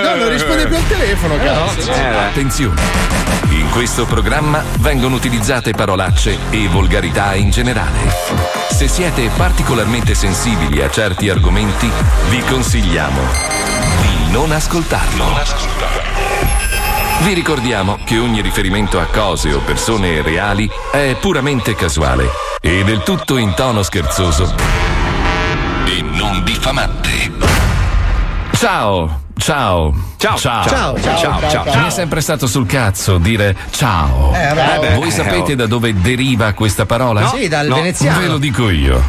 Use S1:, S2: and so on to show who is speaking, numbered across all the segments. S1: No, non risponde più al
S2: Eh,
S1: telefono, cazzo.
S3: Attenzione! In questo programma vengono utilizzate parolacce e volgarità in generale. Se siete particolarmente sensibili a certi argomenti, vi consigliamo di non ascoltarlo. Vi ricordiamo che ogni riferimento a cose o persone reali è puramente casuale e del tutto in tono scherzoso e non diffamante. Ciao! Ciao. Ciao. Ciao.
S4: Ciao, ciao, ciao, ciao.
S3: Mi è sempre stato sul cazzo dire ciao.
S4: Eh, bravo.
S3: Voi
S4: Eh,
S3: sapete
S4: oh.
S3: da dove deriva questa parola?
S4: No, Sì, dal no. Mm. veneziano.
S3: Ve lo dico io.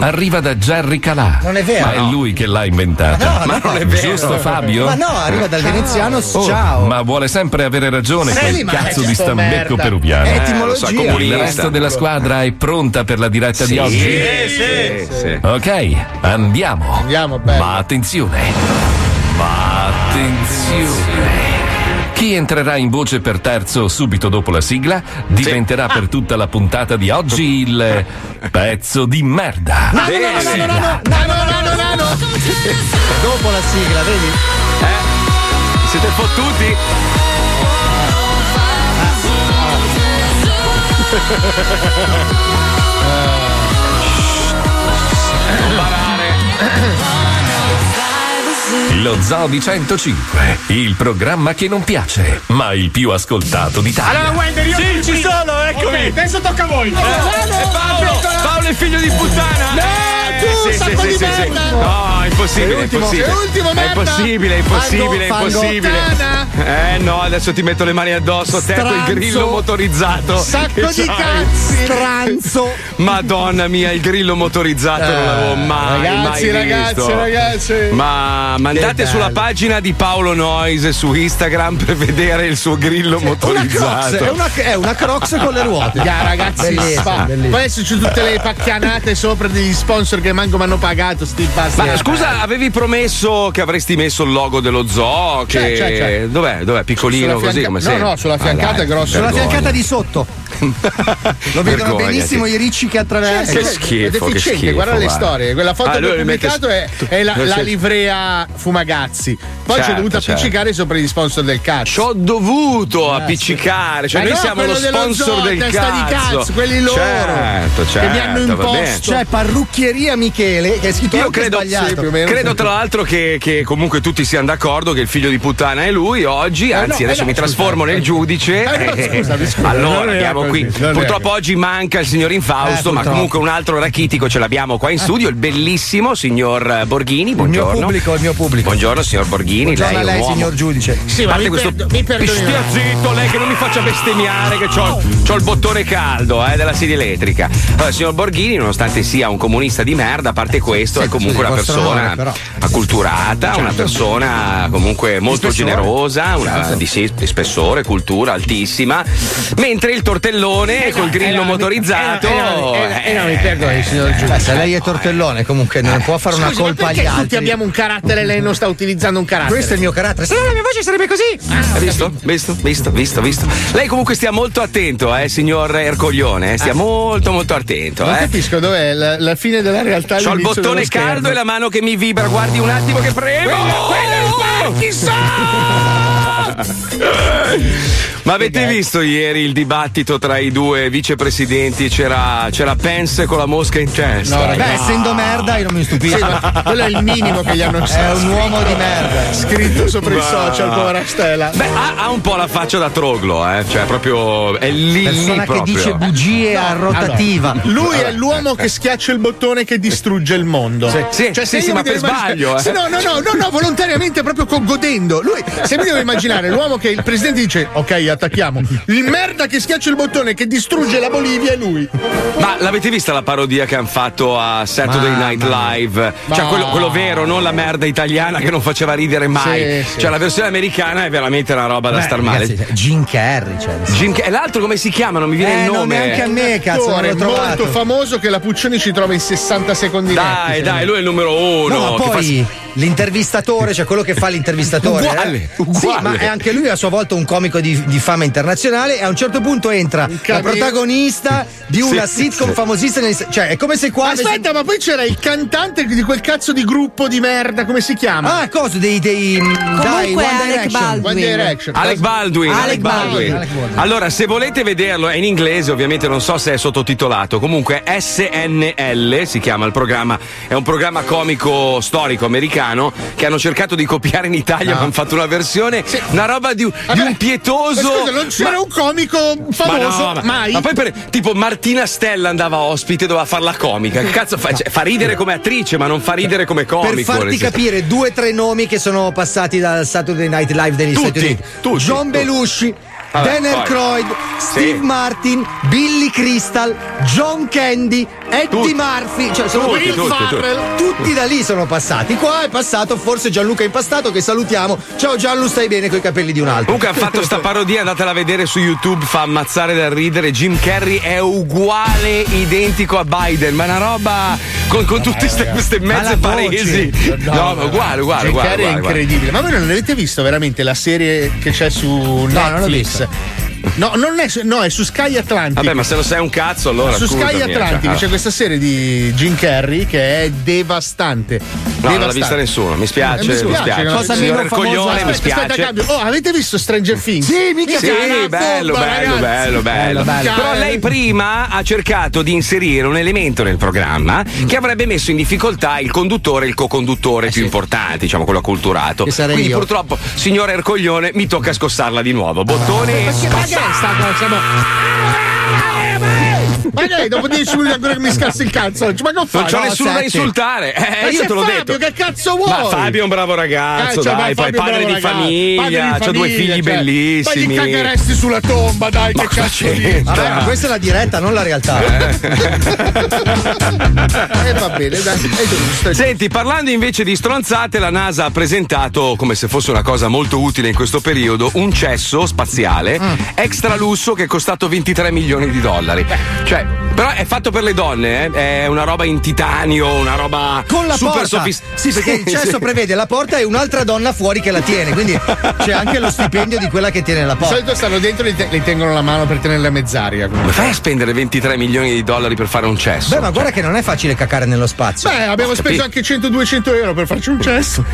S3: Arriva da Jerry Calà.
S4: Non è vero.
S3: Ma è lui che l'ha inventata.
S4: Ma Eh, no, Ma no. non è vero.
S3: Giusto Fabio?
S4: Ma no, Ah, arriva dal
S3: Ciao.
S4: veneziano,
S3: Oh,
S4: ciao.
S3: Ma vuole sempre avere ragione
S4: Sì,
S3: quel
S4: ma
S3: cazzo
S4: che
S3: di
S4: sto
S3: stambecco
S4: merda.
S3: peruviano.
S4: Eh, etimologia.
S3: lo so, comunista. Il resto della squadra è pronta per la diretta di oggi? Ok, andiamo. Andiamo, bello. Ma attenzione. Ma attenzione. Chi entrerà in voce per terzo subito dopo la sigla diventerà per tutta la puntata di oggi il pezzo di merda.
S4: No, no, no, no, no, no, no, no, no, no, no, no. Dopo la sigla, vedi?
S2: Eh,
S5: Siete fottuti?
S3: Lo Zoo di 105, il programma che non piace, ma il più ascoltato d'Italia.
S2: Allora, Wender, io. Sì, ci sono, eccomi. adesso tocca a voi. Paolo, Paolo è figlio di puttana. Eh, No,
S5: tu, sacco di merda.
S2: No, è impossibile,
S5: Sei
S2: è
S5: ultimo,
S2: impossibile.
S5: sei ultimo,
S2: È
S5: merda.
S2: impossibile, è impossibile, è
S5: Fango-
S2: impossibile.
S5: fangottana.
S2: Eh no, adesso ti metto le mani addosso, Teto il
S5: Stronzo.
S2: grillo motorizzato.
S5: Sacco
S2: che
S5: di
S2: c'hai.
S5: cazzi.
S4: Tranzo.
S2: Madonna mia, il grillo motorizzato non l'avevo
S4: Ah,
S2: mai,
S5: Eh, Ragazzi,
S2: mai
S5: ragazzi,
S2: visto.
S5: ragazzi.
S2: Ma
S5: Che
S2: mandate
S5: bello.
S2: sulla pagina di Paolo Noise su Instagram per vedere il suo grillo
S5: Cioè,
S2: motorizzato.
S4: Crocs, è Cioè, una- è una Crocs con le ruote.
S1: Ya, ragazzi,
S4: Bellissimo,
S1: fa-
S4: bellissimo.
S1: poi adesso c'è tutte le pacchianate sopra degli sponsor che manco mi hanno pagato. Sti bastardi.
S2: Ma scusa, avevi promesso che avresti messo il logo dello zoo? Che...
S1: C'è, c'è, c'è.
S2: Dov'è? Dov'è? Piccolino
S1: Sulla
S2: così
S1: fianca-
S2: come
S1: no,
S2: sempre?
S1: no, sulla
S2: Ma
S1: fiancata
S2: dai,
S1: è grosso.
S4: Sulla
S2: vergognati.
S4: fiancata di sotto. Lo vedono
S2: Vergognati.
S4: benissimo i ricci che attraversano.
S2: Che schifo,
S1: Eh, È deficiente,
S2: che schifo,
S1: guarda le
S2: guarda.
S1: storie. Quella foto
S2: Ah,
S1: che
S2: lui
S1: ho
S2: le mette
S1: pubblicato è,
S2: su-
S1: è la,
S2: dove
S1: la
S2: c'è-
S1: livrea Fumagazzi. Poi ci ho
S2: Certo,
S1: dovuto
S2: certo.
S1: appiccicare sopra gli sponsor del cazzo.
S2: Ci ho dovuto appiccicare, cioè
S1: Ma
S2: noi
S1: no,
S2: siamo lo
S1: quello dello
S2: sponsor
S1: zoo,
S2: del
S1: testa
S2: cazzo.
S1: di cazzo, quelli loro.
S2: Certo,
S1: Che
S2: certo.
S1: mi hanno
S2: va bene.
S1: imposto.
S4: C'è parrucchieria Michele che è scritto
S2: Io
S4: anche
S2: credo,
S4: sbagliato.
S2: sì, credo tra l'altro che, che comunque tutti siano d'accordo che il figlio di puttana è lui oggi,
S1: no,
S2: anzi
S1: eh
S2: adesso
S1: no,
S2: mi
S1: scusa.
S2: trasformo nel giudice.
S1: Eh no, scusami, scusa, non
S2: allora
S1: era
S2: abbiamo
S1: così,
S2: qui.
S1: non era
S2: Purtroppo oggi manca il signor Infausto,
S4: Eh,
S2: ma
S4: purtroppo.
S2: comunque un altro rachitico ce l'abbiamo qua in studio, il bellissimo signor eh, Borghini.
S4: Il mio
S2: Buongiorno.
S4: pubblico, il mio pubblico.
S2: Buongiorno signor Borghini,
S4: Buongiorno
S2: lei
S4: a
S2: è
S4: lei,
S2: un uomo.
S4: signor giudice.
S1: Sì, ma
S2: Parte
S1: mi,
S2: questo-
S1: perdo, mi perdoni.
S2: Stia zitto lei che non mi faccia bestemmiare che c'ho, c'ho il bottone caldo eh, della sedia elettrica. Allora, signor Borghini, nonostante sia un comunista di merda, a parte questo, è comunque una
S4: sì, costruire,
S2: persona
S4: però.
S2: acculturata, una persona comunque molto generosa, una di, sì, di spessore, cultura altissima, mentre il tortellone col grillo motorizzato...
S1: Eh, no, eh, no, eh, no, mi
S2: eh,
S1: perdoni, signor Giudice.
S4: Beh, se lei è tortellone, comunque non può fare una
S1: Scusi, ma
S4: colpa agli
S1: perché tutti
S4: altri.
S1: abbiamo un carattere e lei non sta utilizzando un carattere?
S4: Questo è il mio carattere. Se no la mia voce sarebbe così.
S2: Hai visto? Visto? Visto? Visto? Visto? Lei comunque stia molto attento, eh, signor Ercoglione, eh, stia molto molto attento.
S1: non
S2: eh.
S1: capisco dov'è la, la fine della realtà.
S2: C'ho il
S1: all'inizio
S2: bottone
S1: dello
S2: caldo
S1: schermo.
S2: e la mano che mi vibra. Guardi un attimo che premo.
S6: Oh!
S2: Ma avete visto ieri il dibattito tra i due vicepresidenti? C'era, c'era Pence con la mosca in testa. Ah.
S4: Beh, essendo merda, io non mi stupisco.
S1: Sì, ma quello è il minimo che gli hanno
S4: è un uomo di merda. ah,
S1: scritto sopra i social, povera Stella.
S2: Beh, ha, ha un po' la faccia da troglo, eh. Cioè, proprio. È lì lì
S4: Persona che
S2: proprio.
S4: dice bugie a rotativa.
S1: Lui è l'uomo che schiaccia il bottone che distrugge il mondo. Cioè,
S2: Sì, sì,
S1: io
S2: sì,
S1: mi
S2: ma per
S1: devo
S2: sbaglio,
S1: immaginare-
S2: eh.
S1: Sì, no, no, no, no, no, volontariamente proprio co- godendo. Lui, se mi devo immaginare, l'uomo che il presidente dice ok, attacchiamo. Il merda che schiaccia il bottone che distrugge la Bolivia è lui.
S2: Ma l'avete vista la parodia che hanno fatto a Saturday
S4: Mamma
S2: Night Live? Cioè,
S1: Ma-
S2: quello, quello vero, non la merda italiana che non faceva ridere mai.
S1: Sì, sì.
S2: Cioè, la versione americana è veramente una roba da star male.
S4: Ragazzi, cioè, Jim Carrey, cioè.
S2: Jim Car- e l'altro come si chiama? Non mi viene
S4: Eh,
S2: il
S4: non
S2: nome.
S4: neanche a me, cazzo, non
S1: Attore
S4: l'ho
S1: molto
S4: trovato.
S1: famoso che la Puccioni ci trova in 60 secondi
S2: Dai,
S1: netti,
S2: dai, lui è il numero uno.
S4: No, ma
S2: che
S4: poi
S2: fa-
S4: l'intervistatore, cioè quello che fa l'intervistatore.
S7: Uguale,
S4: eh?
S7: uguale.
S4: Sì, ma è anche lui a sua volta un comico di, di fama internazionale. E a un certo punto entra la
S1: cameo.
S4: protagonista di una
S1: Sì,
S4: sitcom
S1: sì.
S4: famosissima. negli- Cioè, è come se qua. avesse-
S1: Aspetta, ma poi c'era il cantante di quel cazzo di gruppo di merda, come si chiama?
S4: Ah, cosa dei. dei
S1: dai,
S4: Comunque
S1: One
S4: Alec
S1: Direction.
S4: Baldwin.
S1: One Direction.
S2: Alec
S1: Cioè, Cosa-
S2: Baldwin, Alec Baldwin. Allora, se volete vederlo, è in inglese, ovviamente non so se è sottotitolato. Comunque, SNL si chiama il programma. È un programma comico storico americano che hanno cercato di copiare in
S1: Ah.
S2: Italia, ma hanno fatto una versione, una roba di, di un
S1: Ma
S2: pietoso.
S1: scusa, non c'era
S2: ma-
S1: un comico famoso,
S2: ma no, ma-
S1: mai.
S2: ma poi per tipo Martina Stella andava ospite doveva fare la comica. Che cazzo fa? Cioè, fa ridere come attrice, ma non fa ridere come comico.
S4: per
S2: nel
S4: farti
S2: senso-
S4: capire due o tre nomi che sono passati dal Saturday Night Live degli
S2: Tutti,
S4: Stati Uniti
S2: tutti,
S4: John
S2: tutti.
S4: Belushi
S2: Vabbè,
S4: Dan
S2: poi.
S4: Aykroyd Steve Martin Billy Crystal John Candy Eddie Murphy cioè sono
S1: Tutti,
S4: tutti,
S1: tutti, tutti.
S4: tutti da lì sono passati qua è passato forse Gianluca Impastato che salutiamo ciao Gianlu stai bene coi capelli di un altro
S2: Comunque ha fatto sta parodia, andatela a vedere su YouTube, fa ammazzare dal ridere. Jim Carrey è uguale, identico a Biden, ma è una roba con, con tutte ste- queste mezze paresi. No, ma uguale, uguale, uguale.
S1: Jim Carrey
S2: uguale,
S1: è
S2: uguale.
S1: incredibile. Ma voi non avete visto veramente la serie che c'è su Netflix?
S2: non l'ho
S1: No, non è, su- no, è su Sky Atlantic.
S2: Vabbè, ma se lo sai un cazzo, allora.
S1: su Sky
S2: scusami, eh,
S1: Atlantic
S2: cioè,
S1: c'è questa serie di Jim Carrey che è devastante.
S2: No, non l'ha
S1: Devastante.
S2: vista nessuno, mi
S1: Eh,
S2: spiace,
S1: mi
S2: mi
S1: spiace,
S2: spiace.
S1: no?
S2: Cosa
S1: Signor
S2: meno famosa-
S1: Coglione,
S2: Aspetta,
S1: mi
S2: aspetta,
S1: spiace.
S2: cambio.
S1: Oh, avete visto Stranger Things? Sì,
S2: Sì, bello, bello, bello, bello, Però
S1: Cioè,
S2: lei prima ha cercato di inserire un elemento nel programma che avrebbe messo in difficoltà il conduttore e il co-conduttore
S1: Eh
S2: più importanti, diciamo quello acculturato.
S4: sarei
S2: Quindi
S4: io.
S2: purtroppo, signor Ercoglione, mi tocca scossarla di nuovo. Bottone
S1: Ma che ma che
S2: spassa-
S1: è sta cosa? Ma- Ma lei dopo 10 minuti ancora che mi scassi il cazzo, ma non fa?
S2: Non c'ho
S1: No,
S2: nessuno da
S1: sette.
S2: insultare. Eh,
S1: Ma
S2: io
S1: c'è
S2: te l'ho
S1: Fabio,
S2: detto.
S1: che cazzo vuoi?
S2: Ma Fabio è un bravo ragazzo,
S1: Ah, Eh, cioè, ma
S2: dai, poi
S1: Fabio è un
S2: padre
S1: bravo
S2: di
S1: ragazzo,
S2: famiglia,
S1: padre di
S2: ha due
S1: famiglia,
S2: figli
S1: cioè.
S2: bellissimi.
S1: Ma gli cagheresti sulla tomba, dai, che
S2: cosa
S1: cazzo dici?
S2: c'entra?
S4: Vabbè, ma questa è la diretta non la realtà
S1: Eh, va bene, dai. è giusto, è giusto.
S2: Senti, parlando invece di stronzate, la NASA ha presentato, come se fosse una cosa molto utile in questo periodo, un cesso spaziale
S4: Mm.
S2: extra lusso che è costato 23 milioni di dollari. Cioè, però è fatto per le donne, eh. è una roba in titanio, una roba
S4: con la
S2: super
S4: porta
S2: sofisticata.
S4: sì perché il cesso prevede la porta e un'altra donna fuori che la tiene quindi c'è anche lo stipendio di quella che tiene la
S1: Di
S4: porta
S1: solito stanno dentro e li, te- li tengono la mano per tenerla a mezz'aria.
S2: Come fai a spendere 23 milioni di dollari per fare un cesso? cioè.
S4: Beh, ma guarda che non è facile cacare nello spazio.
S1: Beh, abbiamo
S2: Ho
S1: speso
S2: capito.
S1: anche 100-200 euro per farci un cesso.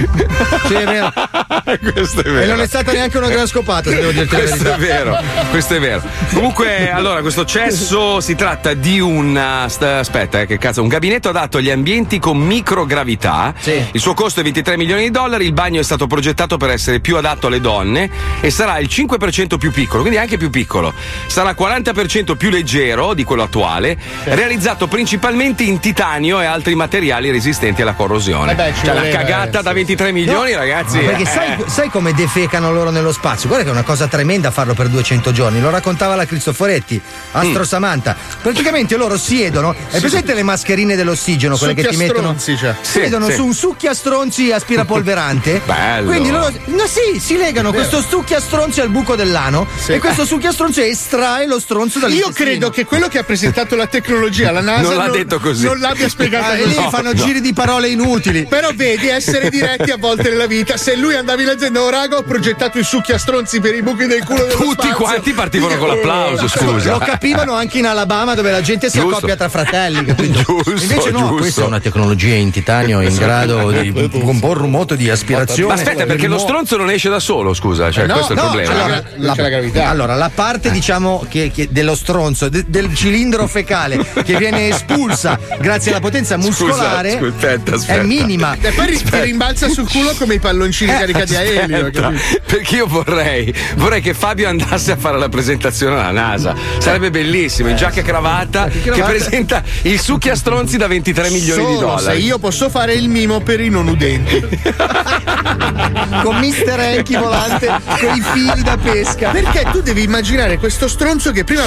S4: Sì, è vero.
S2: Questo è
S4: E
S2: vero.
S4: non è stata neanche una gran scopata, se devo dirti la
S2: questo
S4: verità.
S2: è vero, questo è vero. Comunque, allora, questo cesso si tratta di un. aspetta, eh, che cazzo, un gabinetto adatto agli ambienti con microgravità.
S4: Sì.
S2: Il suo costo è 23 milioni di dollari. Il bagno è stato progettato per essere più adatto alle donne e sarà il 5% più piccolo, quindi anche più piccolo. Sarà 40% più leggero di quello attuale, realizzato principalmente in titanio e altri materiali resistenti alla corrosione.
S1: Eh beh, ci
S2: cioè, la
S1: voleva,
S2: cagata
S1: eh,
S2: da 23 milioni,
S4: No,
S2: ragazzi.
S4: ma perché
S2: eh,
S4: sai, sai come defecano loro nello spazio? Guarda che è una cosa tremenda farlo per 200 giorni. Lo raccontava la Cristoforetti,
S2: Mm.
S4: Astro Samantha. Praticamente loro siedono. Hai presente le mascherine dell'ossigeno, quelle che ti mettono?
S1: Succhiastronzi, cioè.
S4: Siedono
S2: Sì, sì.
S4: su un succhiastronzi aspirapolverante.
S2: Bello.
S4: Quindi loro. No, sì, si legano questo succhiastronzi al buco dell'ano. E questo succhiastronzi estrae lo stronzo
S1: Io
S4: dall'intestino.
S1: credo che quello che ha presentato la tecnologia alla NASA
S2: Non l'ha detto così.
S1: non l'abbia spiegato
S4: Ah, e lì
S1: così.
S4: fanno
S2: no.
S4: giri di parole inutili.
S1: Però vedi, essere diretti a volte nella vita. Se lui andava in azienda, oh raga, ho progettato i succhi a stronzi per i buchi del culo dello
S2: Tutti
S1: spazio."
S2: quanti partivano
S1: Eh,
S2: con l'applauso, scusa.
S4: Lo capivano anche in Alabama dove la gente si
S2: Giusto.
S4: accoppia tra fratelli, capito?
S2: Giusto,
S4: Invece no,
S2: giusto.
S4: questa è una tecnologia in titanio in grado di comporre un moto di aspirazione.
S2: Ma aspetta, perché lo stronzo non esce da solo, scusa, cioè
S1: Eh, no,
S2: questo è il
S1: no,
S2: problema. Eh.
S1: c'è la- non c'è la gravità.
S4: Allora, la parte diciamo che, che dello stronzo, de- del cilindro fecale che viene espulsa grazie alla potenza
S2: Scusa,
S4: muscolare
S2: scusa, aspetta,
S4: è
S2: aspetta.
S4: minima. Eh,
S1: E poi ri- ti rimbalza sul culo come i palloncini caricati a elio.
S2: Eh, Aspetta,
S1: capito?
S2: perché io vorrei, vorrei che Fabio andasse a fare la presentazione alla NASA. Sarebbe bellissimo,
S1: Eh,
S2: in giacca e cravatta, che
S4: cravatta.
S2: presenta il succhia stronzi da 23 milioni di
S1: Solo se
S2: dollari.
S1: io posso fare il mimo per i non udenti.
S4: Con Mister Enchi volante con i fili da pesca.
S1: Perché tu devi immaginare questo stronzo che prima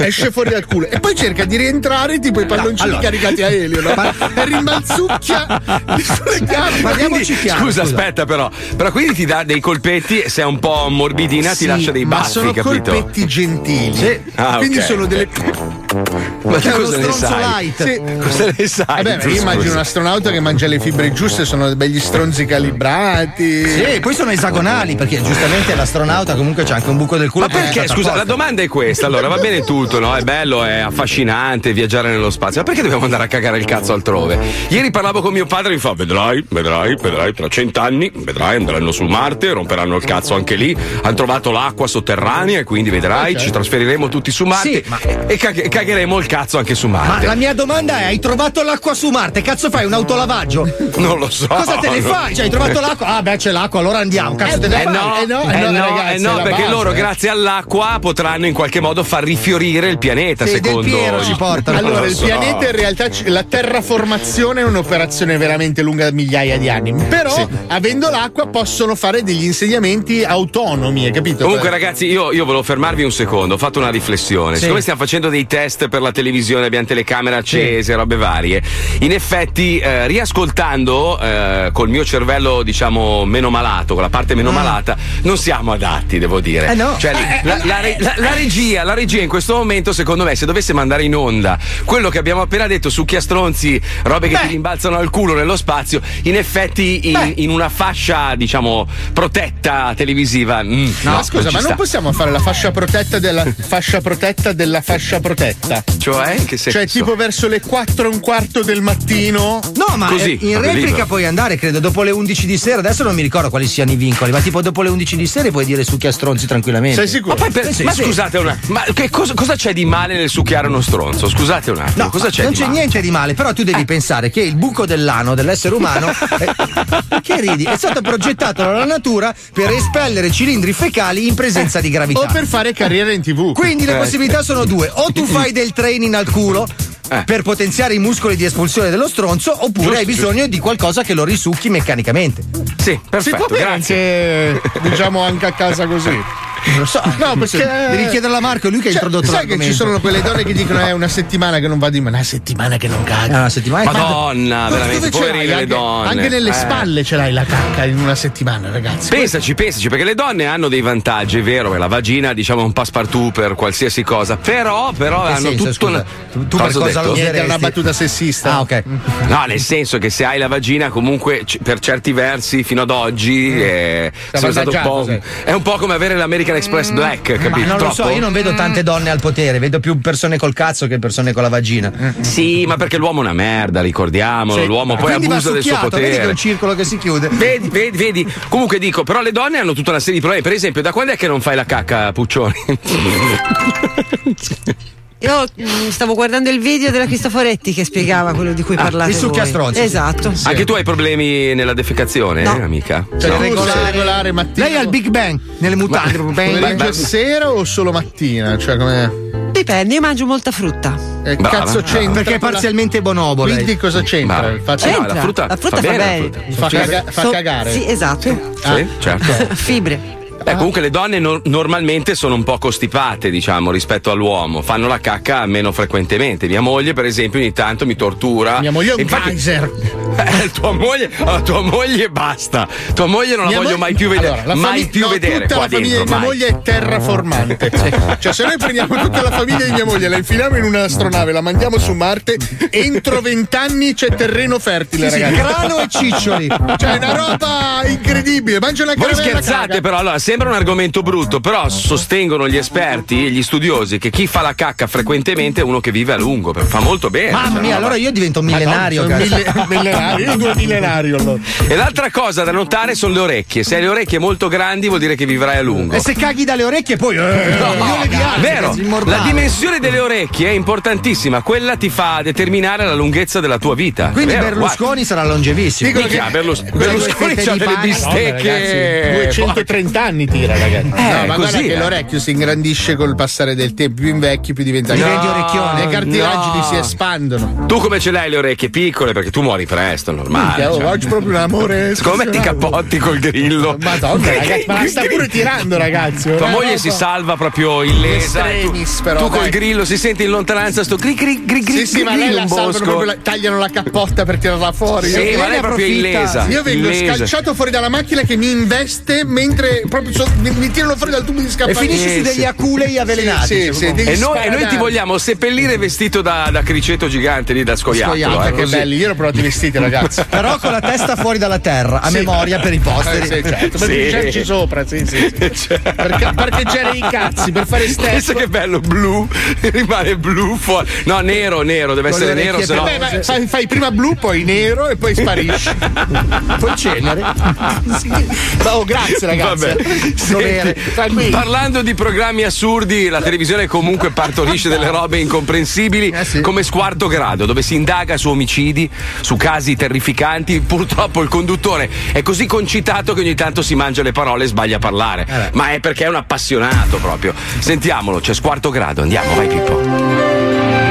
S1: esce fuori dal culo e poi cerca di rientrare tipo i palloncini
S4: allora.
S1: caricati a elio no? e rimbalzucchia sulle gambe.
S4: Parliamoci
S2: Quindi,
S4: chiaro.
S2: scusa, aspetta, però. Però quindi ti dà dei colpetti, se è un po' morbidina,
S1: Sì,
S2: ti lascia dei
S1: ma
S2: baffi,
S1: sono
S2: capito?
S1: colpetti gentili
S2: Ah,
S1: quindi
S2: ok.
S1: sono delle
S2: Ma tu
S1: È uno
S2: cosa ne
S1: stronzo
S2: sai?
S1: light. Mm.
S2: Sì. Cosa ne sai?
S1: Vabbè, Eh io
S2: Scusa.
S1: immagino un astronauta che mangia le fibre giuste, sono degli stronzi calibrati.
S4: Sì, poi sono esagonali, perché giustamente l'astronauta comunque c'ha anche un buco del culo.
S2: Ma perché? Scusa, la domanda è questa. Allora, va bene tutto, no? È bello, è affascinante viaggiare nello spazio. Ma perché dobbiamo andare a cagare il cazzo altrove? Ieri parlavo con mio padre e mi fa: Vedrai, vedrai, vedrai, tra cent'anni, vedrai, andranno su Marte, romperanno il cazzo anche lì. Hanno trovato l'acqua sotterranea, quindi vedrai, ci trasferiremo tutti su Marte e cag- cagheremo il cazzo anche su
S4: Ma
S2: Marte.
S4: Ah, la mia domanda è: hai trovato l'acqua su Marte? Cazzo fai? Un autolavaggio?
S2: Non lo so.
S4: Cosa te ne fai? Cioè, hai trovato l'acqua? Ah, beh, c'è l'acqua, allora andiamo. Cazzo, te ne
S2: Eh
S4: fai?
S2: no, eh no, eh no, perché loro grazie all'acqua potranno in qualche modo far rifiorire il pianeta,
S1: Sì, Del
S2: secondo
S1: Piero ci portano. Allora,
S2: Non lo
S1: il
S2: so.
S1: pianeta in realtà, ci- la terraformazione è un'operazione veramente lunga migliaia di anni. Però, avendo l'acqua, possono fare degli insediamenti autonomi, hai capito?
S2: Comunque, ragazzi, io, io volevo fermarvi un secondo. Ho fatto una riflessione.
S1: Sì.
S2: Siccome stiamo facendo dei test per la televisione, abbiamo telecamere accese, robe varie. In effetti, eh, riascoltando eh, col mio cervello, diciamo, meno malato, con la parte meno malata, non siamo adatti, devo dire.
S8: Mm. Eh no.
S2: Cioè,
S8: Eh,
S2: la,
S8: eh,
S2: la re- la- la regia, la regia in questo momento, secondo me, se dovesse mandare in onda quello che abbiamo appena detto su chiastronzi, robe che ti rimbalzano al culo nello spazio, in effetti, in, in una fascia, diciamo, protetta televisiva. mm,
S1: No,
S2: no,
S1: ma scusa,
S2: ci
S1: ma non
S2: sta.
S1: possiamo fare la fascia protetta della fascia protetta della fascia protetta.
S2: Cioè, in che senso?
S1: Cioè, tipo verso le 4 e un quarto del mattino.
S4: No, ma eh, in replica puoi andare, credo, dopo le 11 di sera. Adesso non mi ricordo quali siano i vincoli, ma tipo dopo le 11 di sera puoi dire succhia stronzi tranquillamente.
S2: Sei sicuro? Ma, poi per-
S4: Eh sì,
S2: ma
S4: sì.
S2: scusate un attimo, ma che cosa, cosa c'è di male nel succhiare uno stronzo? Scusate un attimo,
S4: No,
S2: cosa c'è
S4: non
S2: di
S4: c'è
S2: male?
S4: niente di male, però tu
S1: Eh.
S4: devi pensare che il buco dell'ano dell'essere umano è- che ridi, è stato progettato dalla natura per espellere cilindri fecali in presenza di gravità.
S1: Eh, O per fare carriera in tv.
S4: Quindi le
S1: Eh.
S4: possibilità sono due: o tu fai del training al culo. Per potenziare i muscoli di espulsione dello stronzo, oppure
S1: Eh. Giusto,
S4: hai bisogno di qualcosa che lo risucchi meccanicamente.
S2: Sì,
S1: Si può bere
S4: eh,
S1: anche, diciamo, anche a casa così.
S4: Lo so,
S1: no, perché
S4: Devi chiederla a Marco, è lui che ha
S1: Mm. Cioè,
S4: introdotto
S1: Sai che
S4: l'argomento.
S1: ci sono quelle donne che dicono: È una settimana che non vado in. Ma una settimana che non cago.
S4: una Ah, settimana
S2: Madonna, veramente, poverine le
S1: anche,
S2: donne.
S1: Anche nelle
S2: Eh.
S1: spalle ce l'hai la cacca in una settimana, ragazzi.
S2: Pensaci, pensaci, perché le donne hanno dei vantaggi, è vero, la vagina diciamo è un passepartout per qualsiasi cosa, però,
S4: Eh,
S2: però
S1: In che
S2: hanno
S1: senso,
S2: tutto...
S1: scusa?
S2: una-
S1: Tu per
S2: ho
S1: cosa
S2: detto?
S1: lo useresti? Era una battuta sessista. Ah,
S4: ok.
S2: No, nel senso che se hai la vagina, comunque c- per certi versi fino ad
S4: Mm.
S2: oggi eh,
S4: Sei
S2: sono stato un
S4: avvantaggiato,
S2: po'. È un po' come avere l'American Express Black, capito?
S4: Mm. Ma non lo so,
S2: Troppo?
S4: io non vedo tante donne al potere, vedo più persone col cazzo che persone con la vagina.
S2: Sì, ma perché l'uomo è una merda, ricordiamolo.
S4: Sì. Ah,
S2: l'uomo poi
S4: Quindi va
S2: abusa del suo
S4: succhiato,
S2: potere.
S4: Vedi che è un circolo che si chiude.
S2: Vedi, vedi, vedi. Comunque dico, però le donne hanno tutta una serie di problemi. Per esempio, da quando è che non fai la cacca, Puccioni?
S7: Io mm, stavo guardando il video della Cristoforetti che spiegava quello di cui
S4: Ah,
S1: Ah,
S7: parlate
S2: il
S7: voi.
S2: succhia stronzi.
S7: Esatto.
S2: Anche tu hai problemi nella defecazione, eh, amica?
S1: Cioè,
S2: No?
S1: regolare,
S2: Sì.
S1: regolare mattina. Lei
S4: al Big Bang, nelle
S1: mutande.
S4: proprio, bang,
S1: Pomeriggio
S4: bang.
S1: e sera o solo mattina? Cioè, come.
S7: Dipende, io mangio molta frutta.
S1: Eh, cazzo c'entra?
S4: Perché è
S1: con la-
S4: parzialmente bonobo. lei.
S1: Quindi cosa c'entra?
S4: Brava.
S1: Il fatto-
S4: C'entra, No, la frutta la frutta fa fa bene, bene. la frutta.
S1: Fa,
S4: Cioè,
S1: caga- fa
S7: so-
S1: cagare.
S7: Sì, esatto.
S4: Ah.
S2: Sì, certo.
S7: Fibre.
S2: Beh, comunque le donne no- normalmente sono un po' costipate, diciamo, rispetto all'uomo, fanno la cacca meno frequentemente. Mia moglie, per esempio, ogni tanto mi tortura.
S1: Mia moglie è un
S2: Infatti-
S1: Kaiser.
S2: Eh, tua moglie, oh, tua moglie basta. Tua moglie non la
S1: Mia
S2: voglio
S1: moglie-
S2: mai più vedere.
S1: Allora, la
S2: mai
S1: famig-
S2: più
S1: no,
S2: vedere
S1: Tutta
S2: qua
S1: la famiglia
S2: dentro.
S1: di mia
S2: mai.
S1: moglie è terraformante. cioè, se noi prendiamo tutta la famiglia di mia moglie, la infiliamo in un'astronave, la mandiamo su Marte, entro vent'anni c'è terreno fertile,
S2: Sì, sì,
S1: ragazzi.
S2: grano e ciccioli.
S1: Cioè, è una roba incredibile. Mangia una
S2: Voi
S1: caramella,
S2: scherzate
S1: caga.
S2: però, allora sembra un argomento brutto, però sostengono gli esperti e gli studiosi che chi fa la cacca frequentemente è uno che vive a lungo, per- fa molto bene.
S4: Mamma
S2: cioè,
S4: mia,
S2: no,
S4: allora
S2: ma-
S4: io divento un millenario.
S1: Madonna, sono
S4: cazzo.
S1: mille- millenario, io due millenario. allora.
S2: E l'altra cosa da notare sono le orecchie. Se hai le orecchie molto grandi vuol dire che vivrai a lungo.
S1: Eh
S4: E se caghi dalle orecchie poi... eh, milione di anni,
S2: Vero,
S4: cazzo, immortale.
S2: la dimensione delle orecchie è importantissima, quella ti fa determinare la lunghezza della tua vita.
S4: Quindi
S2: Vero, guarda.
S4: Berlusconi sarà longevissimo.
S2: Dicono Minchia, che- Berlus- Quelle Berlusconi
S1: Fette
S2: c'ha
S1: di
S2: delle
S1: pane.
S2: bistecche.
S1: Madonna, ragazzi, 230 anni tira, ragazzi. no, ma guarda
S2: così,
S1: che
S2: eh.
S1: l'orecchio si ingrandisce col passare del tempo. Più invecchi, più diventa
S2: Diventi orecchione.
S1: Le cartilagini
S2: No.
S1: si espandono.
S2: Tu come ce l'hai le orecchie piccole? Perché tu muori presto, è normale.
S1: Minchia, oh,
S2: cioè.
S1: oggi proprio un amore.
S2: Siccome ti cappotti col grillo.
S1: Madonna, ragazzi, ma la sta pure tirando, ragazzi.
S2: Tua
S1: Una
S2: moglie
S1: roba-
S2: si salva proprio illesa. e Tu,
S1: Extremis, però,
S2: tu col
S1: dai.
S2: grillo si senti in lontananza sto cri cri cri cri.
S1: Sì, sì,
S2: cri,
S1: ma
S2: cri,
S1: lei la
S2: un
S1: salvano
S2: bosco.
S1: proprio, la- tagliano la cappotta per tirarla fuori.
S2: Sì,
S1: Io-
S2: ma lei
S1: ne
S2: è proprio
S1: approfitta.
S2: illesa,
S1: Io vengo
S2: illesa.
S1: scalciato fuori dalla macchina che mi investe mentre proprio
S7: proprio so- mi, mi tirano fuori dal tubo di scappare.
S4: finisci su degli aculei avvelenati,
S7: Sì, sì,
S4: cioè,
S7: sì,
S4: proprio.
S7: degli
S2: e, noi, e noi ti
S7: sparanati.
S2: vogliamo seppellire vestito da, da criceto gigante lì da scoiattolo.
S7: Scoiattolo,
S2: eh,
S7: che
S2: così.
S7: belli, io ero provato i vestiti, ragazzi.
S4: Però con la testa fuori dalla terra, a
S7: Sì.
S4: memoria per i posteri.
S7: Eh, sì, certo, per
S4: Sì.
S7: picciarci sopra, sì, sì. sì. Per ca- parcheggiare i cazzi, per fare step.
S2: Cioè. Pensa che bello, blu, rimane blu fuori. No, nero, nero, deve essere nero, se no.
S7: Vabbè, ma fai, fai prima blu, poi nero e poi sparisci. poi cenere. Oh, grazie, ragazzi.
S2: Vabbè.
S7: Dovere.
S2: Senti,
S7: Tranquilli.
S2: parlando di programmi assurdi, la televisione comunque partorisce delle robe incomprensibili come Squarto Grado, dove si indaga su omicidi, su casi terrificanti. Purtroppo il conduttore è così concitato che ogni tanto si mangia le parole e sbaglia a parlare. Ma è perché è un appassionato proprio. Sentiamolo, c'è Squarto Grado, andiamo, vai Pippo.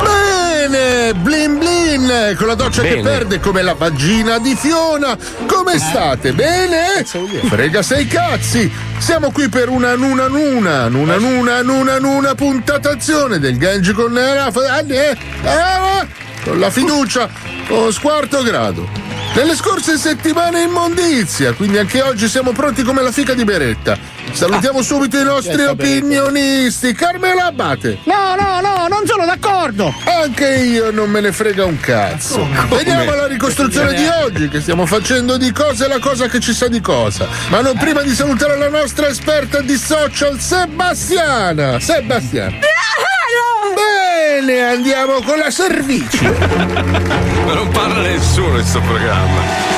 S7: Bene, blin blin, con la doccia che
S2: Bene.
S7: perde come la vagina di Fiona. Come state? Bene? Frega sei cazzi. Siamo qui per una nuna nuna, nuna nuna nuna nuna puntatazione del Gange con Nera- eh, eh, con la fiducia o squarto grado. Nelle scorse settimane immondizia, quindi anche oggi siamo pronti come la fica di Beretta. Salutiamo subito i nostri opinionisti. Carmela Abate.
S1: No, no, no, non sono d'accordo.
S7: Anche io non me ne frega un cazzo. Vediamo la ricostruzione di oggi che stiamo facendo di cosa è la cosa che ci sa di cosa. Ma non prima di salutare la nostra esperta di social Sebastiana. Sebastiana. Bene, andiamo con la servizio.
S2: Ma non parla nessuno in sto programma.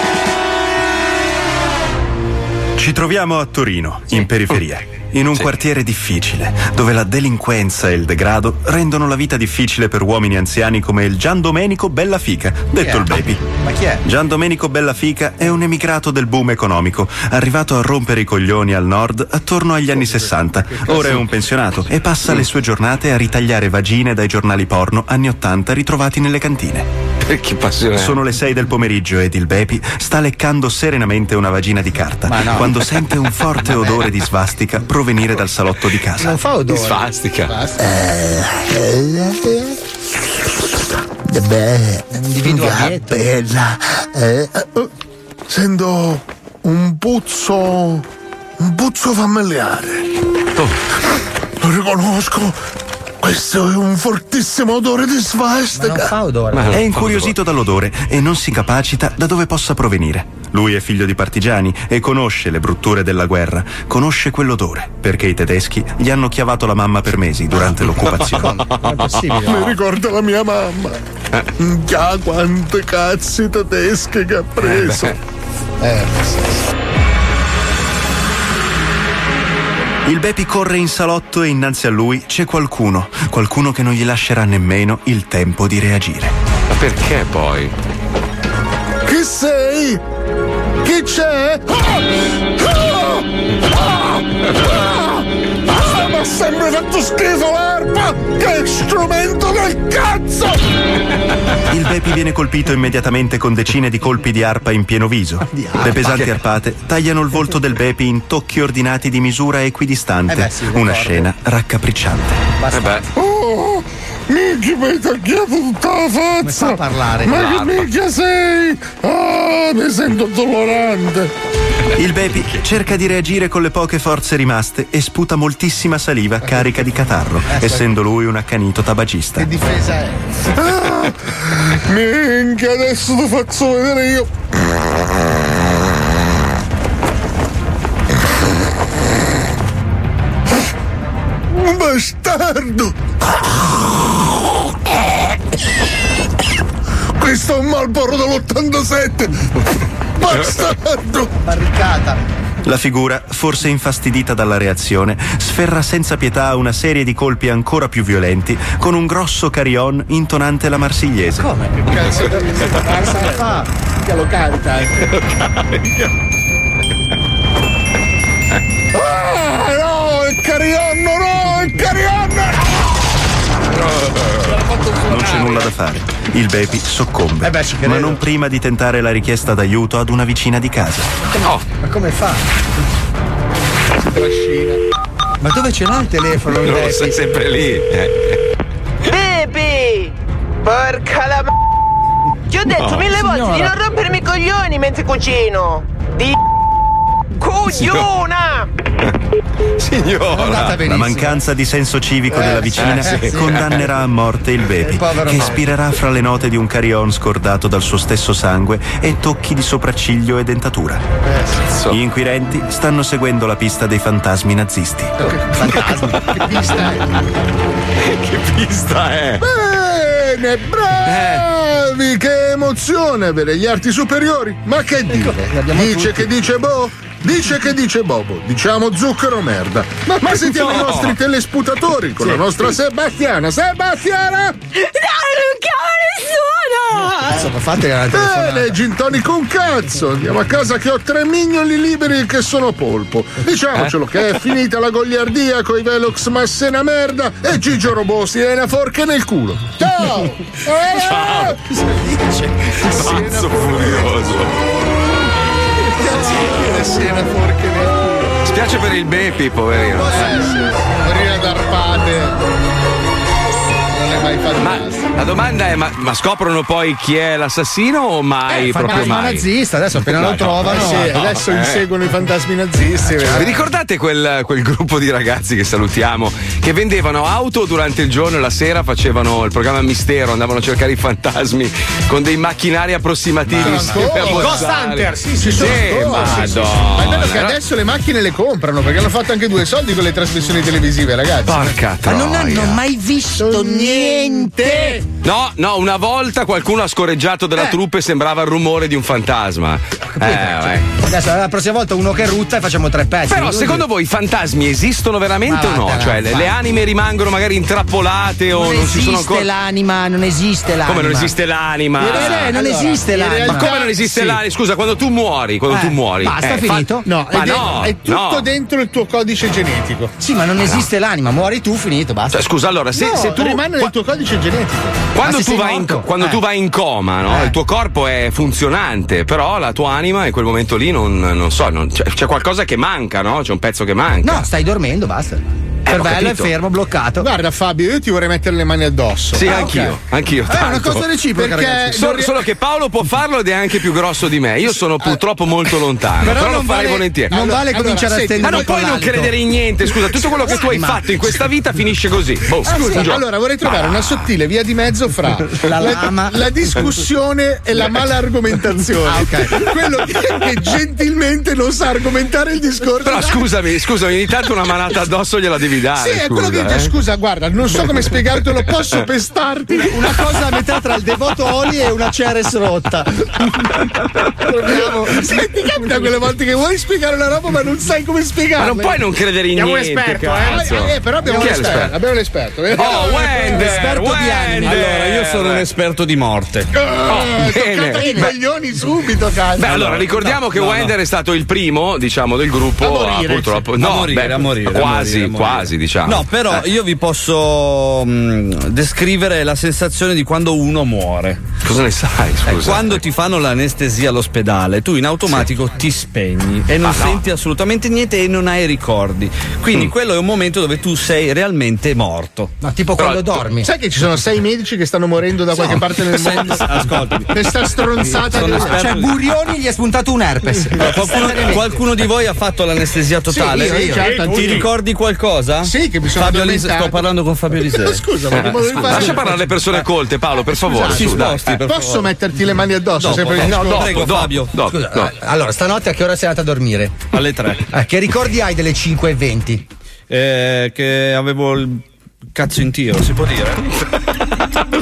S9: Ci troviamo a Torino, in periferia, in un quartiere difficile, dove la delinquenza e il degrado rendono la vita difficile per uomini anziani come il Gian Domenico Bellafica, detto il Baby.
S4: Ma chi è?
S9: Gian Domenico Bellafica è un emigrato del boom economico, arrivato a rompere i coglioni al nord attorno agli anni 60. Ora è un pensionato e passa le sue giornate a ritagliare vagine dai giornali porno anni 80 ritrovati nelle cantine.
S2: Perché Eh, passione.
S9: Sono le 6 del pomeriggio ed il Bepi sta leccando serenamente una vagina di carta
S2: Ma no.
S9: quando sente un forte odore di svastica provenire dal salotto di casa.
S4: Non fa odore.
S2: Svastica.
S7: Individuale. Bella. Eh, Sento un puzzo. un puzzo familiare. Lo riconosco. Questo è un fortissimo odore di svastica.
S4: Non fa odore.
S9: È incuriosito dall'odore e non si capacita da dove possa provenire. Lui è figlio di partigiani e conosce le brutture della guerra, conosce quell'odore, perché i tedeschi gli hanno chiavato la mamma per mesi durante l'occupazione.
S7: Mi ricordo la mia mamma. Già quante cazzi tedesche che ha
S5: Eh,
S7: preso.
S9: Il Bepi corre in salotto e innanzi a lui c'è qualcuno, qualcuno che non gli lascerà nemmeno il tempo di reagire.
S2: Ma perché poi?
S7: Chi sei? Chi c'è? Ah! Ah! Ah! Ah! Ah, Ma ha sempre fatto schifo l'arpa! Che strumento del cazzo!
S9: Il Bepi viene colpito immediatamente con decine di colpi di arpa in pieno viso. Le pesanti arpate tagliano il volto del Bepi in tocchi ordinati di misura equidistante.
S4: Eh beh, sì,
S9: una
S4: d'accordo.
S9: scena raccapricciante.
S2: Eh beh.
S7: Oh! Minchia, mi hai tagliato tutta la
S4: Come fa
S7: faccia!
S4: a parlare?
S7: Ma che
S2: l'arpa?
S7: minchia sei? Ah, mi sento dolorante!
S9: Il Bepi cerca di reagire con le poche forze rimaste e sputa moltissima saliva carica di catarro, essendo lui un accanito tabagista.
S4: difesa è?
S7: Ah, minchia, adesso lo faccio vedere io. Bastardo! Questo è un Marlboro dell'87! Bastardo!
S4: Barricata.
S9: La figura, forse infastidita dalla reazione, sferra senza pietà una serie di colpi ancora più violenti con un grosso carion intonante la marsigliese.
S7: Che lo canta! Ah, no, il carionno, no, il carionno!
S9: Non c'è nulla da fare. Il Bepi soccombe,
S4: Eh beh, ci credo.
S9: ma non prima di tentare la richiesta d'aiuto ad una vicina di casa.
S4: Ma come fa? Ma dove ce l'ha il telefono? il
S2: Non lo
S4: Bepi?
S2: sei sempre lì. Eh.
S6: Porca la m- Ti ho detto
S10: No,
S6: mille volte di
S10: signora.
S6: non rompermi i coglioni mentre cucino. Di cogliona!
S9: Signora, la mancanza di senso civico
S6: Eh,
S9: della vicina
S6: eh, sì.
S9: condannerà a morte il baby,
S6: Il povero
S9: che
S6: Mario.
S9: ispirerà fra le note di un carillon scordato dal suo stesso sangue e tocchi di sopracciglio e dentatura. Gli inquirenti stanno seguendo la pista dei fantasmi nazisti.
S6: Oh,
S1: Che pista è?
S9: che pista è?
S1: Bene, bravi!
S5: Eh.
S1: Che emozione avere gli arti superiori! Ma
S5: Ecco,
S1: che dire? Dice che dice boh? Dice che dice Bobo, diciamo zucchero merda. Ma,
S5: Ma
S1: sentiamo
S5: no!
S1: i nostri telesputatori con la
S5: Sì.
S1: nostra Sebastiana. Sebastiana! No, non
S6: chiamo
S4: Insomma, fate una telefonata.
S1: Bene, Gintoni con cazzo! Andiamo a casa che ho tre mignoli liberi che sono polpo. Diciamocelo
S5: Eh?
S1: che è finita la goliardia con i Velox Massena merda e Gigio Robò si è una forca nel culo.
S11: Oh,
S1: Ciao!
S11: eh,
S1: Ciao!
S5: Pazzo
S1: furioso.
S2: Spiace per il baby, poverino.
S1: Morire d'arpate. Non è mai fatto.
S2: Ma la domanda è: ma, ma scoprono poi chi è l'assassino o
S1: Eh,
S2: mai? proprio
S12: fantasma
S2: mai?
S12: nazista, adesso appena
S2: No,
S12: lo
S2: no,
S12: trovano.
S2: eh sì,
S12: no,
S2: adesso
S12: eh.
S2: inseguono
S12: i fantasmi nazisti.
S2: Vi ricordate quel, quel gruppo di ragazzi che salutiamo che vendevano auto durante il giorno e la sera facevano il programma Mistero, andavano a cercare i fantasmi con dei macchinari approssimativi.
S5: Ma
S2: sempre
S5: ancora?
S2: a
S5: I
S2: bozzare.
S5: Ghost Hunter, sì,
S2: sì,
S5: sì, sono
S2: madonna.
S5: ancora, sì, sì.
S1: Ma è bello che
S2: Era-
S1: adesso le macchine le comprano perché hanno fatto anche due soldi con le trasmissioni televisive, ragazzi.
S2: Porca
S1: Ma non
S2: troia.
S1: hanno
S4: mai visto niente.
S2: No, no, una volta qualcuno ha scorreggiato della troupe e sembrava il rumore di un fantasma. Eh, vai.
S4: Adesso la prossima volta uno che rutta e facciamo tre pezzi.
S2: Però secondo voi i fantasmi esistono veramente
S4: Ma
S2: o no?
S4: vattene,
S2: Cioè le,
S4: infatti.
S2: le anime rimangono magari intrappolate o non, ci sono ancora.
S4: l'anima, non esiste
S2: Come non esiste l'anima?
S4: Eh, beh, non esiste
S2: la
S4: l'anima.
S2: Ma come non esiste
S4: Sì.
S2: l'anima? Scusa, quando tu muori, quando
S4: Eh,
S2: tu muori.
S4: basta,
S2: eh,
S4: finito?
S2: No,
S4: No,
S2: ma
S4: è de-
S2: no,
S4: è tutto
S2: no.
S1: Dentro il tuo codice genetico.
S4: Sì, ma non esiste l'anima, muori tu, finito, basta.
S2: Cioè, scusa, allora, se,
S1: No,
S2: se tu.
S1: rimane nel tuo codice genetico.
S2: Quando,
S1: Ma se
S2: tu
S1: sei
S2: vai, in,
S1: morto?
S2: quando
S1: Eh.
S2: tu vai in coma, no?
S4: Eh.
S2: il tuo corpo è funzionante, però la tua anima in quel momento lì non, non so, non- c'è, c'è qualcosa che manca, no? C'è un pezzo che manca.
S4: No, stai dormendo, basta. Cervello è
S2: Eh, capito.
S4: fermo, bloccato.
S1: Guarda Fabio, io ti vorrei mettere le mani addosso.
S2: Sì,
S1: Ah, ok.
S2: anch'io, anch'io.
S1: Eh, è una
S2: tanto.
S1: cosa reciproca,
S2: Perché
S1: ragazzi.
S2: solo,
S1: Non ri-
S2: solo che Paolo può farlo ed è anche più grosso di me. Io sono purtroppo molto lontano, però, lo
S1: eh. non
S2: farei
S1: vale-
S2: volentieri.
S1: non vale cominciare a
S2: senti,
S1: stendere
S2: Ma non puoi
S1: con
S2: non
S1: l'alto.
S2: credere in niente. Scusa, tutto quello che tu hai
S1: Ma-
S2: fatto in questa vita finisce così. Boh,
S1: Ah,
S2: un
S1: scusa,
S2: giorno.
S1: allora vorrei trovare
S2: Ma-
S1: una sottile via di mezzo fra
S2: La
S1: la,
S2: lama.
S1: la discussione e
S4: Ah,
S1: la mala argomentazione.
S2: Ah, ok.
S1: Quello che, che gentilmente non sa argomentare il discorso.
S2: Però scusami, scusami, ogni tanto una manata addosso gliela devi dare.
S1: sì, è
S2: scusa,
S1: quello che dice,
S2: eh.
S1: scusa, guarda, non so come spiegartelo, posso pestarti
S4: una cosa a metà tra il Devotoli e una Ceres rotta.
S1: Proviamo. Se ti capita quelle volte che vuoi spiegare una roba ma non sai come spiegarla.
S2: Ma non puoi non credere in
S1: Abbiamo
S2: niente,
S1: l'esperto,
S2: cazzo.
S1: eh. Eh, però abbiamo
S2: Chi è
S1: l'esperto,
S2: l'esperto?
S1: abbiamo l'esperto.
S2: Oh, Wender, Eh,
S13: Allora, io sono un esperto di morte.
S1: Eh,
S2: bene.
S1: toccate i
S2: Beh.
S1: coglioni subito, cazzo.
S2: Beh, allora ricordiamo
S13: no,
S2: che
S13: no,
S2: Wender è stato il primo, diciamo, del gruppo
S13: A morire,
S2: purtroppo
S13: sì.
S2: no,
S13: A morire,
S2: beh,
S13: a morire, a
S2: quasi,
S13: morire, a morire.
S2: quasi, diciamo.
S13: No, però
S2: Eh.
S13: io vi posso mh, descrivere la sensazione di quando uno muore.
S2: Cosa ne sai?
S13: Eh, quando ti fanno l'anestesia all'ospedale, tu in automatico ti spegni e non
S2: Ma Ah, no. Mm.
S13: senti assolutamente niente e non hai ricordi. Quindi quello è un momento dove tu sei realmente morto.
S4: Ma tipo
S13: Però
S4: quando
S13: tu-
S4: dormi.
S1: Sai che ci sono sei medici che stanno morendo da qualche parte nel
S13: Senti,
S1: mondo?
S13: ascoltami.
S1: Questa stronzata
S13: Sono
S1: di
S13: esperto
S4: Cioè,
S13: di-
S4: Burioni gli è spuntato un herpes.
S13: Allora, qualcuno, qualcuno di voi ha fatto l'anestesia totale?
S4: Sì, io, io. Sì,
S13: Ti
S4: tutti.
S13: ricordi qualcosa?
S1: Sì, che mi sono
S13: Fabio Lise-
S1: addormentato.
S13: Sto parlando con Fabio Lisei.
S1: Scusa, ma che modo di fare?
S2: Eh, Lascia parlare le persone colte, Paolo, per favore.
S13: Scusate,
S2: su,
S13: si
S2: dai.
S13: sposti,
S2: Eh.
S13: per
S1: Posso metterti le mani addosso?
S13: Dopo,
S1: sempre il
S13: dopo,
S1: discorso?
S13: prego,
S2: dopo,
S13: Fabio.
S2: dopo,
S13: Scusa,
S2: dopo.
S4: Allora, stanotte a che ora sei andata a dormire?
S13: Alle 3.
S4: Eh, che ricordi hai delle 5.20?
S13: Eh, che avevo il cazzo in tiro, si può dire?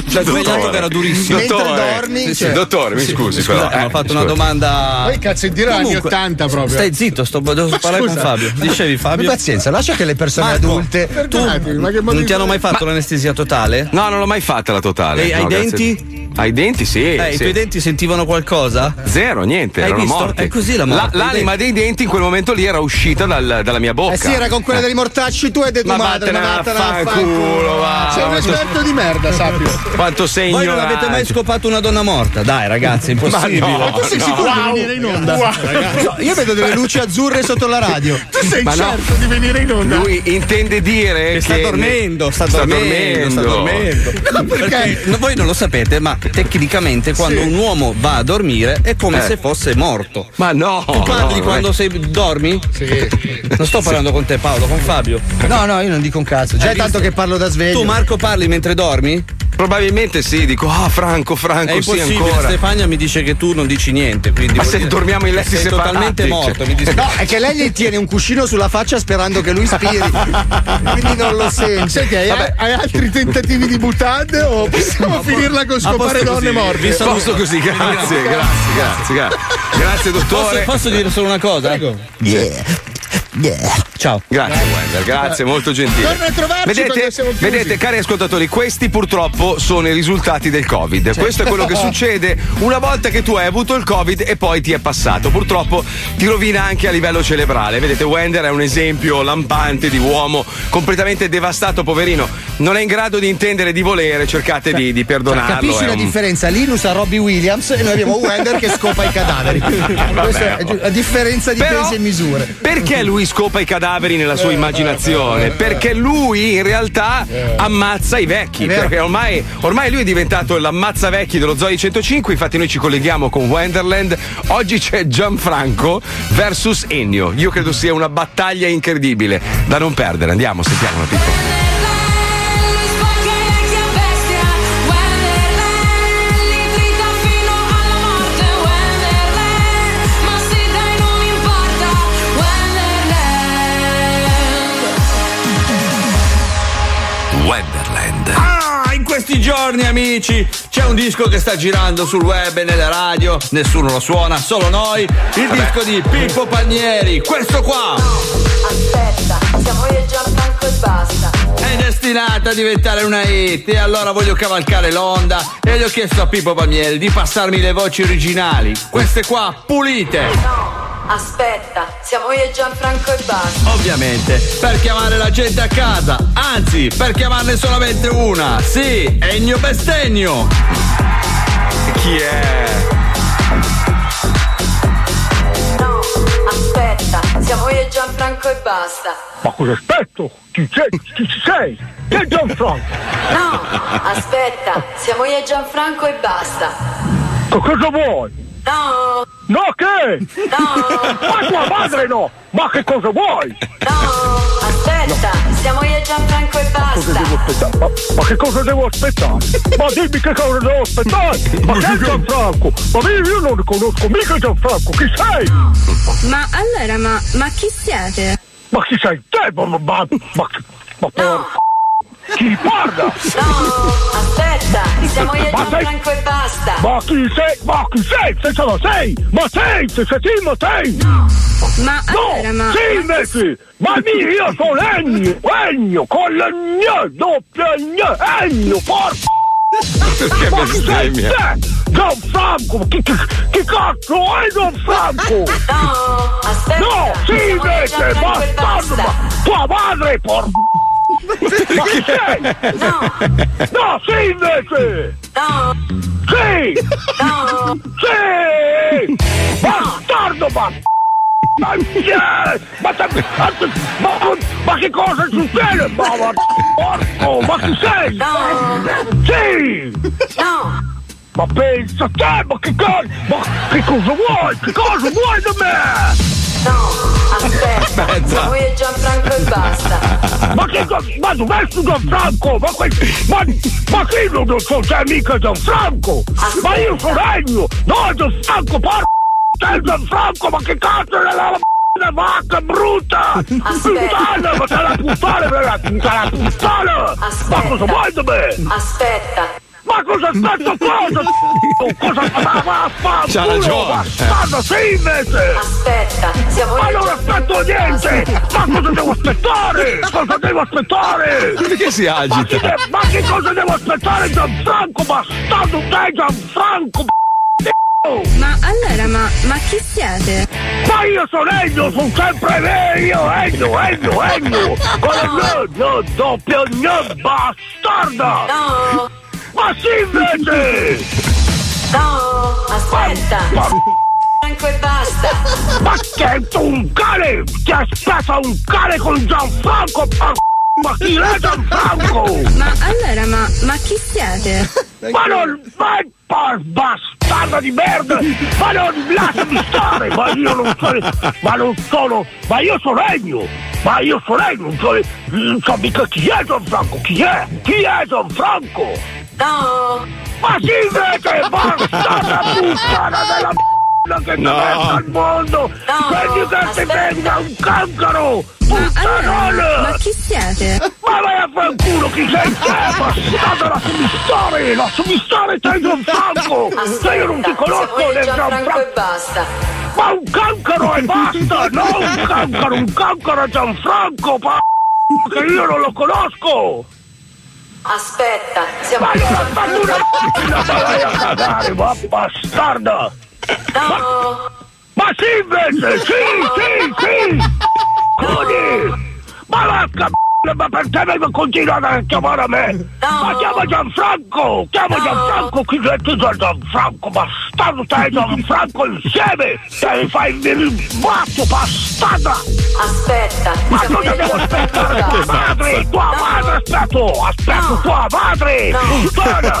S13: Cioè, svegliato che era durissimo.
S1: Mentre dormi,
S13: Sì, sì.
S1: cioè-
S2: Dottore, mi scusi,
S13: scusate,
S2: però, eh,
S13: ma ho fatto
S2: scusi.
S13: una domanda.
S1: Poi cazzo, in dirà anni
S13: Comunque,
S1: 80 proprio.
S13: Stai zitto, sto devo
S1: Ma
S13: parlare
S1: scusa.
S13: con Fabio. Dicevi Fabio.
S4: Pazienza, lascia che le persone
S13: Marco,
S4: adulte.
S1: Perdonatemi, ma che modo
S13: Non
S1: di
S13: ti hanno
S1: fare?
S13: mai fatto l'anestesia totale?
S2: No, non l'ho mai fatta la totale.
S13: E
S2: no,
S13: ai
S2: grazie.
S13: denti?
S2: Ai denti, sì.
S13: eh, i
S2: sì.
S13: tuoi denti sentivano qualcosa?
S2: Zero, niente,
S13: Hai
S2: erano
S13: visto?
S2: morte.
S13: È così la morte. Eh
S2: l'anima dei denti in quel momento lì era uscita dal- dalla mia bocca.
S4: Eh sì, era con quella dei mortacci tu e di tua
S2: Ma
S4: madre.
S2: vattene
S4: ma vattene
S2: a
S4: a
S2: fanculo, va.
S1: Sei un
S2: quanto-
S1: esperto di merda, sappio.
S2: Quanto sei
S13: Voi non
S2: ignorante.
S13: avete mai scopato una donna morta? Dai, ragazzi, è impossibile.
S2: Ma no, Ma tu sei no. sicuro di Wow.
S1: venire in onda? Wow.
S13: Ragazzi, no, io vedo delle luci azzurre sotto la radio.
S1: Tu sei
S2: Ma no.
S1: certo di venire in onda?
S2: Lui intende dire che.
S13: Sta dormendo, sta,
S2: Sta
S13: dormendo, sta
S2: dormendo.
S13: dormendo. Perché no, voi non lo sapete, ma tecnicamente quando un uomo va a dormire è come
S2: Eh.
S13: se fosse morto.
S2: Ma no!
S13: Tu parli
S2: no,
S13: quando
S2: no.
S13: sei, dormi? Sì. Non sto parlando con te Paolo, con Fabio.
S4: No, no, io non dico un cazzo. Già
S13: Hai
S4: è tanto
S13: visto?
S4: che parlo da sveglio.
S13: Tu Marco parli mentre dormi?
S2: Probabilmente sì, dico, ah Franco,
S13: È
S2: Franco, sì
S13: impossibile,
S2: ancora.
S13: Stefania mi dice che tu non dici niente. Quindi
S2: Ma
S13: vuol
S2: se
S13: dire-
S2: dormiamo in letti
S13: sei
S2: separati,
S13: totalmente
S2: cioè.
S13: morto, mi dispiace.
S4: No, è che lei gli tiene un cuscino sulla faccia sperando che lui spiri. Quindi non lo Cioè, senti.
S1: Senti, hai, hai altri tentativi di butade o Oh, possiamo finirla con scopare donne morte?
S13: vi saluto.
S2: Posso così, grazie, grazie, grazie, grazie. Grazie
S13: Posso,
S2: dottore.
S13: posso dire solo una cosa? Yeah. Ciao.
S2: Grazie Wender, Eh, grazie, molto gentile.
S1: Torna a trovarci
S2: Vedete,
S1: quando siamo chiusi.
S2: vedete, cari ascoltatori, questi purtroppo sono i risultati del Covid. Questo è quello che succede una volta che tu hai avuto il Covid e poi ti è passato. Purtroppo ti rovina anche a livello cerebrale. Vedete, Wender è un esempio lampante di uomo completamente devastato, poverino. Non è in grado di intendere di volere, cercate di, di perdonarlo.
S4: Capisci
S2: è
S4: la
S2: un-
S4: differenza? Linus ha Robbie Williams e noi abbiamo Wender che scopa i cadaveri. Questo è giu- a differenza di
S2: Però-
S4: pesi e misure.
S2: Perché lui scopa i cadaveri nella sua immaginazione? Perché lui in realtà ammazza i vecchi.
S4: vero.
S2: Perché ormai, ormai lui è diventato l'ammazza vecchi dello Zoe 105. Infatti, noi ci colleghiamo con Wonderland. Oggi c'è Gianfranco versus Ennio. Io credo sia una battaglia incredibile da non perdere. Andiamo, sentiamo una piccola. Wonderland.
S13: Ah, in questi giorni, amici, c'è un disco che sta girando sul web e nelle radio. Nessuno lo suona, solo noi. Il disco di Pippo Panieri, questo qua.
S5: Aspetta, siamo io e Gianfranco e basta.
S13: È destinata a diventare una hit e allora voglio cavalcare l'onda e gli ho chiesto a Pippo Palmieri di passarmi le voci originali, queste qua pulite,
S5: No, aspetta, siamo io e Gianfranco e basta.
S13: ovviamente, per chiamare la gente a casa, anzi per chiamarne solamente una, sì, Ennio Bestennio.
S2: Chi è?
S5: No, aspetta, siamo io e Gianfranco e basta.
S11: Ma cosa aspetto? Chi c'è? Chi ci sei? Chi è Gianfranco?
S5: No, aspetta, siamo io e Gianfranco e basta.
S11: Co- Cosa vuoi?
S5: No,
S11: No che?
S5: No.
S11: Ma tua madre no! Ma che cosa vuoi?
S5: no, aspetta, siamo io e Gianfranco e
S11: Cosa
S5: basta.
S11: devo aspettare? Ma, ma che cosa devo aspettare? Ma dimmi che cosa devo aspettare! Ma che è Gianfranco? Ma io, io non conosco mica Gianfranco, chi sei?
S14: Ma allora, ma, ma chi siete?
S11: Ma chi sei te? Ma, ma, ma, ma, ma porca Chi parla?
S5: No, aspetta, siamo io e
S11: Ma sei-
S5: Gianfranco e basta.
S11: Ma chi sei? Ma chi sei? Se sono sei! Ma sei! Se sei sì, ma sei!
S14: Ma allora, ma.
S11: Sì, invece! Ma mi- io sono legno! Legno! Con la gna! Doppia gna! Legno! Porca!
S2: Perché
S11: Ma chi sei
S2: bestemmia?
S11: te? Gianfranco! Chi, chi, chi cazzo è Gianfranco?
S5: No, aspetta.
S11: No! Sì,
S5: siamo io e
S11: invece!
S5: Gianfranco e basta.
S11: Bastardo! Ma tua madre, porca! Ma chi sei? No, sì, invece!
S5: No,
S11: Sì!
S5: no,
S11: Sì! Bastardo, ma... Ma, ma, ma, ma che cosa succede? Ma, ma, porco, ma chi sei? Sì!
S5: no.
S11: Ma pensa a te, ma che cosa... Ma che cosa vuoi? Che cosa vuoi da me?
S5: No, aspetta,
S2: Aspetta.
S5: siamo io e Gianfranco e basta.
S11: Ma che cosa... Ma dov'è sto Gianfranco? Ma, que, ma, ma chi non lo so, c'è mica Gianfranco? Ma io sono Ennio! No, Gianfranco, porco! C'è Gianfranco, ma che cazzo è la... La vacca
S5: Ah,
S11: brutta! Puttana, ma te la puttana, te la, te la puttana! Ma cosa vuoi da me?
S5: Aspetta,
S11: Ma cosa aspetto cosa? c***o? Cosa ma va a fare?
S2: C'ha ragione. eh.
S11: Bastardo, sì invece!
S5: aspetta, siamo Ah, io
S11: Ma
S5: e
S11: non
S5: Gianfranco
S11: aspetto
S5: e
S11: niente!
S5: basta.
S11: Ma cosa devo aspettare? Cosa devo aspettare?
S2: Perché si
S11: Ma che,
S2: agita?
S11: de- ma che cosa devo aspettare Gianfranco? Bastardo te Gianfranco!
S14: Ma allora, ma, ma chi siete?
S11: Ma io sono Ennio, sono sempre meglio, Ennio, Ennio, Ennio! Con la no, no, doppio no, bastarda!
S15: No.
S11: Ma sì invece!
S15: No, aspetta.
S11: Ma,
S15: Franco e basta.
S11: ma che tu un cane! Ti aspetta un cane con Gianfranco, ma, ma chi è Gianfranco?
S14: Ma allora, ma, ma chi siete?
S11: Ma non vai, par- bastarda di merda! Ma non lasciami stare! Ma io non sono. Ma non sono. Ma io sono regno! Ma io sono regno! Non so, non so mica chi è Gianfranco! Chi è? Chi è Gianfranco?
S15: No.
S11: Ma sì invece! Bastarda puttana della p***a che ti
S15: No.
S11: metta al mondo! Prendi che ti venga un cancro! Puttanone!
S14: Ma chi siete?
S11: Ma vai a fare culo chi sei Eh, te, bastardo, lasciami stare, lasciami stare, sei Gianfranco! Se io non ti conosco,
S15: vuoi
S11: nel
S15: Gianfranco e
S11: Gianfranco!
S15: basta.
S11: Ma un cancro e basta, no un cancro, un cancro è Gianfranco, pa... che io non lo conosco!
S15: Aspetta, siamo
S11: Ma io non faccio una Ma vai a cagare, ma bastarda!
S15: No.
S11: Ma sì invece, sì, sì, sì! Coni! Ma vacca p***a, ma per te mi continuano a chiamare a me! Ma chiama Gianfranco! Chiama Gianfranco, chi sei tu sei Gianfranco, bastardo, sei Gianfranco insieme! Te mi fai venire il bacio, bastarda!
S15: Aspetta,
S11: Ma cosa devo aspettare? Tua madre, tua madre, aspetto, aspetto tua madre! Puttana!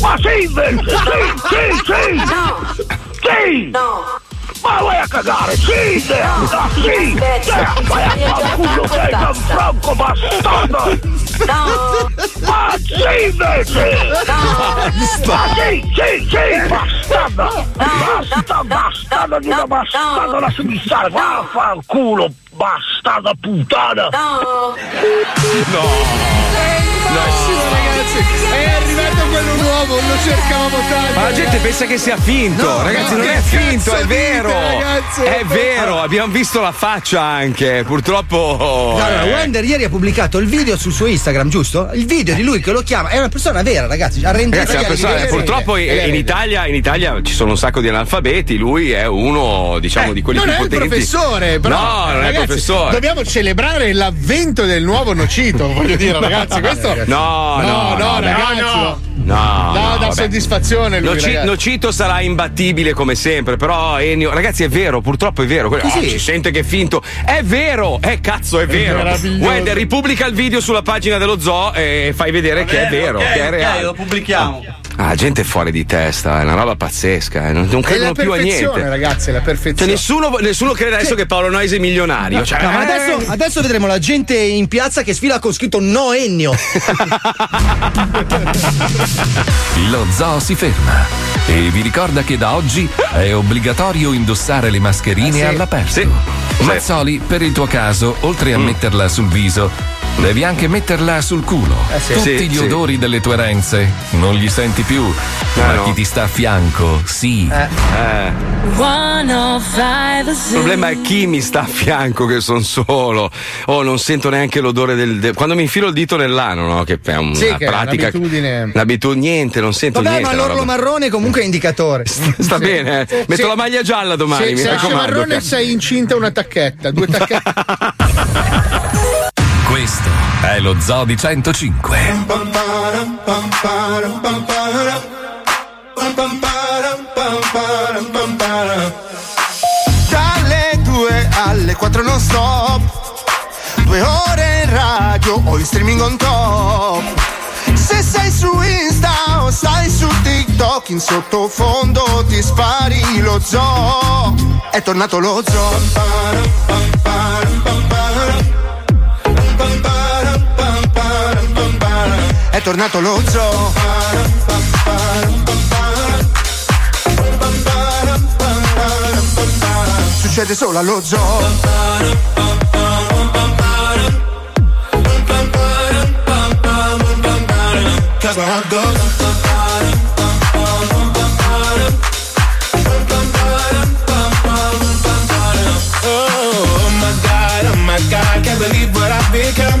S11: Ma sì invece, sì, sì, sì! Sì! Ma vai a cagare! Sì! te- ah, Sì! te- Vai a fanculo che è Gianfranco bastardo! Ma sì invece! Ma sì, sì, sì! Bastardo! Basta, bastardo di una bastardo! Lasciami stare! Va a fanculo! Bastarda puttana!
S2: No!
S16: Bellissimo, ragazzi. È arrivato quello nuovo, lo cercavamo tanto.
S2: Ma la gente pensa che sia finto,
S16: No,
S2: ragazzi,
S16: no,
S2: non
S16: che
S2: è finto,
S16: cazzo
S2: è
S16: dite,
S2: vero.
S16: ragazzi?
S2: è vero, abbiamo visto la faccia anche, purtroppo.
S4: Allora,
S2: eh.
S4: Wender ieri ha pubblicato il video sul suo Instagram, giusto? Il video di lui che lo chiama. È una persona vera, ragazzi. Arrendetevi.
S2: Ragazzi, la persona-
S4: Arrendetevi.
S2: purtroppo
S4: Eh,
S2: in, in Italia, in Italia ci sono un sacco di analfabeti, lui è uno, diciamo, di quelli
S1: Eh, non
S2: più
S1: è il
S2: potenti.
S1: professore, però.
S2: No, non è il
S1: Ragazzi,
S2: professore.
S1: Dobbiamo celebrare l'avvento del nuovo Nocito, voglio dire, ragazzi. Questo.
S2: No, no,
S1: no,
S2: no,
S1: ragazzi.
S2: no.
S1: No,
S2: No,
S1: No,
S2: no,
S1: dà
S2: vabbè.
S1: soddisfazione lui,
S2: Noci-
S1: ragazzi.
S2: Nocito sarà imbattibile come sempre, però Ennio, ragazzi, è vero, purtroppo è vero. Quello-
S1: Sì,
S2: oh,
S1: sì.
S2: ci sente che è finto. È vero, è cazzo, è vero.
S13: meraviglioso.
S2: Wender, ripubblica il video sulla pagina dello zoo e fai vedere che è vero,
S13: ok,
S2: che è
S13: ok,
S2: reale.
S13: lo pubblichiamo.
S2: Ah, la gente è fuori di testa, è una roba pazzesca, eh, non, non
S1: È la
S2: credono più a
S1: perfezione,
S2: niente.
S1: ragazzi, è la
S2: Cioè,
S1: perfezione.
S2: nessuno, nessuno crede adesso che Paolo Noise è milionario. Cioè,
S4: No, ma
S2: eh,
S4: adesso, adesso vedremo la gente in piazza che sfila con scritto no Ennio.
S3: Lo zoo si ferma e vi ricorda che da oggi è obbligatorio indossare le mascherine
S5: Ah,
S3: all'aperto. Mazzoli, per il tuo caso, oltre
S5: Mm.
S3: a metterla sul viso, devi anche metterla sul culo.
S5: Eh, sì.
S3: Tutti
S5: Sì,
S3: gli
S5: sì.
S3: odori delle tue renze non li senti più,
S5: Ah,
S3: ma chi ti sta a fianco, sì.
S5: Eh.
S3: Eh.
S2: Il problema è chi mi sta a fianco che sono solo. Oh, non sento neanche l'odore del. de- Quando mi infilo il dito nell'ano, no? Che è una
S4: Sì, che è
S2: pratica.
S4: un'abitudine.
S2: L'abitudine, niente, non sento
S4: Vabbè,
S2: niente.
S4: ma
S2: la
S4: l'orlo
S2: roba.
S4: marrone comunque è indicatore.
S2: Sta bene, eh? metto la maglia gialla domani.
S1: Se,
S2: mi
S1: se esce
S2: raccomando.
S1: marrone sei incinta una tacchetta, due tacchette.
S3: Questo è lo zoo di 105.
S5: Dalle 2 alle 4 non stop Due ore in radio o in streaming on top Se sei su Insta o stai su TikTok In sottofondo ti spari lo zoo È tornato lo zoo È tornato lo zoo Succede solo allo zoo Cavallo.
S17: Oh my god, oh my god, can't believe what I've become.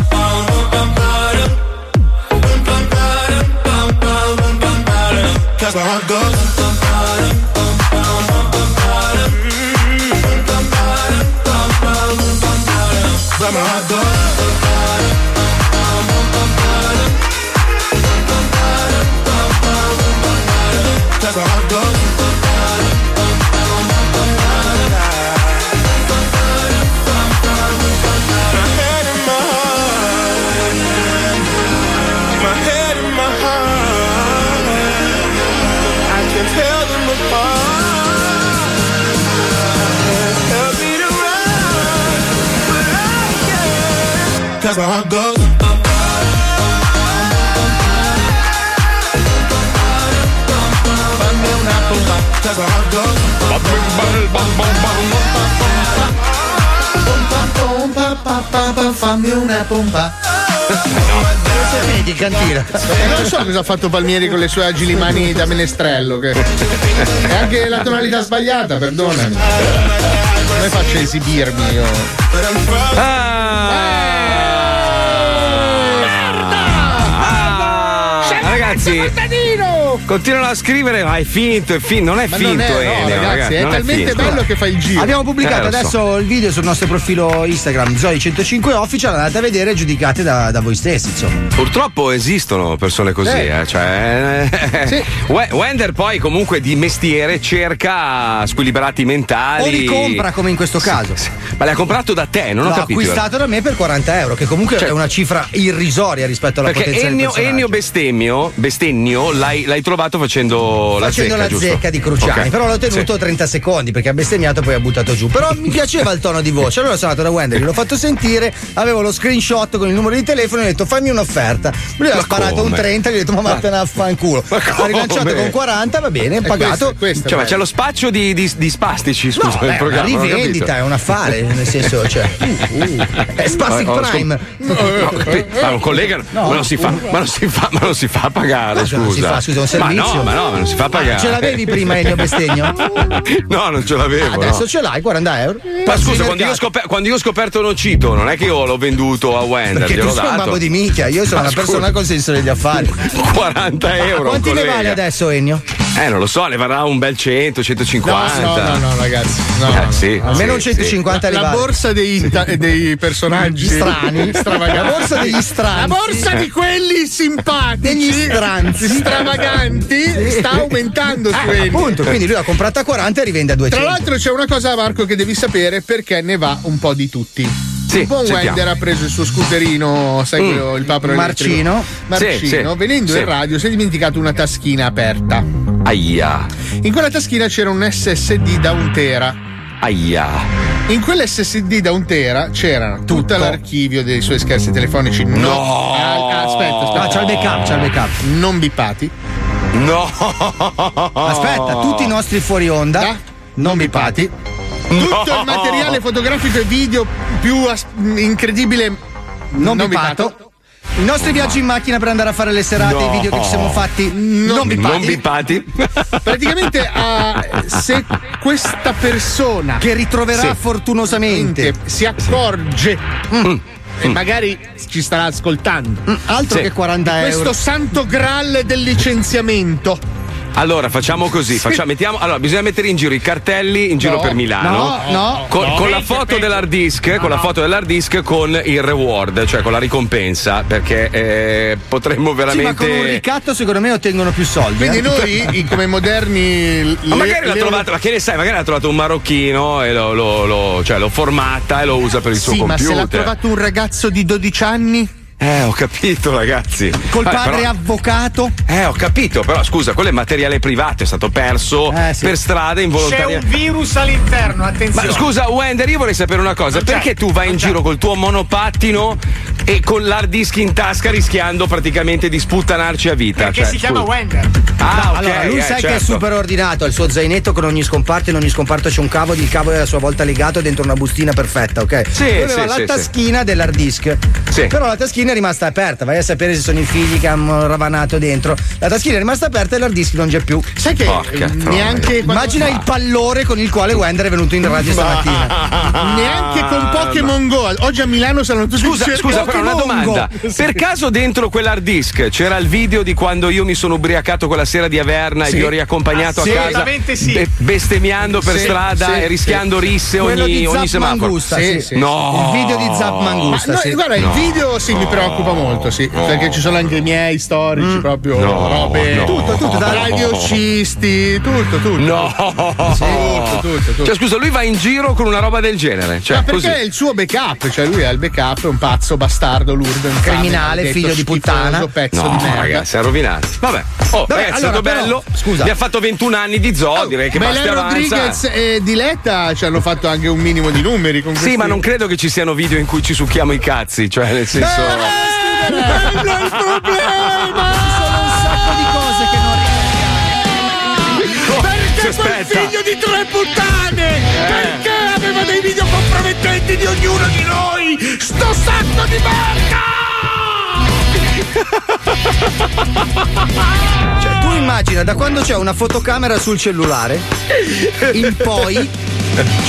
S5: bum, bum, bum, ba-dum." Cause my heart goes But my heart goes Cause my heart goes My head in my heart My head in my heart I can tell them apart. Help me to run, but I can't. 'Cause my heart goes. Cause my heart goes.
S18: Pompa, pa, pa, pa, fammi una pompa.
S4: Vedi, cantina.
S1: Eh, non so cosa ha fatto Palmieri con le sue agili mani da menestrello. Che... E anche la tonalità sbagliata, perdonami. Come faccio a esibirmi io?
S2: Ah, ragazzi, continuano a scrivere, ma è finto, è finto, non è
S4: Ma non
S2: finto.
S4: è, no,
S2: Eneo,
S4: ragazzi,
S2: ragazzi,
S4: è
S2: non
S4: talmente
S2: finto.
S1: bello che fa il giro.
S4: Abbiamo
S2: Eh,
S4: pubblicato
S2: lo so.
S4: adesso il video sul nostro profilo Instagram Zoe105 Official, andate a vedere e giudicate da, da voi stessi, insomma.
S2: Purtroppo esistono persone così,
S4: Eh.
S2: eh, cioè. We- Wender poi comunque di mestiere cerca squilibrati mentali.
S4: O li compra come in questo caso.
S2: Ma l'ha comprato da te, non ho
S4: L'ho
S2: capito.
S4: acquistato da me per 40 euro, che comunque
S2: Cioè-
S4: è una cifra irrisoria rispetto alla
S2: Perché
S4: potenza
S2: Ennio,
S4: del personaggio.
S2: Ennio Bestemmio, Bestennio l'hai, l'hai trovato facendo,
S4: facendo
S2: la zecca,
S4: la
S2: giusto?
S4: zecca di Cruciani,
S2: Ok.
S4: però l'ho tenuto
S2: Sì.
S4: 30 secondi perché ha bestemmiato e poi ha buttato giù. Però mi piaceva il tono di voce. Allora sono andato da Wender, gliel'ho fatto sentire, avevo lo screenshot con il numero di telefono e ho detto fammi un'offerta. Lui ha
S18: Ma
S4: sparato un
S18: come?
S4: 30, gli ho detto ma vattene a fanculo. Ha rilanciato
S2: come?
S4: con 40, va bene, pagato.
S2: Cioè, ma c'è lo spaccio di, di- di spastici, scusa,
S4: beh,
S2: nel programma.
S4: una
S2: non ho
S4: rivendita,
S2: capito. Eh,
S4: è un affare, nel senso, cioè, è Spastic
S2: Ho- ho
S4: Prime.
S2: scop- No, capito, ma un collega
S4: No.
S2: ma non si fa, ma non si fa, ma non si fa pagare,
S4: Ma cosa
S2: scusa.
S4: non si fa, scusa, un
S2: Ma
S4: servizio?
S2: no, ma no, ma non si fa
S4: Ah,
S2: pagare.
S4: ce l'avevi prima, Elio Bestegno?
S2: no, non ce l'avevo.
S4: Adesso
S2: no.
S4: ce l'hai 40 euro.
S2: Ma
S4: Pazzi
S2: scusa,
S4: di
S2: quando io, ho
S4: mercato.
S2: scoper- quando io ho scoperto Nocito, non è che io l'ho venduto a Wender,
S4: Perché tu
S2: gliel'ho
S4: sei un
S2: dato.
S4: babbo di minchia, io sono
S2: Ma
S4: una persona
S2: scusa.
S4: con senso degli affari.
S2: 40 euro.
S4: Quanti ne
S2: collega.
S4: vale adesso, Ennio?
S2: Eh, non lo so, ne varrà un bel 100, 150.
S1: No, no, no, no, ragazzi. No,
S2: Eh,
S1: no, no.
S2: sì,
S1: Almeno
S2: sì,
S1: 150
S2: sì.
S1: La borsa dei, ta- dei personaggi
S4: Strani.
S1: stravaganti.
S4: La borsa degli strani. Eh.
S1: La borsa di quelli simpatici.
S4: Degli stranzi.
S1: Stravaganti sta aumentando su
S4: Eh,
S1: Ennio.
S4: appunto, quindi lui l'ha comprata a 40 e rivende a 200.
S1: Tra l'altro c'è una cosa Marco che devi sapere perché ne va un po' di tutti.
S2: Sì,
S1: il buon
S2: sentiamo.
S1: Wender ha preso il suo scooterino, sai
S2: Mm.
S1: quello, il papero
S4: Marcino.
S1: elettrico. Marcino,
S2: Sì, sì,
S1: venendo
S2: sì.
S1: in radio si è dimenticato una taschina aperta.
S2: Aia,
S1: In quella taschina c'era un SSD da un tera.
S2: aia.
S1: In quell'SSD da un tera c'era tutto l'archivio dei suoi scherzi telefonici. No! Ah, aspetta, aspetta.
S4: Ah, c'ha il backup, c'ha il backup.
S1: Non bippati.
S2: No!
S4: Aspetta, tutti i nostri fuori onda. Non mi pati.
S1: Tutto il materiale fotografico e video più as- incredibile.
S4: Non, mi
S1: bipato.
S4: pato. I nostri viaggi in macchina per andare a fare le serate,
S1: No.
S4: i video che ci siamo fatti. Non mi
S2: Non
S4: pati.
S2: bipati.
S1: Praticamente ah, se questa persona
S4: Che ritroverà fortunosamente. Mm.
S1: si accorge e magari ci starà ascoltando.
S4: altro che 40
S1: Questo
S4: euro.
S1: santo graal del licenziamento.
S2: Allora, facciamo così, facciamo- mettiamo- allora, bisogna mettere in giro i cartelli in giro per
S1: Oh,
S2: Milano.
S4: no, no.
S2: Con,
S4: No.
S2: con la
S4: Peggio,
S2: foto dell'hard disk, con la foto dell'hard disk con il reward, cioè con la ricompensa, perché eh, potremmo
S4: Sì, ma
S2: veramente.
S4: con un ricatto secondo me ottengono più soldi.
S1: Quindi
S4: eh.
S1: noi, i- come moderni.
S2: ma
S1: le-
S2: magari l'ha
S1: le-
S2: trovato, ma che ne sai, magari l'ha trovato un marocchino e lo, lo- lo- cioè, lo formatta e lo usa per il suo
S1: Sì, ma se
S2: computer.
S1: l'ha trovato un ragazzo di 12 anni.
S2: Eh, ho capito, ragazzi.
S4: Col
S2: Vabbè,
S4: padre
S2: però-
S4: avvocato?
S2: Eh, ho capito, però scusa, quello è materiale privato, è stato perso
S1: Eh,
S2: per strada
S6: C'è
S2: involontariamente.
S6: un virus all'interno, attenzione.
S2: Ma scusa, Wender, io vorrei sapere una cosa: perché tu vai in giro col tuo monopattino e con l'hard disk in tasca rischiando praticamente di sputtanarci a vita?
S6: Perché
S2: Cioè,
S6: si chiama
S2: scusa.
S6: Wender.
S2: Ah, ok,
S4: allora, lui
S2: eh,
S4: sai che è
S2: certo.
S4: super ordinato, ha il suo zainetto con ogni scomparto, in ogni scomparto c'è un cavo, il cavo è a sua volta legato dentro una bustina perfetta, ok?
S2: Sì,
S4: Lui
S2: sì,
S4: aveva la
S2: sì,
S4: taschina dell'hard disk.
S2: Sì.
S4: Però la taschina è rimasta aperta, vai a sapere se sono i figli che hanno ravanato dentro. La taschina è rimasta aperta e l'hard disk non c'è più.
S18: Sai che Porca troia. neanche quando-
S4: Immagina
S18: Ma-
S4: il pallore con il quale Wender è venuto in radio stamattina.
S1: Neanche con Pokémon Go. Oggi a Milano saranno tutti
S2: Ah, Scusa, scusa, però una domanda. Per caso dentro quell'hard disk c'era il video di quando io mi sono ubriacato quella sera di Averna
S1: Sì.
S2: e vi ho riaccompagnato a casa
S6: Assolutamente sì.
S2: be- bestemmiando per
S6: Sì,
S2: strada
S6: sì,
S2: e rischiando
S6: sì.
S2: risse
S6: Quello
S2: ogni,
S6: di Zap
S2: ogni semaforo.
S6: Mangusta, sì, sì, sì.
S2: No.
S6: Il video di Zap
S1: Ma no, Guarda, il video sì mi preoccupa molto, sì. Perché ci sono anche i miei storici, proprio
S2: Mm. No,
S1: robe.
S2: no.
S1: tutto, tutto, da
S2: No.
S1: radiocisti, tutto, tutto.
S2: No.
S1: Sì, tutto, tutto, tutto.
S2: oh, Cioè, scusa, lui va in giro con una roba del genere. Cioè,
S1: Ma perché
S2: così.
S1: è il suo backup, cioè lui ha il backup, è un pazzo bastardo, lurdo, infame,
S4: Criminale,
S1: maledetto,
S4: figlio di puttana.
S1: schifoso, pezzo
S2: No,
S1: di merda.
S2: ragazzi, ha rovinato. Vabbè, oh,
S1: Vabbè,
S2: beh, è
S1: allora,
S2: stato
S1: però,
S2: bello.
S1: scusa.
S2: Mi ha fatto 21 anni di zoo, direi che basta e
S1: Belen
S2: avanza.
S1: Rodriguez e Diletta ci hanno fatto anche un minimo di numeri con
S2: Sì, ma non credo che ci siano video in cui ci succhiamo i cazzi, cioè nel senso.
S1: Eh, Bello il problema!
S18: Sono un sacco di cose che non
S2: Perché
S18: quel figlio
S1: di tre puttane?
S18: Perché aveva dei video compromettenti di ognuno di noi? Sto sacco di merda!
S4: Cioè, tu immagina da quando c'è una fotocamera sul cellulare in poi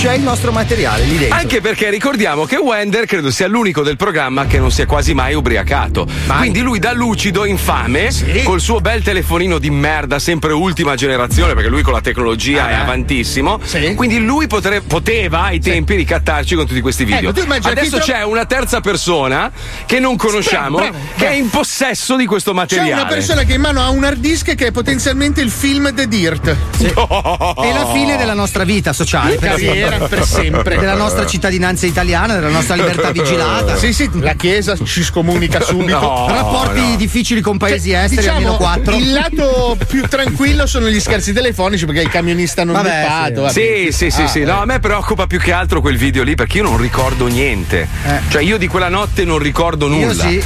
S4: c'è il nostro materiale lì dentro.
S2: Anche perché ricordiamo che Wender credo sia l'unico del programma che non si è quasi mai ubriacato. Quindi lui da lucido infame, col suo bel telefonino di merda, sempre ultima generazione, perché lui con la
S1: Ah,
S2: tecnologia
S1: eh.
S2: è avantissimo. Quindi lui potre- poteva ai tempi ricattarci con tutti questi video.
S1: Ecco, tu immagina
S2: Adesso
S1: chi tro-
S2: c'è una terza persona che non conosciamo,
S1: Bravo, bravo,
S2: che è in possesso di questo
S1: C'è
S2: materiale.
S1: una persona che in mano ha un hard disk che è potenzialmente il film The Dirt.
S2: Oh,
S4: È la fine della nostra vita sociale, per
S1: Carriera
S4: esempio.
S1: per sempre.
S4: Della nostra cittadinanza italiana, della nostra libertà vigilata.
S1: Sì, sì, la Chiesa ci scomunica subito.
S4: No, Rapporti no. difficili con paesi esteri,
S1: diciamo,
S4: almeno quattro.
S1: Il lato più tranquillo sono gli scherzi telefonici perché il camionista non
S4: Vabbè,
S1: è pato.
S2: Sì, sì,
S1: Ah,
S2: sì, sì. No, a me preoccupa più che altro quel video lì perché io non ricordo niente. Cioè, io di quella notte non ricordo nulla.
S1: sì.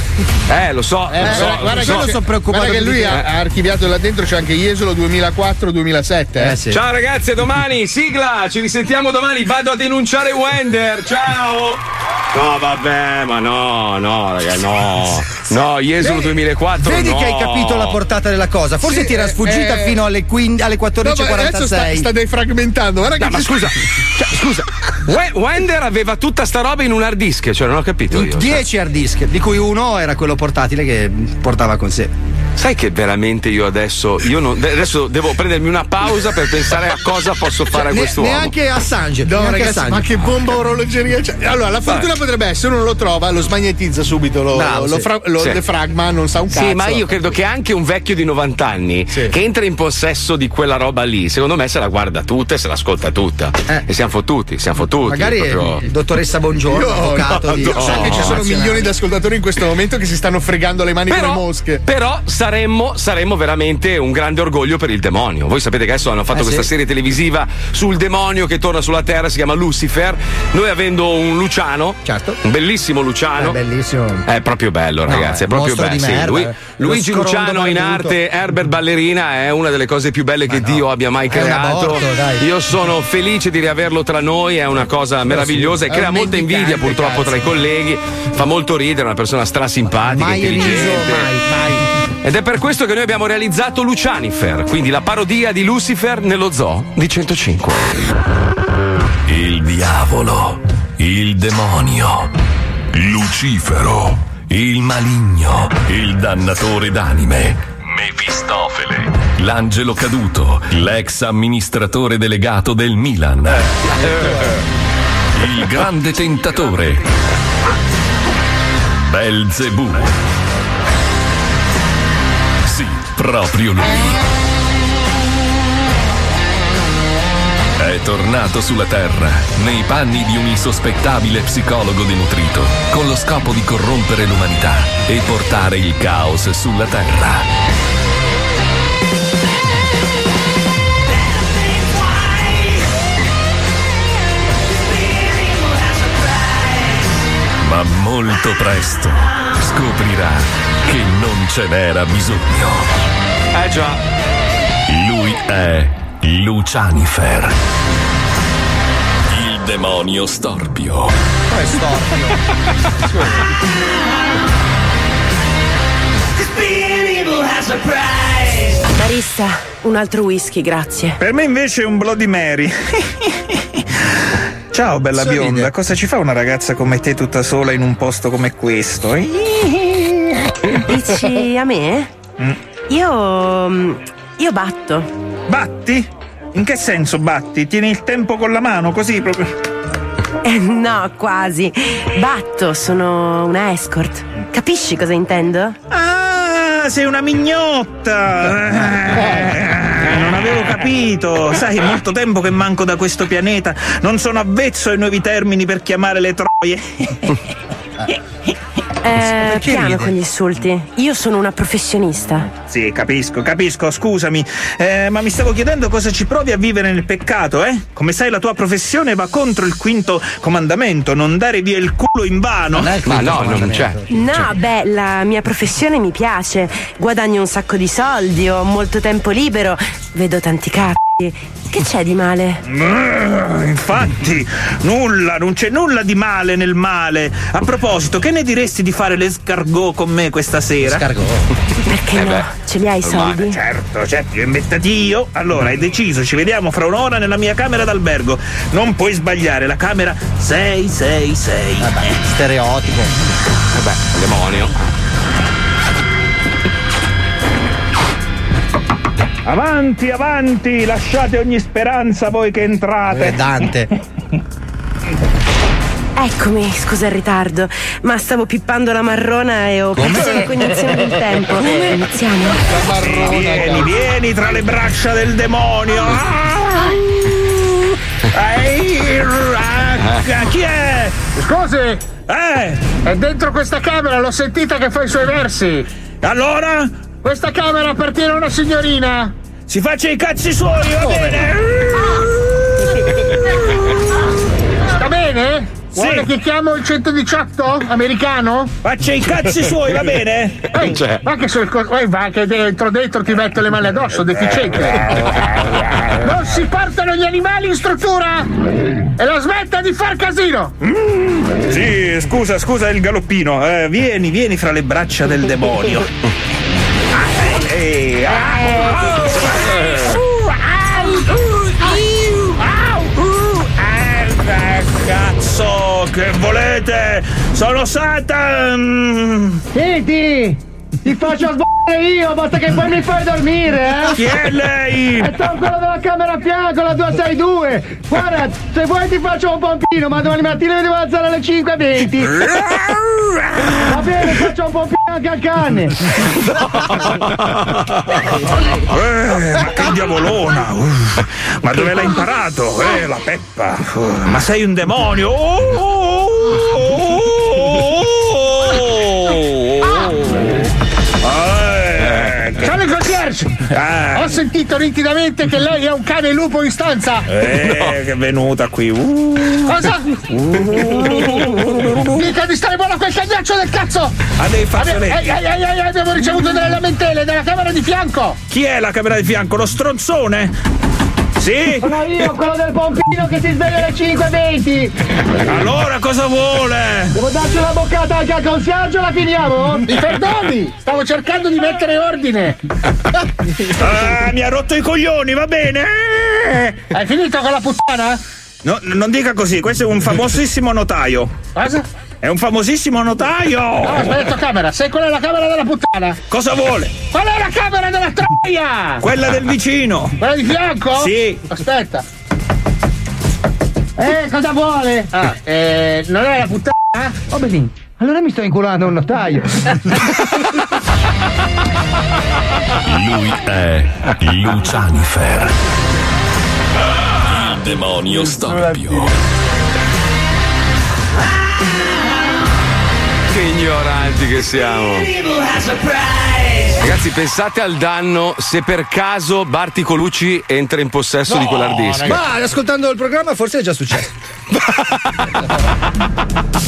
S2: Eh, lo so, lo so.
S1: guarda, guarda
S2: lo so.
S1: che, guarda che lui ha, ha archiviato là dentro, c'è anche Jesolo 2004-2007. Eh.
S2: Ciao ragazzi, a domani, sigla, ci risentiamo domani, vado a denunciare Wender, ciao! No vabbè, ma no, no ragazzi, no, no, Jesolo 2004
S4: Vedi
S2: no.
S4: che hai capito la portata della cosa. Forse
S1: Sì,
S4: ti era
S1: eh,
S4: sfuggita
S1: eh.
S4: fino alle, 15 alle
S1: No, ma adesso sta,
S4: 14.46.
S1: sta defragmentando. Guarda
S2: No,
S1: che
S2: ma
S1: ci-
S2: scusa, cioè, scusa, We- Wender aveva tutta sta roba in un hard disk, cioè non ho capito io. cioè.
S4: 10 hard disk, di cui uno era quello portatile che portava con sé.
S2: Sai che veramente io adesso. Io non, adesso devo prendermi una pausa per pensare a cosa posso
S1: Cioè,
S2: fare a
S4: Ne-
S2: quest'uomo.
S4: neanche Assange.
S1: No,
S4: neanche
S1: ragazzi,
S4: Assange.
S1: ma che bomba orologeria c'è? Allora, la fortuna
S2: Vai.
S1: potrebbe essere, uno lo trova, lo smagnetizza subito, lo,
S2: Bravo,
S1: lo
S2: sì.
S1: fra- lo
S2: Sì.
S1: defragma, non sa un cazzo.
S2: Sì, ma io credo che anche un vecchio di 90 anni che entra in possesso di quella roba lì, secondo me se la guarda tutta e se l'ascolta tutta. E siamo fottuti, siamo fottuti.
S4: Magari
S2: proprio-
S4: eh, dottoressa Buongiorno,
S1: Io,
S4: avvocato
S1: no,
S4: di-
S1: io so che ci sono
S4: nazionale.
S1: milioni di ascoltatori in questo momento che si stanno fregando le mani come mosche.
S2: Però saremmo, saremmo veramente un grande orgoglio per il demonio. Voi sapete che adesso hanno fatto
S1: Eh,
S2: questa
S1: sì.
S2: serie televisiva sul demonio che torna sulla terra, si chiama Lucifer. Noi avendo un Luciano, un bellissimo Luciano.
S4: bellissimo.
S2: È Eh, proprio
S4: No,
S2: bello, Certo, ragazzi.
S4: è
S2: è proprio
S4: mostro
S2: bello.
S4: di
S2: Sì,
S4: merda,
S2: lui-
S4: eh. Lo
S2: Luigi
S4: scrondo
S2: Luciano in
S4: maleduto.
S2: arte, Herbert Ballerina, è una delle cose più belle che Dio abbia mai
S4: È un
S2: creato.
S4: aborto, dai.
S2: Io sono felice di riaverlo tra noi, è una cosa meravigliosa e
S4: è
S2: crea
S4: un
S2: molta
S4: mendicante,
S2: invidia purtroppo tra i colleghi. Fa molto ridere, è una persona strasimpatica,
S4: Mai
S2: intelligente.
S4: riso,
S2: Ed è per questo che noi abbiamo realizzato Lucianifer, quindi la parodia di Lucifer nello zoo di 105.
S3: Il diavolo, il demonio, Lucifero, il maligno, il dannatore d'anime, Mefistofele, l'angelo caduto, l'ex amministratore delegato del Milan, il grande tentatore, Belzebù. Sì, proprio lui. è tornato sulla Terra nei panni di un insospettabile psicologo denutrito, con lo scopo di corrompere l'umanità e portare il caos sulla Terra. Ma molto presto scoprirà che non ce n'era bisogno.
S2: Eh già.
S3: Lui è Lucianifer. Il demonio storpio.
S5: Come
S19: Barista, un altro whisky, grazie.
S20: Per me invece è un Bloody Mary. Ciao bella
S19: Sorride.
S20: bionda, cosa ci fa una ragazza come te tutta sola in un posto come questo? eh?
S19: Dici a me?
S20: Mm.
S19: Io. mm, Io batto.
S20: Batti? In che senso batti? Tieni il tempo con la mano così proprio.
S19: Eh, no, quasi. Batto, sono una escort. Capisci cosa intendo?
S20: Ah, sei una mignotta! Eh, non avevo capito. Sai, è molto tempo che manco da questo pianeta. Non sono avvezzo ai nuovi termini per chiamare le troie.
S19: Eh,
S20: Perché
S19: piano
S20: ride?
S19: con gli insulti. Io sono una professionista.
S20: Sì, capisco, capisco, scusami, Eh, ma mi stavo chiedendo cosa ci provi a vivere nel peccato, eh? Come sai la tua professione va contro il quinto comandamento, non dare via il culo in vano.
S2: Ma no, non c'è.
S20: Esatto,
S19: No, beh, la mia professione mi piace. Guadagno un sacco di soldi, ho molto tempo libero, vedo tanti c***i. Che c'è di male?
S20: Mm, Infatti, nulla, non c'è nulla di male nel male. A proposito, che ne diresti di fare l'escargot con me questa sera? L'escargot?
S2: Eh
S19: Perché no? Ce li hai i soldi?
S20: Certo, certo, io inventati io. Allora, hai deciso, ci vediamo fra un'ora nella mia camera d'albergo. Non puoi sbagliare, la camera 666. Vabbè, Eh stereotipo. Eh
S2: Vabbè, demonio.
S20: Avanti, avanti, lasciate ogni speranza voi che entrate. Eh, Dante.
S19: Eccomi, scusa il ritardo, ma stavo pippando la marrona e ho perso la cognizione del tempo. Iniziamo.
S20: vieni, vieni tra le braccia del demonio. Ah!
S4: Mm.
S20: Ehi, racca, chi è?
S6: Eh. Scusi!
S20: Eh!
S6: È dentro questa camera, l'ho sentita che fa i suoi versi!
S20: Allora?
S6: Questa camera appartiene a una signorina! Oh.
S20: Si faccia i cazzi suoi, va bene!
S6: Ah. Sta bene?
S20: Sì.
S6: Vuole che chiamo il 118 americano?
S20: Faccia i cazzi suoi, va bene?
S6: Ehi, va che sul co- eh, va che dentro dentro ti metto le mani addosso,
S20: Eh.
S6: deficiente! Non si portano gli animali in struttura! E la smetta di far casino!
S20: Sì, scusa, scusa il galoppino. Eh, vieni, vieni fra le braccia del demonio. Ah, eh, eh, ah. Cazzo, che volete? Sono Mm. Satan!
S5: Senti, ti faccio sbagliare io, basta che poi mi fai dormire, eh!
S20: Chi è lei? Eh,
S5: È Tom, quello della camera a fianco, la 262! Guarda, se vuoi ti faccio un pompino, ma domani mattina mi devo alzare alle 5.20! Va bene, faccio un pompino anche al cane!
S20: Eh, ma che diavolona! Uff, Ma dove l'hai imparato? Eh, la Peppa! Uff, Ma sei un demonio! Oh, oh, oh, oh, oh. Eh, che-
S6: Salve concierge!
S20: Ah.
S6: Ho sentito nitidamente che lei è un cane lupo in stanza!
S20: Eh, che è venuta qui! Uh.
S6: Cosa? Dica di stare buono a quel cagnaccio del cazzo!
S20: Ha dei
S6: Abbiamo,
S20: fazzoletti.
S5: eh,
S6: ehi, ehi, ehi, ehi, eh, abbiamo ricevuto delle lamentele dalla camera di fianco!
S20: Chi è la camera di fianco? Lo stronzone? Sì?
S5: Sono io, quello del pompino che si sveglia alle 5.20!
S20: Allora cosa vuole?
S5: Devo darci una boccata anche al concierge o la finiamo?
S6: Mi perdoni! Stavo cercando di mettere ordine!
S20: Ah, mi ha rotto i coglioni, va bene?
S6: Hai finito con la puttana?
S20: Eh. No, n- non dica così, questo è un famosissimo notaio.
S6: Cosa?
S20: È un famosissimo notaio!
S6: No, ho sbagliato Ah, camera! Sei quella è la camera della puttana!
S20: Cosa vuole?
S6: Qual è la camera della troia?
S20: Quella del vicino!
S6: Quella di fianco?
S20: Sì.
S6: Aspetta! Eh, cosa vuole? Ah, eh, non è la puttana?
S4: Oh, benissimo. Allora mi sto inculando un notaio.
S3: Lui è Lucianifer. Il demonio storpio.
S2: Che ignoranti che siamo. Ragazzi, pensate al danno se per caso Barti Colucci entra in possesso di quell'hard disk. Cioè,
S4: Ma ascoltando il programma forse è già successo.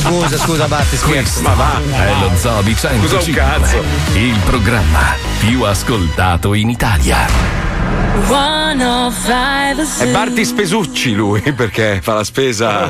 S4: scusa, scusa, Batti, scherzo.
S3: Ma va, è lo Zoo di 105. Il programma più ascoltato in Italia.
S2: È Barti Spesucci lui perché fa la spesa.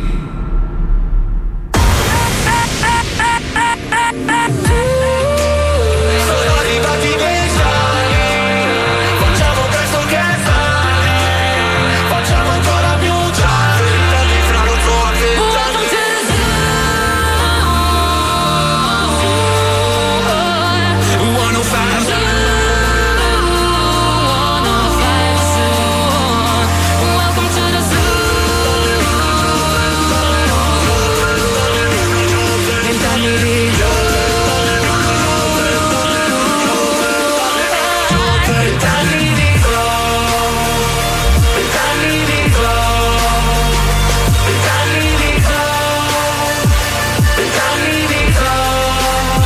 S5: Sono arrivati i design Facciamo presto che sai Facciamo ancora più tardi Ritorni fra lo zoo a che tardi Vent'anni di Vent'anni di glow, vent'anni di glow, vent'anni di glow, vent'anni di glow,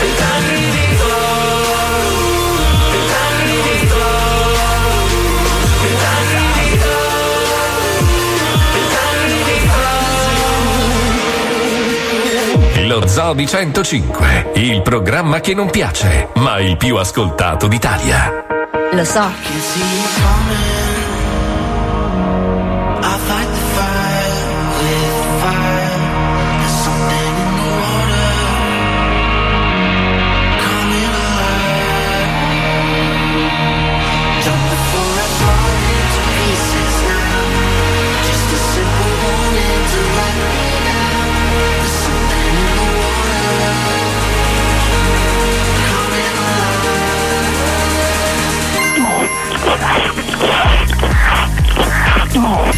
S5: vent'anni di glow, vent'anni di glow, vent'anni di glow, vent'anni di glow.
S3: Lo Zodi 105, il programma che non piace, ma il più ascoltato d'Italia.
S21: Lo so.
S5: I fight the fire with fire. There's something in the water. Coming alive. Jump before I fall into pieces now. Just a simple warning to let me down. There's something in the water. Coming alive.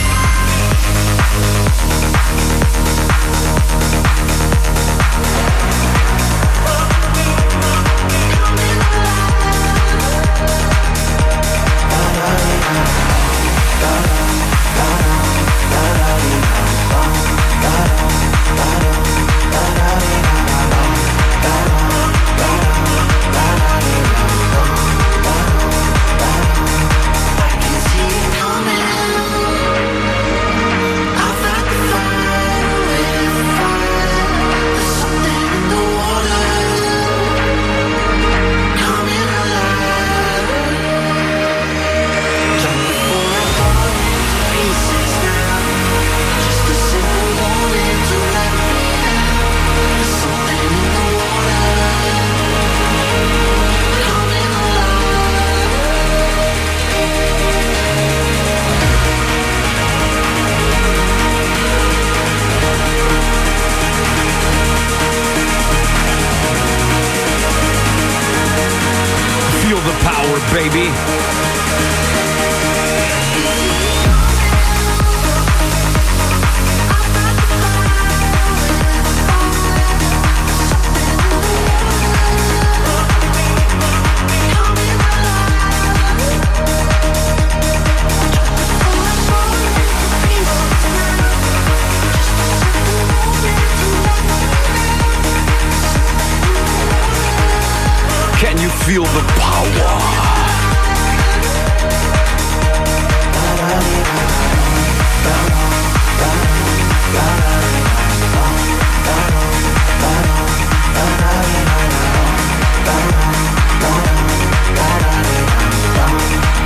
S2: Feel the power, baby. Can you feel the power?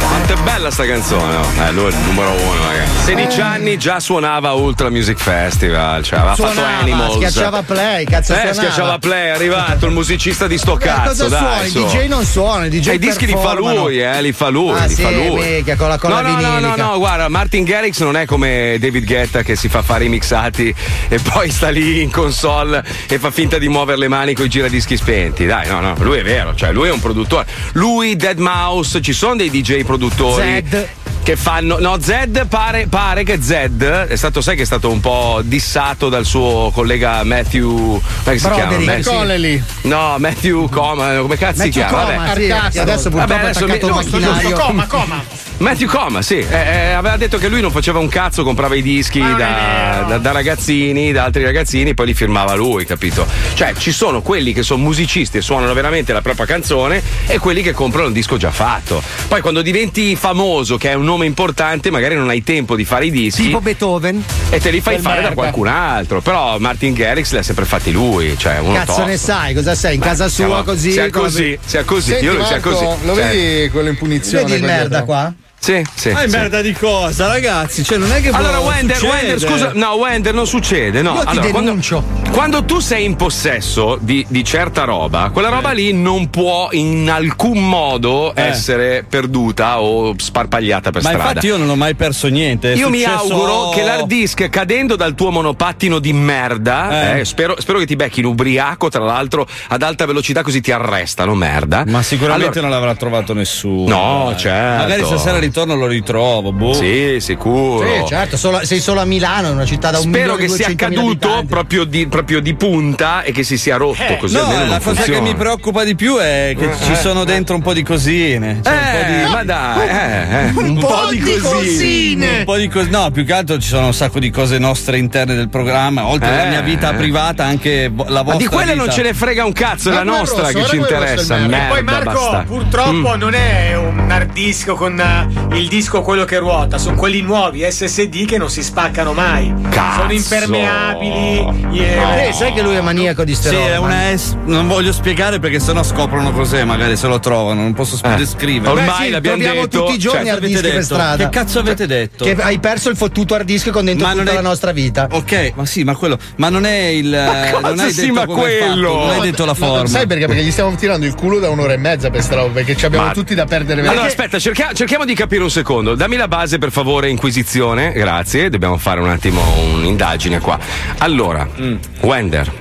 S2: Quante bella sta canzone, no? Eh, lui è il numero uno, ragazzi.
S4: Eh.
S2: 16 anni già suonava Ultra Music Festival, cioè aveva fatto Animals.
S4: schiacciava play, cazzo
S2: eh,
S4: suonava.
S2: schiacciava play, è arrivato il musicista di sto
S4: Eh,
S2: cazzo.
S4: cosa
S2: dai,
S4: suoni?
S2: su.
S4: DJ non suona, il DJ
S2: E i dischi li fa
S4: performano.
S2: lui, eh, li fa lui,
S4: Ah,
S2: li
S4: sì,
S2: fa lui.
S4: minchia, con la colla
S2: no, no, no, no,
S4: vinilica.
S2: no, guarda, Martin Garrix non è come David Guetta che si fa fare i mixati e poi sta lì in console e fa finta di muovere le mani con i giradischi spenti. Dai, no, no, lui è vero, cioè lui è un produttore. Lui, Dead Mouse, ci sono dei DJ produttori.
S4: Zed.
S2: Che fanno. No, Zed pare, pare che Zed è stato, sai che è stato un po' dissato dal suo collega Matthew. Come si chiama?
S1: Broderick.
S2: Matthew-
S1: Connelly.
S2: No, Matthew Coma, come cazzo si
S1: Matthew
S2: chiama?
S1: Coma,
S2: Vabbè.
S1: sì, Arcazzo. adesso purtroppo
S2: Vabbè,
S1: ha attaccato
S2: mi-
S1: il
S2: giusto,
S1: macchinario.
S2: giusto,
S1: Coma,
S2: Matthew Coma, sì, eh, eh, aveva detto che lui non faceva un cazzo, comprava i dischi da, da- da ragazzini, da altri ragazzini, poi li firmava lui, capito? Cioè, ci sono quelli che sono musicisti e suonano veramente la propria canzone e quelli che comprano un disco già fatto. Poi quando diventi famoso, che è un nome importante, magari non hai tempo di fare i dischi.
S4: Tipo Beethoven.
S2: e te li fai
S4: Quel
S2: fare da
S4: merda.
S2: qualcun altro. Però Martin Garrix li ha sempre fatti lui. Cioè, uno
S4: Cazzo
S2: tosto.
S4: ne sai, cosa sei? In
S2: Beh,
S4: casa sua
S2: siamo-
S4: così.
S2: sia
S4: come-
S2: così, sia così.
S1: Senti,
S2: io lo- sia
S1: Marco,
S2: così.
S1: Lo
S2: Cioè-
S1: vedi quello in punizione?
S4: Vedi il
S1: qua
S4: merda
S1: dietro?
S4: qua?
S2: Sì, sì.
S13: Ma è
S2: sì.
S13: merda di cosa, ragazzi? Cioè, non è che
S2: Allora,
S13: può
S2: Wender,
S13: succedere.
S2: Wender, scusa, no, Wender, non succede. No,
S13: Io ti
S2: allora,
S13: denuncio.
S2: Quando, quando tu sei in possesso di, di certa roba, quella roba lì non può in alcun modo
S13: Eh.
S2: essere perduta o sparpagliata per
S13: Ma
S2: strada.
S13: infatti io non ho mai perso niente. è
S2: Io mi
S13: successo-
S2: auguro che l'hard disk cadendo dal tuo monopattino di merda,
S13: Eh.
S2: eh, spero, spero che ti becchi l'ubriaco, tra l'altro, ad alta velocità, così ti arrestano, merda.
S13: Ma sicuramente
S2: Allora-
S13: non l'avrà trovato nessuno.
S2: No,
S13: eh.
S2: certo.
S13: Magari stasera ritorno lo ritrovo, boh.
S2: Sì, sicuro.
S4: Sì, certo, solo- sei solo a Milano, una città da un
S2: Spero
S4: milione e
S2: che sia
S4: 200.000
S2: caduto proprio di, proprio di punta e che si sia rotto
S13: Eh,
S2: così
S13: no,
S2: almeno non
S13: la cosa
S2: funziona. Eh.
S13: che mi preoccupa di più è che ci sono dentro un po' di cosine. Cioè, un po' di...
S2: ma dai, eh, eh.
S13: Un po' di
S2: cosine.
S13: Un po' di cos- No, più che altro ci sono un sacco di cose nostre interne del programma. Oltre alla
S2: Eh.
S13: mia vita privata, anche vo- la
S2: Ma
S13: vostra.
S2: di quella non
S13: vita.
S2: ce ne frega un cazzo, è la
S13: Ma quello
S2: nostra
S13: rosso,
S2: che
S13: guarda
S2: ci
S13: quello rosso,
S2: interessa.
S13: il merda.
S2: Merda,
S13: E poi
S2: basta. Mm.
S13: Marco,
S22: Purtroppo non è un hard disk con eh, il disco quello che ruota, sono quelli nuovi SSD che non si spaccano mai. Sono impermeabili.
S4: Eh, sai che lui è maniaco di ste
S13: Sì,
S4: robe,
S13: è
S4: ma-
S13: una S. Non voglio spiegare perché sennò scoprono cos'è, magari se lo trovano. Non posso sp- descrivere. Cioè,
S4: Beh, sì, troviamo tutti i giorni hard disk per strada. Cioè.
S13: Che cazzo avete detto?
S4: Che hai perso il fottuto hard disk con dentro
S13: Ma non
S4: tutta
S13: è-
S4: la nostra vita.
S13: Ok, ma sì, ma quello. Ma non è il. eh, non hai detto come è fatto, non hai detto la
S1: Ma- ma-
S13: forma.
S1: Sai perché? Perché gli stiamo tirando il culo da un'ora e mezza per sta roba, perché ci abbiamo
S2: Ma-
S1: tutti da perdere
S2: Allora,
S1: veramente.
S2: aspetta, cerca- cerchiamo di capire un secondo. Dammi la base, per favore, Inquisizione. Grazie. Dobbiamo fare un attimo un'indagine qua. Allora,
S13: Mm.
S2: Wender.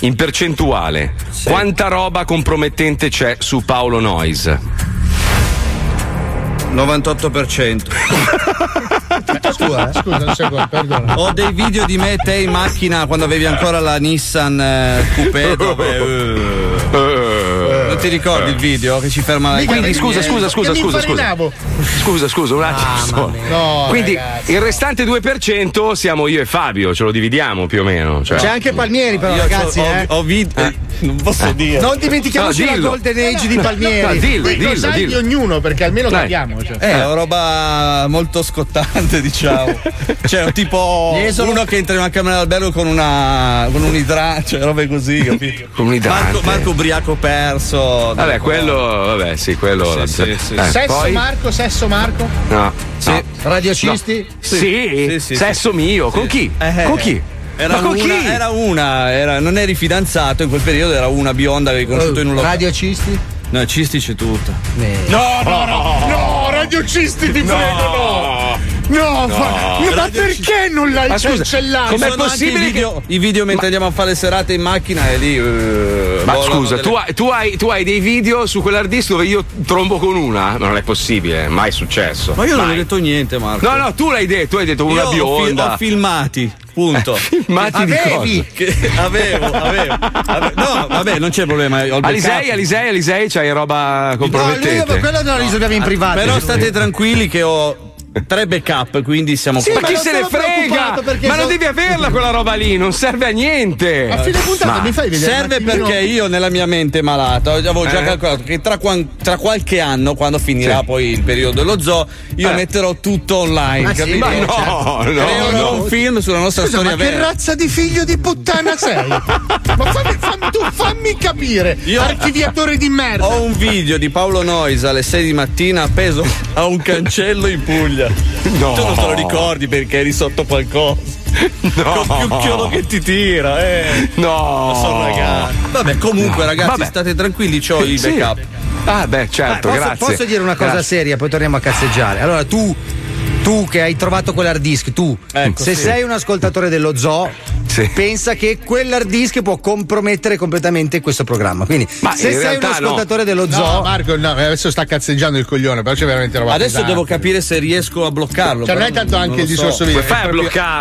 S2: In percentuale, quanta roba compromettente c'è su Paolo Noyes?
S13: 98%.
S1: Scusa, scusa, un secondo, perdona.
S13: Ho dei video di me e te in macchina quando avevi ancora la Nissan eh, Coupé. dove, eh, non ti ricordi il video che ci ferma
S2: Mica Quindi,
S13: in-
S2: scusa, scusa, scusa,
S1: Che mi
S2: scusa, scusa.
S1: infarinavo.
S2: Scusa, scusa, un attimo.
S4: Ah,
S2: solo.
S1: No,
S2: Quindi
S4: Oh,
S1: ragazzi.
S2: il restante 2% siamo io e Fabio, ce lo dividiamo più o meno. cioè.
S4: C'è anche Palmieri, però,
S2: Io
S4: ragazzi.
S2: ho- ho-
S4: eh.
S13: Ho vinto. Non
S1: Ah.
S13: posso dire.
S4: Non dimentichiamoci
S2: No,
S4: la
S2: dillo.
S4: Golden Age di
S2: No, no,
S4: Palmieri.
S2: no, dillo,
S1: Dillo,
S2: dillo,
S1: sai di
S2: dillo.
S1: ognuno, perché almeno
S13: Dai.
S1: capiamo. Cioè.
S13: Eh, è una roba molto scottante, diciamo. cioè, tipo uno che entra in una camera d'albergo con una. con un idrante, cioè robe così, capito?
S2: Con un Ah, idrante.
S13: Marco, Marco ubriaco perso.
S2: Vabbè, quello, vabbè, sì, quello. la- eh,
S1: sesso
S2: poi-
S1: Marco, sesso Marco.
S2: No.
S1: Sì.
S2: no.
S1: Radiocisti?
S2: No. Sì. Sesso mio. Con chi?
S13: Eh,
S2: Con chi?
S13: Era
S2: Ma con
S13: una,
S2: chi?
S13: era una, era- non eri fidanzato in quel periodo, era una bionda che avevi conosciuto
S1: Oh,
S13: in un locale.
S4: Radiocisti?
S13: No, cisti c'è tutto.
S1: No, no, no, no, radiocisti ti prego, no. No, fa- ma perché non l'hai
S13: Ma scusa,
S1: cancellato?
S13: com'è possibile i video, i video mentre andiamo a fare le serate in macchina e lì eh,
S2: Ma
S13: volano
S2: scusa,
S13: delle-
S2: tu, hai, tu hai- tu hai dei video su quell'hard disk dove io trombo con una? Ma non è possibile, mai successo.
S13: Ma io non ho
S2: Mai.
S13: detto niente, Marco.
S2: No, no, tu l'hai detto, hai detto una
S13: Io ho fi-
S2: bionda.
S13: ho filmati, punto.
S2: filmati di
S13: Avevi? Che- avevo, avevo. Ave- No, vabbè, non c'è problema. ho il
S2: Alisei,
S13: backup.
S2: Alisei, Alisei, c'hai roba
S13: No, lui
S2: compromettente.
S13: aveva-
S4: quello non la risolviamo in
S13: Ah,
S4: privato.
S13: Però state tranquilli che ho tre backup, quindi siamo
S2: Sì, ma chi se ne frega? Ma non devi averla quella roba lì, non serve a niente.
S13: Eh, ma Serve perché io nella mia mente malata avevo già
S2: Eh.
S13: calcolato che tra, quan- tra qualche anno, quando finirà
S2: Sì.
S13: poi il periodo dello zoo, io
S2: Eh.
S13: metterò tutto online.
S2: Ma Ah, sì,
S13: capito?
S2: ma no,
S13: Cioè,
S2: no,
S13: creerò
S2: no.
S13: un
S6: Eh,
S13: film sulla nostra
S2: Scusa,
S13: storia
S2: ma che
S13: vera.
S1: razza di figlio di puttana sei? Ma fammi, fammi- tu fammi capire,
S13: Io-
S1: archiviatore di merda.
S13: Ho un video di Paolo Noisa alle 6 di mattina appeso a un cancello in Puglia.
S2: No.
S13: Tu non te lo ricordi perché eri sotto qualcosa.
S2: No.
S13: Con più che ti tira, eh.
S2: No.
S13: Sono ragazzi. Vabbè, comunque,
S2: No.
S13: ragazzi,
S2: Vabbè.
S13: state tranquilli, c'ho i
S2: Sì.
S13: backup.
S2: Ah, beh, certo,
S4: posso,
S2: grazie.
S4: posso dire una cosa
S2: Grazie.
S4: seria, poi torniamo a cazzeggiare. Allora, tu, tu che hai trovato quell'hard disk, tu,
S2: Ecco,
S4: se
S2: sì.
S4: sei un ascoltatore dello zoo, pensa che quell'hard disk può compromettere completamente questo programma. Quindi, se sei un ascoltatore dello
S1: No,
S4: zoo.
S1: Marco, no, eh, adesso sta cazzeggiando il coglione, però c'è veramente roba
S13: Adesso
S1: pesante.
S13: devo capire se riesco a bloccarlo.
S1: Cioè, non
S13: però
S1: è tanto
S13: non-
S1: anche
S13: non
S1: il
S13: lo so.
S1: discorso di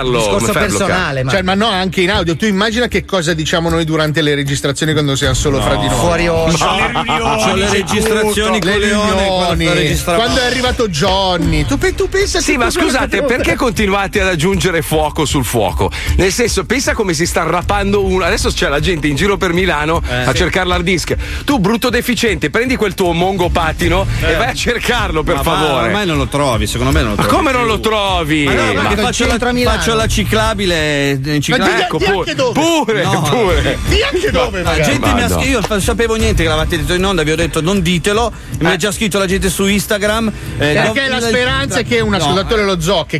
S13: Discorso personale,
S1: ma... Cioè, ma no, anche in audio. Tu immagina che cosa diciamo noi durante le registrazioni quando siamo solo fra di noi.
S4: Fuori onda.
S1: C'ho le riunioni,
S13: C'ho le
S1: c'è
S13: registrazioni
S1: tutto.
S13: con
S1: Le
S13: Leone, quando
S1: riunioni.
S13: fa registrare-
S1: Quando è arrivato Johnny. Tu, pe- tu
S13: Cioè,
S1: pensa
S2: Sì, ma scusate, perché continuate ad aggiungere fuoco sul fuoco? Nel senso, pensa come si sta rapando uno. Adesso c'è la gente in giro per Milano a
S13: Eh, sì.
S2: cercare l'hard disk. Tu, brutto deficiente, prendi quel tuo mongo patino e vai a cercarlo, per
S13: Eh. Ma va,
S2: favore.
S13: ormai non lo trovi, secondo me non lo
S2: Ma
S13: trovi.
S2: come non lo trovi?
S13: Ma no,
S2: Ma-
S13: perché faccio la,
S2: Centro a Milano.
S13: faccio la ciclabile in ciclabile. ecco,
S2: di- di anche dove? Pure, pure.
S1: Di anche
S2: dove,
S13: La
S2: magari.
S13: gente mi ha
S2: Vado.
S13: scritto, io non sapevo niente che l'avete detto in onda, vi ho detto non ditelo, e mi ha già scritto la gente su Instagram. eh,
S1: Perché
S13: dove-
S1: la speranza è che un
S13: No,
S1: ascoltatore dello zoo che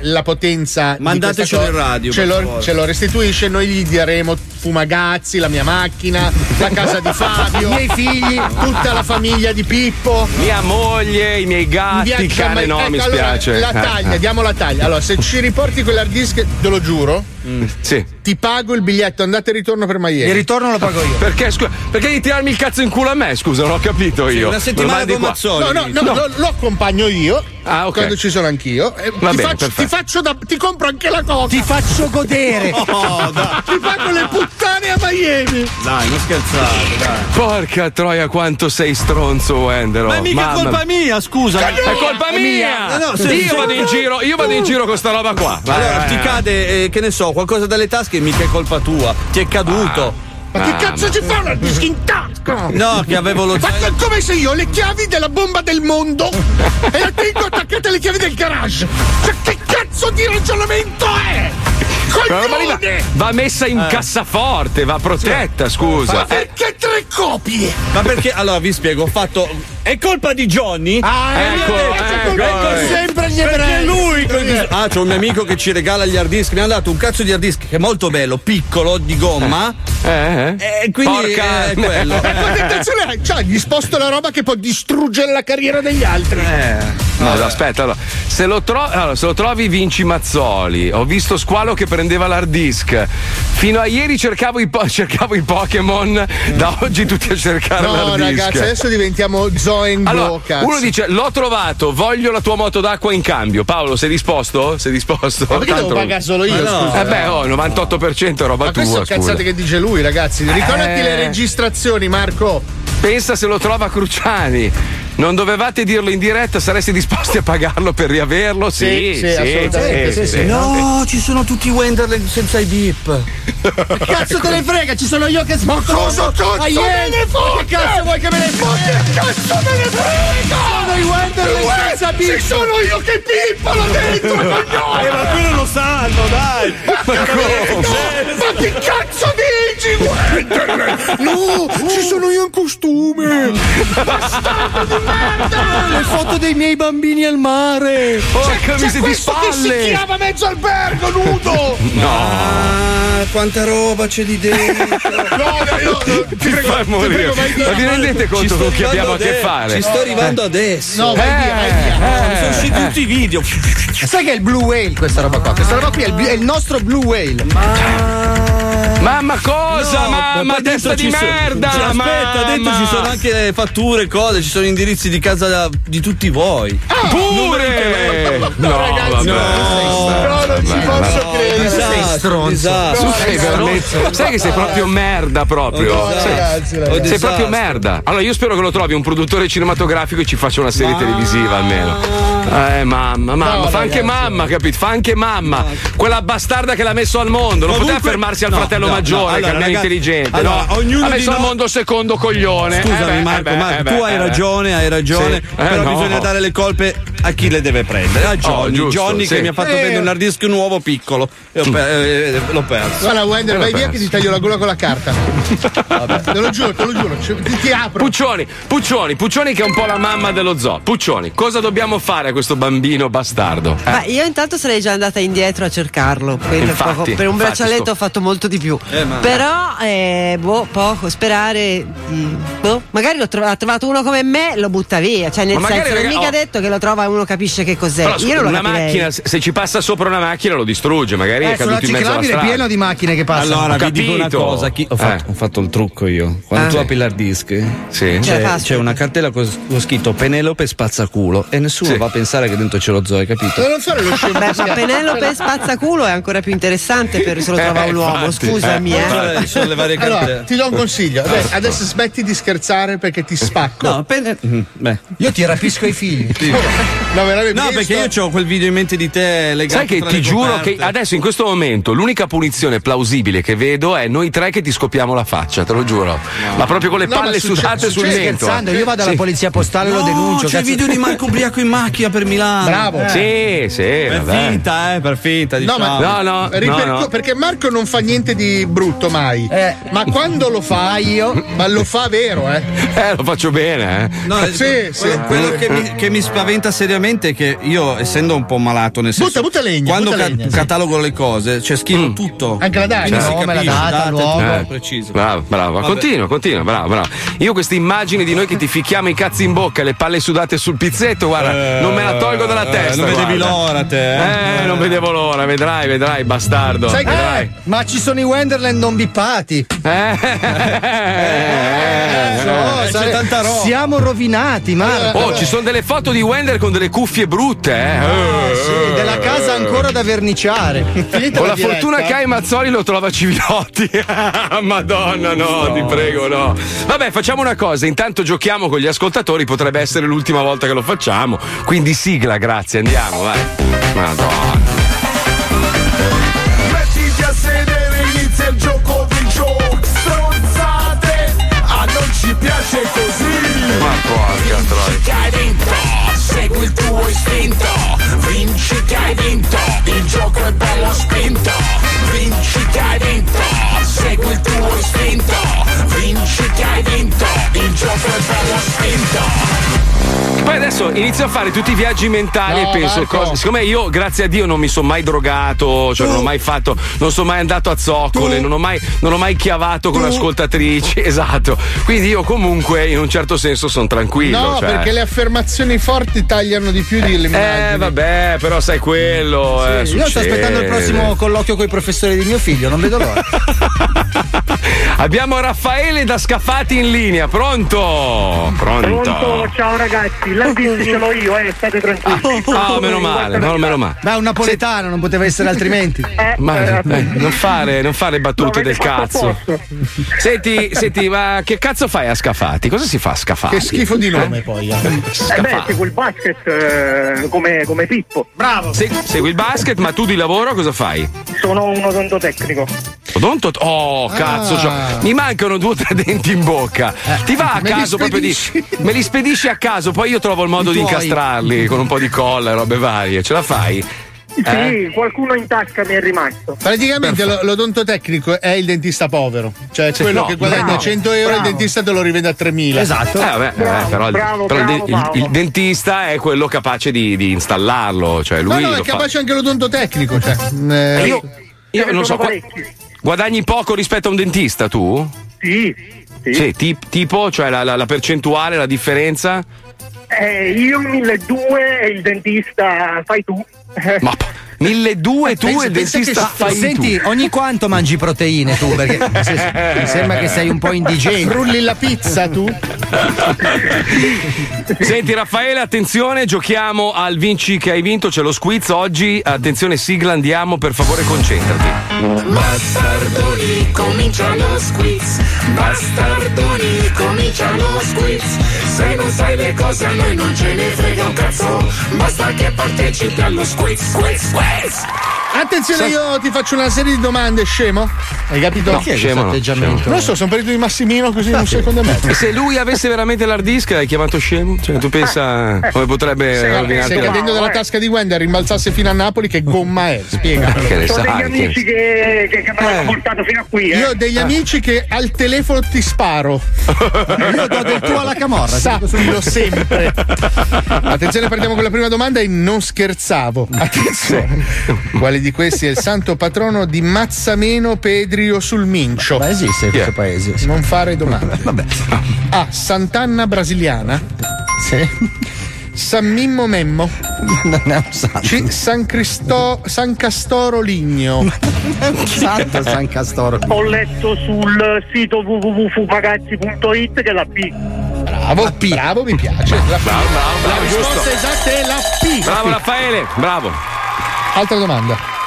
S13: Eh.
S1: la potenza di
S13: Mandatecelo
S1: questa cosa,
S13: in radio,
S1: ce
S13: per
S1: lo,
S13: favore.
S1: ce lo restituisce, noi gli daremo Fumagazzi, la mia macchina, la casa di Fabio,
S4: I miei
S1: figli, tutta la famiglia di Pippo.
S2: Mia moglie, i miei
S1: Via-
S2: gatti, cane,
S1: chiama-
S2: no,
S1: ecco,
S2: mi
S1: allora,
S2: spiace.
S1: la
S2: Eh,
S1: taglia,
S2: eh.
S1: diamo la taglia. Allora, se ci riporti quell'hard disk, te lo giuro,
S2: Mm. Sì.
S1: ti pago il biglietto andate e ritorno per Maieri.
S2: Il
S4: ritorno lo pago io.
S2: Perché, scusa, perché devi tirarmi il cazzo in culo a me? Scusa, non ho capito io. Me lo mandi qua.
S1: No, no, no, Lo, lo accompagno io.
S2: Ah, ok.
S1: Quando ci sono anch'io. E
S2: Va
S1: ti,
S2: bene,
S1: faccio,
S2: perfetto.
S1: ti faccio da- ti compro anche la coca. Ti
S4: faccio godere.
S1: ti pago le puttane a Miami.
S13: Dai, non scherzate, dai.
S2: Porca troia, quanto sei stronzo, Wendero.
S13: Ma è mica
S2: Mamma-
S13: colpa mia, scusa.
S2: Ma no, è colpa mia!
S13: No, no, se-
S2: io, vado in giro, io vado in giro con sta roba qua. Vai,
S13: allora,
S2: vai,
S13: ti
S2: vai.
S13: cade, eh, che ne so, qualcosa dalle tasche, mica è colpa tua. Ti è caduto.
S2: Ah.
S1: Ma che cazzo ci fa una dischi in tasca?
S13: No, che avevo lo
S1: Ma co- come se io ho le chiavi della bomba del mondo e la tengo attaccate alle chiavi del garage. Cioè, che cazzo di ragionamento è?
S2: Quella roba lì va,
S1: Coglione!
S2: va messa in cassaforte, va protetta, scusa. Eh,
S1: Eh. Perché tre copie?
S13: Ma perché? Allora vi spiego, ho fatto. È colpa di Johnny?
S1: Ah,
S13: ecco,
S1: ecco, ecco, sempre gli ebrei.
S13: Perché lui.
S1: Sempre gli ebrei.
S13: Ah, c'è un mio amico che ci regala gli hard disk. Mi ha dato un cazzo di hard disk che è molto bello, piccolo, di gomma.
S2: Eh,
S13: E quindi
S1: Porca- eh,
S13: è quello.
S1: Ma quanta attenzione hai? Cioè, gli sposto la roba che può distruggere la carriera degli altri.
S13: Eh.
S2: No, no, aspetta, allora. Se, lo tro- allora, se lo trovi vinci Mazzoli. Ho visto Squalo che prendeva l'hard disk. Fino a ieri cercavo i, po- cercavo i Pokémon, da oggi tutti a cercare
S1: Mm. No,
S2: l'hard disk.
S1: ragazzi, adesso diventiamo Zoen
S2: Allora,
S1: Go, cazzo.
S2: uno dice: L'ho trovato, voglio la tua moto d'acqua in cambio. Paolo, sei disposto? Sei disposto?
S1: Ma perché devo
S2: Tanto-
S1: pagare solo io,
S2: Ma
S1: scusa?
S2: Eh beh, oh, 98% è roba
S1: Ma
S2: tua.
S1: queste sono
S2: scusa.
S1: cazzate che dice lui, ragazzi. Ricordati
S2: Eh.
S1: le registrazioni, Marco.
S2: Pensa se lo trova Cruciani. Non dovevate dirlo in diretta, sareste disposti a pagarlo per riaverlo? Sì,
S1: Sì, sì, assolutamente, sì, sì.
S13: No, ci sono tutti i Wenderland senza i VIP.
S6: Cazzo te ne frega, ci sono io che
S1: Ma
S6: sbocco.
S1: cosa cazzo
S6: Ah, yeah.
S1: me ne fotte?
S6: Che cazzo vuoi che me ne
S1: fotte? Che cazzo me ne frega?
S6: Sono i Wenderland
S1: Uè,
S6: senza
S1: ci
S6: pizza.
S1: sono io che pippolo dentro, coglione!
S6: Eh, ma quello
S13: lo sanno, dai!
S1: Ma Ma che cazzo dici? Guarda! No, ci sono io in costume! Bastardo di merda!
S6: Le foto dei miei bambini al mare.
S2: Porca miseria di
S1: questo che si
S2: spalle!
S1: chiama mezzo albergo nudo!
S13: Ah, quanta roba c'è di dentro.
S2: Ti fa morire.
S13: prego, vai via.
S2: Ma vi rendete
S13: Ci
S2: conto
S13: sto
S2: con chi
S13: arrivando
S2: abbiamo a che
S13: adesso,
S2: fare?
S13: Ci sto arrivando adesso.
S6: No, vai via, vai via.
S13: Mi sono usciti tutti i video.
S4: Eh. Sai che è il Blue Whale questa roba qua? Questa roba qui è il, blu- è il nostro Blue Whale.
S2: Mamma cosa? mamma
S13: poi dentro
S2: testa
S13: ci
S2: di
S13: sono-
S2: merda!
S13: cioè, aspetta,
S2: mamma. Eh,
S13: dentro ci sono anche le fatture, cose, ci sono indirizzi di casa da- di tutti voi.
S2: Ah! Pure! No, ragazzi, no, non ci posso credere. Sei stronzo. Tu sei veramente. Sai che sei proprio merda proprio.
S13: Oh,
S14: Un
S2: Sei-
S14: disastro,
S2: Sei,
S14: ragazzi.
S2: proprio
S14: Disastro.
S2: merda. Allora io spero che lo trovi un produttore cinematografico e ci faccia una serie televisiva almeno. Eh, mamma, mamma,
S14: No,
S2: fa anche
S14: ragazzi.
S2: mamma, capito? Fa anche mamma. Quella bastarda che l'ha messo al mondo. Non poteva fermarsi al fratello maggiore, che è meno intelligente.
S13: Allora,
S2: no.
S13: ognuno
S2: ha messo
S13: di
S2: al
S13: noi-
S2: mondo secondo coglione.
S13: Scusami,
S2: Eh beh,
S13: Marco,
S2: eh beh,
S13: Marco,
S2: eh beh,
S13: tu hai
S2: eh beh.
S13: ragione, hai ragione.
S2: Sì. Eh,
S13: però
S2: no. Oh,
S13: bisogna dare le colpe a chi le deve prendere. A Johnny,
S2: giusto,
S13: Johnny
S2: sì. Mm.
S13: che mi ha fatto
S2: Eh.
S13: vendere un hard disk nuovo piccolo. E ho per- eh, l'ho perso.
S1: Guarda, Wender,
S13: Eh, l'ho
S1: vai via
S13: perso.
S1: che ti taglio la gola con la carta. Te lo giuro, te lo giuro. ci- Ti, ti apro.
S2: Puccioni, Puccioni, Puccioni che è un po' la mamma dello zoo. Puccioni, cosa dobbiamo fare a questo bambino bastardo? Eh?
S10: Ma io intanto sarei già andata indietro a cercarlo. quello è
S2: Infatti,
S10: poco. per un
S2: infatti,
S10: braccialetto
S2: sto-
S10: ho fatto molto di più.
S2: Eh, ma-
S10: Però, eh, boh, poco. Sperare di. Boh, magari l'ho trova- ha trovato uno come me, lo butta via. Cioè, nel
S2: Ma magari,
S10: senso, non è
S2: raga,
S10: mica
S2: oh.
S10: detto che lo trova e uno capisce che cos'è.
S2: Però, scusa,
S10: io non lo
S2: una
S10: capirei.
S2: macchina, se se ci passa sopra una macchina lo distrugge, magari è
S4: Eh, sulla
S2: caduto in mezzo alla
S4: ciclabile è
S2: strada.
S4: pieno di macchine che passano.
S2: Ho
S13: Allora, vi dico una
S2: capito.
S13: cosa: chi- ho,
S2: Eh.
S13: fatto, ho fatto il trucco io. Quando
S2: Ah.
S13: tu
S2: Sì.
S13: apri l'hard disk,
S4: Cioè,
S13: c'è,
S2: Caspita.
S13: c'è una cartella con con scritto Penelope spazzaculo e nessuno va a pensare che dentro c'è lo zoo, hai capito?
S1: Eh, non fare lo scemo.
S10: Beh, ma Penelope spazzaculo è ancora più interessante per se lo trova
S2: Eh.
S10: un uomo. Scusami, eh.
S1: Allora, ti do un
S2: Eh,
S1: consiglio. Dai, adesso smetti di scherzare perché ti spacco.
S13: No,
S4: Io ti rapisco i figli.
S1: No, veramente.
S13: Mhm, No,
S1: io
S13: perché
S1: sto-
S13: io ho quel video in mente di te legato
S2: Sai che
S13: tra
S2: ti
S13: le
S2: giuro
S13: coperte.
S2: che adesso in questo momento l'unica punizione plausibile che vedo è noi tre che ti scopiamo la faccia, te lo giuro. Ma proprio con le
S4: No, ma
S2: palle
S4: succe-
S2: succate sul
S4: succede
S2: mento.
S4: scherzando, io vado alla
S2: Sì.
S4: polizia postale e lo
S13: No,
S4: denuncio.
S13: c'è il
S4: cazzo.
S13: video di Marco Ubriaco in macchina per Milano.
S1: Bravo.
S2: Sì, sì,
S13: Per
S2: vabbè.
S13: finta, eh, per finta.
S1: No,
S13: Diciamo.
S1: ma ripercu- perché Marco non fa niente di brutto mai. Ma quando lo fa io, ma lo fa vero, eh.
S2: Eh, lo faccio bene, eh.
S13: No,
S1: sì,
S13: quello,
S1: sì.
S13: quello che, mi, che mi spaventa seriamente è che io, essendo un po' malato nel senso, quando
S1: butta
S13: ca-
S1: legna, sì.
S13: catalogo le cose, cioè scrivo
S2: Mm.
S13: tutto.
S1: Anche la
S4: Eh,
S1: data,
S13: Quindi
S1: il
S13: si
S1: nome, la
S13: capisce,
S1: data,
S13: data,
S1: l'uomo.
S13: tutto
S2: Cioè, Eh,
S13: preciso.
S2: Bravo, bravo.
S13: Vabbè.
S2: Continua, continua, bravo, bravo. Io questa immagine di noi che ti ficchiamo i cazzi in bocca, le palle sudate sul pizzetto, guarda, non me la tolgo dalla
S13: eh,
S2: testa.
S13: non vedevi
S2: guarda.
S13: l'ora, te, eh.
S2: Eh, non vedevo l'ora, vedrai, vedrai, bastardo.
S4: Sai che-
S2: vedrai.
S4: eh, ma ci sono i Wenderland non bippati.
S2: eh, c'è tanta roba.
S4: Siamo rovinati, Marco.
S2: Oh, ci sono delle foto di Wender con delle cuffie brutte, eh. Eh,
S4: Ah, Sì, della casa ancora da verniciare. Finita
S2: Con la
S4: diretta.
S2: fortuna che hai Mazzoli lo trova Civilotti. Madonna, no, ti prego, no. Vabbè, facciamo una cosa. Intanto giochiamo con gli ascoltatori, potrebbe essere l'ultima volta che lo facciamo. Quindi sigla, grazie, andiamo, vai. Madonna.
S11: Mettiti a sedere, inizia il gioco di gioco. Stronzate, a noi ci piace così.
S2: Ma porca troia.
S11: Che hai vinto, segui il tuo istinto. Vinci che hai vinto, il gioco è bello spinto. Vinci che hai vinto, segui il tuo istinto. Vinci che hai vinto, il gioco è bello spinto.
S2: Poi adesso inizio a fare tutti i viaggi mentali
S11: No,
S2: e penso
S11: Marco.
S2: cose. Siccome io, grazie a Dio, non mi sono mai drogato, cioè non ho mai fatto, non sono mai andato a zoccole, non ho, mai, non ho mai chiavato con ascoltatrici. Esatto. Quindi io comunque in un certo senso sono tranquillo.
S1: No,
S2: cioè.
S1: perché le affermazioni forti tagliano di più di le
S2: Eh vabbè, però sai quello. eh,
S4: Io sto
S2: succede.
S4: aspettando il
S2: Eh.
S4: prossimo colloquio con i professori di mio figlio, non vedo l'ora.
S2: Abbiamo Raffaele da Scafati in linea, pronto? Pronto.
S5: Pronto, ciao ragazzi, la pizza ce l'ho io, eh, state tranquilli.
S2: Ah, meno male, no, meno male.
S4: Beh, un napoletano, non poteva essere altrimenti.
S2: Ma eh, non fare, non fare battute del cazzo. Senti, senti, ma che cazzo fai a Scafati? Cosa si fa a Scafati?
S1: Che schifo di nome, poi.
S5: Eh beh, seguo il basket eh, come, come Pippo. Bravo!
S2: Se- segui il basket, ma tu di lavoro cosa fai?
S5: Sono un odontotecnico.
S2: Odonto. Oh,
S1: Ah.
S2: cazzo, cioè, mi mancano due o tre denti in bocca.
S1: Eh,
S2: Ti va a
S5: me li
S2: caso proprio di. Me li spedisci a caso, poi io trovo il modo
S5: I
S2: di
S5: tuoi.
S2: incastrarli con un po' di colla e robe varie. Ce la fai? Eh?
S5: Sì, qualcuno in tasca mi è rimasto.
S1: Praticamente lo- l'odontotecnico è il dentista povero, cioè
S2: Sì,
S1: quello
S2: no,
S1: che guadagna
S2: bravo,
S1: 100 euro il dentista te lo rivende a 3000.
S2: Eh, vabbè, eh, però, il- però il de- il, il dentista è quello capace di, di installarlo, cioè lui
S1: No, no,
S2: lo
S1: è
S2: fa.
S1: capace anche l'odontotecnico, cioè. eh,
S2: Eh, io, io non so, qua- guadagni poco rispetto a un dentista tu?
S5: Sì. Sì.
S2: Sì, tip- tipo, cioè la, la- la percentuale, la differenza?
S5: Eh, io 1200 e il dentista fai tu.
S2: Ma, 1200 tu e il dentista fai
S4: Senti,
S2: tu.
S4: ogni quanto mangi proteine tu? Perché se- mi sembra che sei un po' indigente.
S1: Frulli la pizza tu?
S2: Senti Raffaele, attenzione, giochiamo al vinci che hai vinto, c'è lo squiz oggi. Attenzione sigla, andiamo, per favore concentrati.
S5: Bastardoni comincia lo squiz Bastardoni comincia lo squiz Se non sai le cose a noi non ce ne frega un cazzo Basta che partecipi allo squiz squiz squiz
S1: Attenzione, io ti faccio una serie di domande, scemo. Hai capito?
S2: No, Chi è questo scemo no, atteggiamento? scemo.
S1: Non lo so, sono partito di Massimino così in un secondo e
S2: E
S1: mezzo.
S2: se lui avesse veramente l'hard disk hai chiamato scemo? Cioè, tu pensa
S1: Ah.
S2: come potrebbe
S1: Se,
S2: rovinarti
S1: se
S2: la-
S1: cadendo dalla tasca di Wender rimbalzasse fino a Napoli, che gomma è? Spiega.
S2: Che ne Sono sa, degli che- amici
S1: che, mi hanno
S6: portato fino a qui. eh.
S1: Io ho degli
S6: Ah.
S1: amici che al telefono ti sparo. Io do del tuo alla camorra. Sappilo sempre. Attenzione, partiamo con la prima domanda e non scherzavo. Attenzione. Quale di questi è il santo patrono di Mazzameno Pedrio sul Mincio? Ma esiste in questo paese. Eh, Non fare domande. A. Sant'Anna brasiliana. Sì. San Mimmo Memmo. Non è un santo. San, Cristo- San Castoro Ligno.
S6: santo
S1: Eh.
S6: San
S1: Castoro
S6: Ho letto sul sito www.fumagazzi.it che la P.
S1: Bravo, bravo, mi piace. La,
S2: Bravo, bravo,
S1: la
S2: bravo,
S1: risposta
S2: giusto.
S1: esatta è la P.
S2: Bravo Raffaele, bravo.
S1: Altra domanda.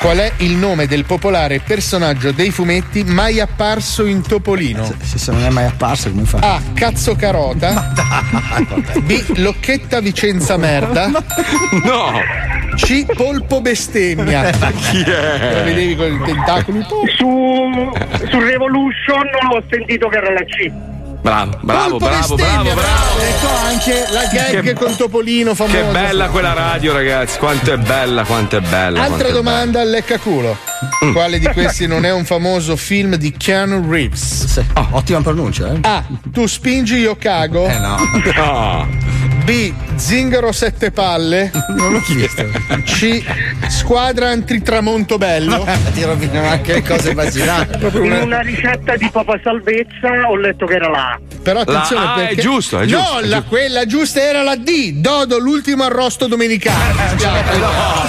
S1: Qual è il nome del popolare personaggio dei fumetti mai apparso in Topolino? Se, non è mai apparso, come fa? A. Cazzo Carota. B. Locchetta Vicenza Merda.
S2: No.
S1: C. Polpo Bestemmia.
S6: Ma chi è?
S1: Lo vedevi con i tentacoli?
S6: Su, su Revolution ho sentito che era la C.
S2: Bravo, bravo,
S6: Colpo
S2: bravo, bravo,
S6: bestemmia,
S2: bravo.
S1: Ecco anche la gag
S2: Che-
S1: con Topolino famosa.
S2: Che bella quella radio, ragazzi. Quanto è bella, quanto è bella. quanto
S1: Altra
S2: è
S1: domanda al leccaculo. Quale di questi non è un famoso film di Keanu Reeves? ottima pronuncia, eh? A. Tu spingi, io cago. Eh
S2: bella. No.
S1: B. Zingaro sette palle. Non l'ho chiesto. C. Squadra antitramonto bello. Ti rovinano anche cose immaginate.
S6: In una ricetta di Papa Salvezza ho letto che era la A.
S1: Però attenzione
S6: La A è
S1: perché.
S6: giusto, è
S1: No,
S6: giusto, è
S1: la-
S6: giusto.
S1: quella giusta era la D. Dodo, l'ultimo arrosto domenicano.
S4: Ah,
S2: No,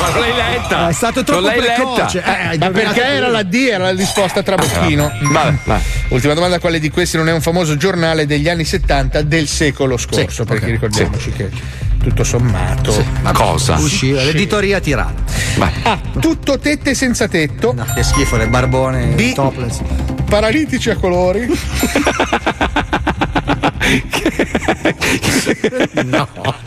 S2: ma non l'hai letta.
S1: È stato
S2: Non
S1: troppo
S2: l'hai
S1: precoce.
S2: letta. Ah,
S1: Eh, ma perché era la D? Era la risposta trabottino.
S2: Vabbè, vabbè.
S1: Ultima domanda: quale di questi non è un famoso giornale degli anni 70 del secolo scorso? perché ricordiamoci che tutto sommato.
S2: Ma cosa?
S1: Usciva, l'editoria Tirana. A. Ah, Tutto tette senza tetto. che schifo, le barbone, B. topless. Paralitici a colori.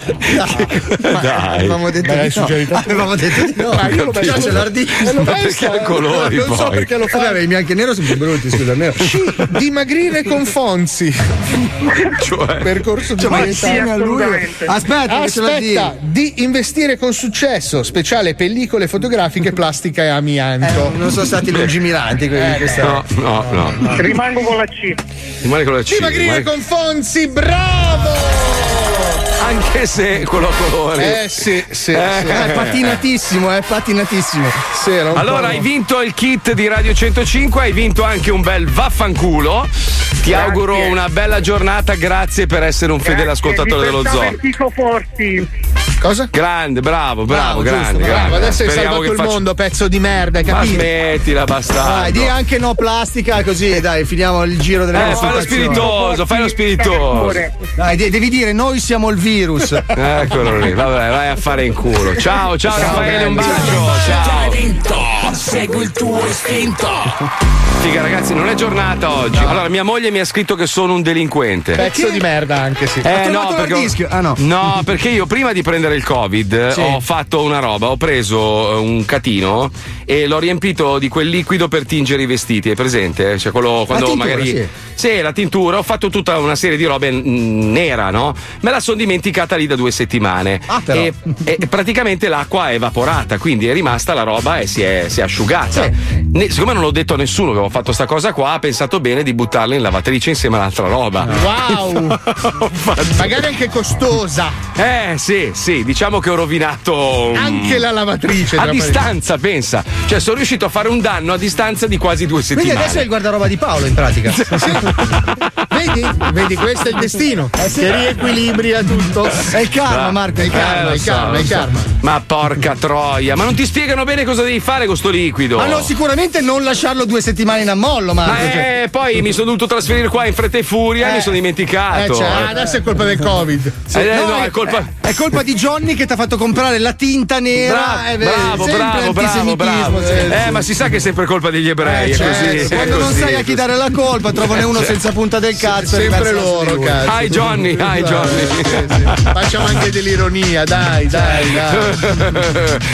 S1: eh,
S2: Dai.
S4: Avevamo detto
S1: Ma l'hai
S4: di no.
S1: suggerito?
S4: Avevamo detto di no.
S1: Ma io lo
S4: Però
S1: penso-
S4: c'è l'ardisco.
S1: Eh, lo Ma penso, perché eh. a colori,
S4: Non so
S1: poi?
S4: perché lo fai. Vabbè, i bianchi e nero sono più brutti, scusa. nero.
S1: C. Dimagrire con Fonzi. Cioè, Percorso di
S4: Cioè, ma
S1: dieta.
S4: sì, assolutamente. Aspetta, che ce la
S1: Aspetta, di investire con successo, speciale pellicole fotografiche, plastica e amianto. Eh, non sono stati lungimiranti quelli
S2: No, no, no.
S6: Rimango con la C.
S2: Rimane con la C.
S1: Dimagrire
S2: rimane-
S1: con Fonzi, bravo!
S2: Anche se quello a colori.
S1: Eh sì, sì,
S2: Eh.
S1: sì. Eh,
S4: È patinatissimo, è patinatissimo.
S2: Allora hai vinto il kit di Radio 105, hai vinto anche un bel vaffanculo. Ti
S6: Grazie.
S2: auguro una bella giornata, grazie per essere un fedele ascoltatore dello zoo.
S6: Enrico Forti.
S1: Cosa?
S2: Grande, bravo, bravo,
S1: Bravo,
S2: grande,
S1: giusto, bravo.
S2: grande.
S1: Adesso hai
S2: Speriamo
S1: salvato
S2: che
S1: il
S2: faccia-
S1: mondo, pezzo di merda, hai
S2: Ma
S1: capito?
S2: smettila, bastardo.
S4: Dai, di anche no plastica, così dai, finiamo il giro delle
S2: Eh, fai lo
S4: consultazioni.
S2: spiritoso, fai lo spiritoso.
S4: Dai, de- devi dire noi siamo il virus.
S2: Eccolo lì, vabbè, vai a fare in culo. Ciao, ciao, Raffaele, un bacio. Ciao.
S5: vinto Segui il tuo istinto
S2: Figa, ragazzi, non è giornata oggi. Allora, mia moglie mi ha scritto che sono un delinquente.
S1: Pezzo di merda anche, sì.
S2: Eh, no, perché,
S4: dischio. Ah, no.
S2: No, perché io prima di prendere il Covid eh,
S4: Sì.
S2: ho fatto una roba, ho preso eh, un catino e l'ho riempito di quel liquido per tingere i vestiti, è presente? Cioè quello quando
S14: tintura,
S2: magari.
S14: sì.
S2: Sì, la tintura, ho fatto tutta una serie di robe mm, nera, no? Me la sono dimenticata lì da due settimane.
S4: Ah, però.
S2: e, e praticamente l'acqua è evaporata, quindi è rimasta la roba e si è, si è asciugata. Ne- siccome non l'ho detto a nessuno che avevo fatto sta cosa qua, ho pensato bene di buttarla in lavatrice insieme all'altra roba.
S4: Ah.
S1: Wow! Magari anche costosa.
S2: Eh sì, sì, diciamo che ho rovinato. mm,
S1: Anche la lavatrice,
S2: A
S1: tra
S2: distanza, pensa. Cioè, sono riuscito a fare un danno a distanza di quasi due
S4: Quindi
S2: settimane.
S4: adesso è il guardaroba di Paolo in pratica.
S1: Vedi? Vedi, questo è il destino.
S14: Eh sì.
S1: Che riequilibria tutto. È il karma, Marco, è il karma,
S14: Eh,
S1: è
S14: lo
S1: il
S14: so,
S1: karma, è
S14: lo
S1: il
S14: so.
S1: karma.
S14: Ma porca troia, ma non ti spiegano bene cosa devi fare con sto liquido.
S4: Ma Ah, no, sicuramente non lasciarlo due settimane in ammollo, Marco. cioè.
S14: Ma eh, poi mi sono dovuto trasferire qua in fretta e furia e mi sono dimenticato.
S1: Eh, cioè, ah, adesso è colpa del Covid.
S14: Sì, Eh, no, è colpa-
S4: certo. è colpa di Johnny che ti ha fatto comprare la tinta nera.
S14: Bra-
S4: eh,
S14: bravo,
S4: sempre
S14: bravo, bravo,
S4: antisemitismo,
S14: bravo.
S4: sì.
S14: Eh, ma si sa che è sempre colpa degli ebrei.
S4: Eh,
S14: è
S4: certo,
S14: così, è
S4: Quando non
S14: così,
S4: sai a
S14: è
S4: chi
S14: così.
S4: dare la colpa, trovane uno
S14: Cioè,
S4: senza punta del cazzo. e
S1: sempre
S4: riversa su di
S1: loro,
S4: lui.
S1: cazzo.
S14: Hi Johnny, hi Johnny.
S1: Facciamo anche dell'ironia, dai, dai,
S4: Eh.
S1: dai.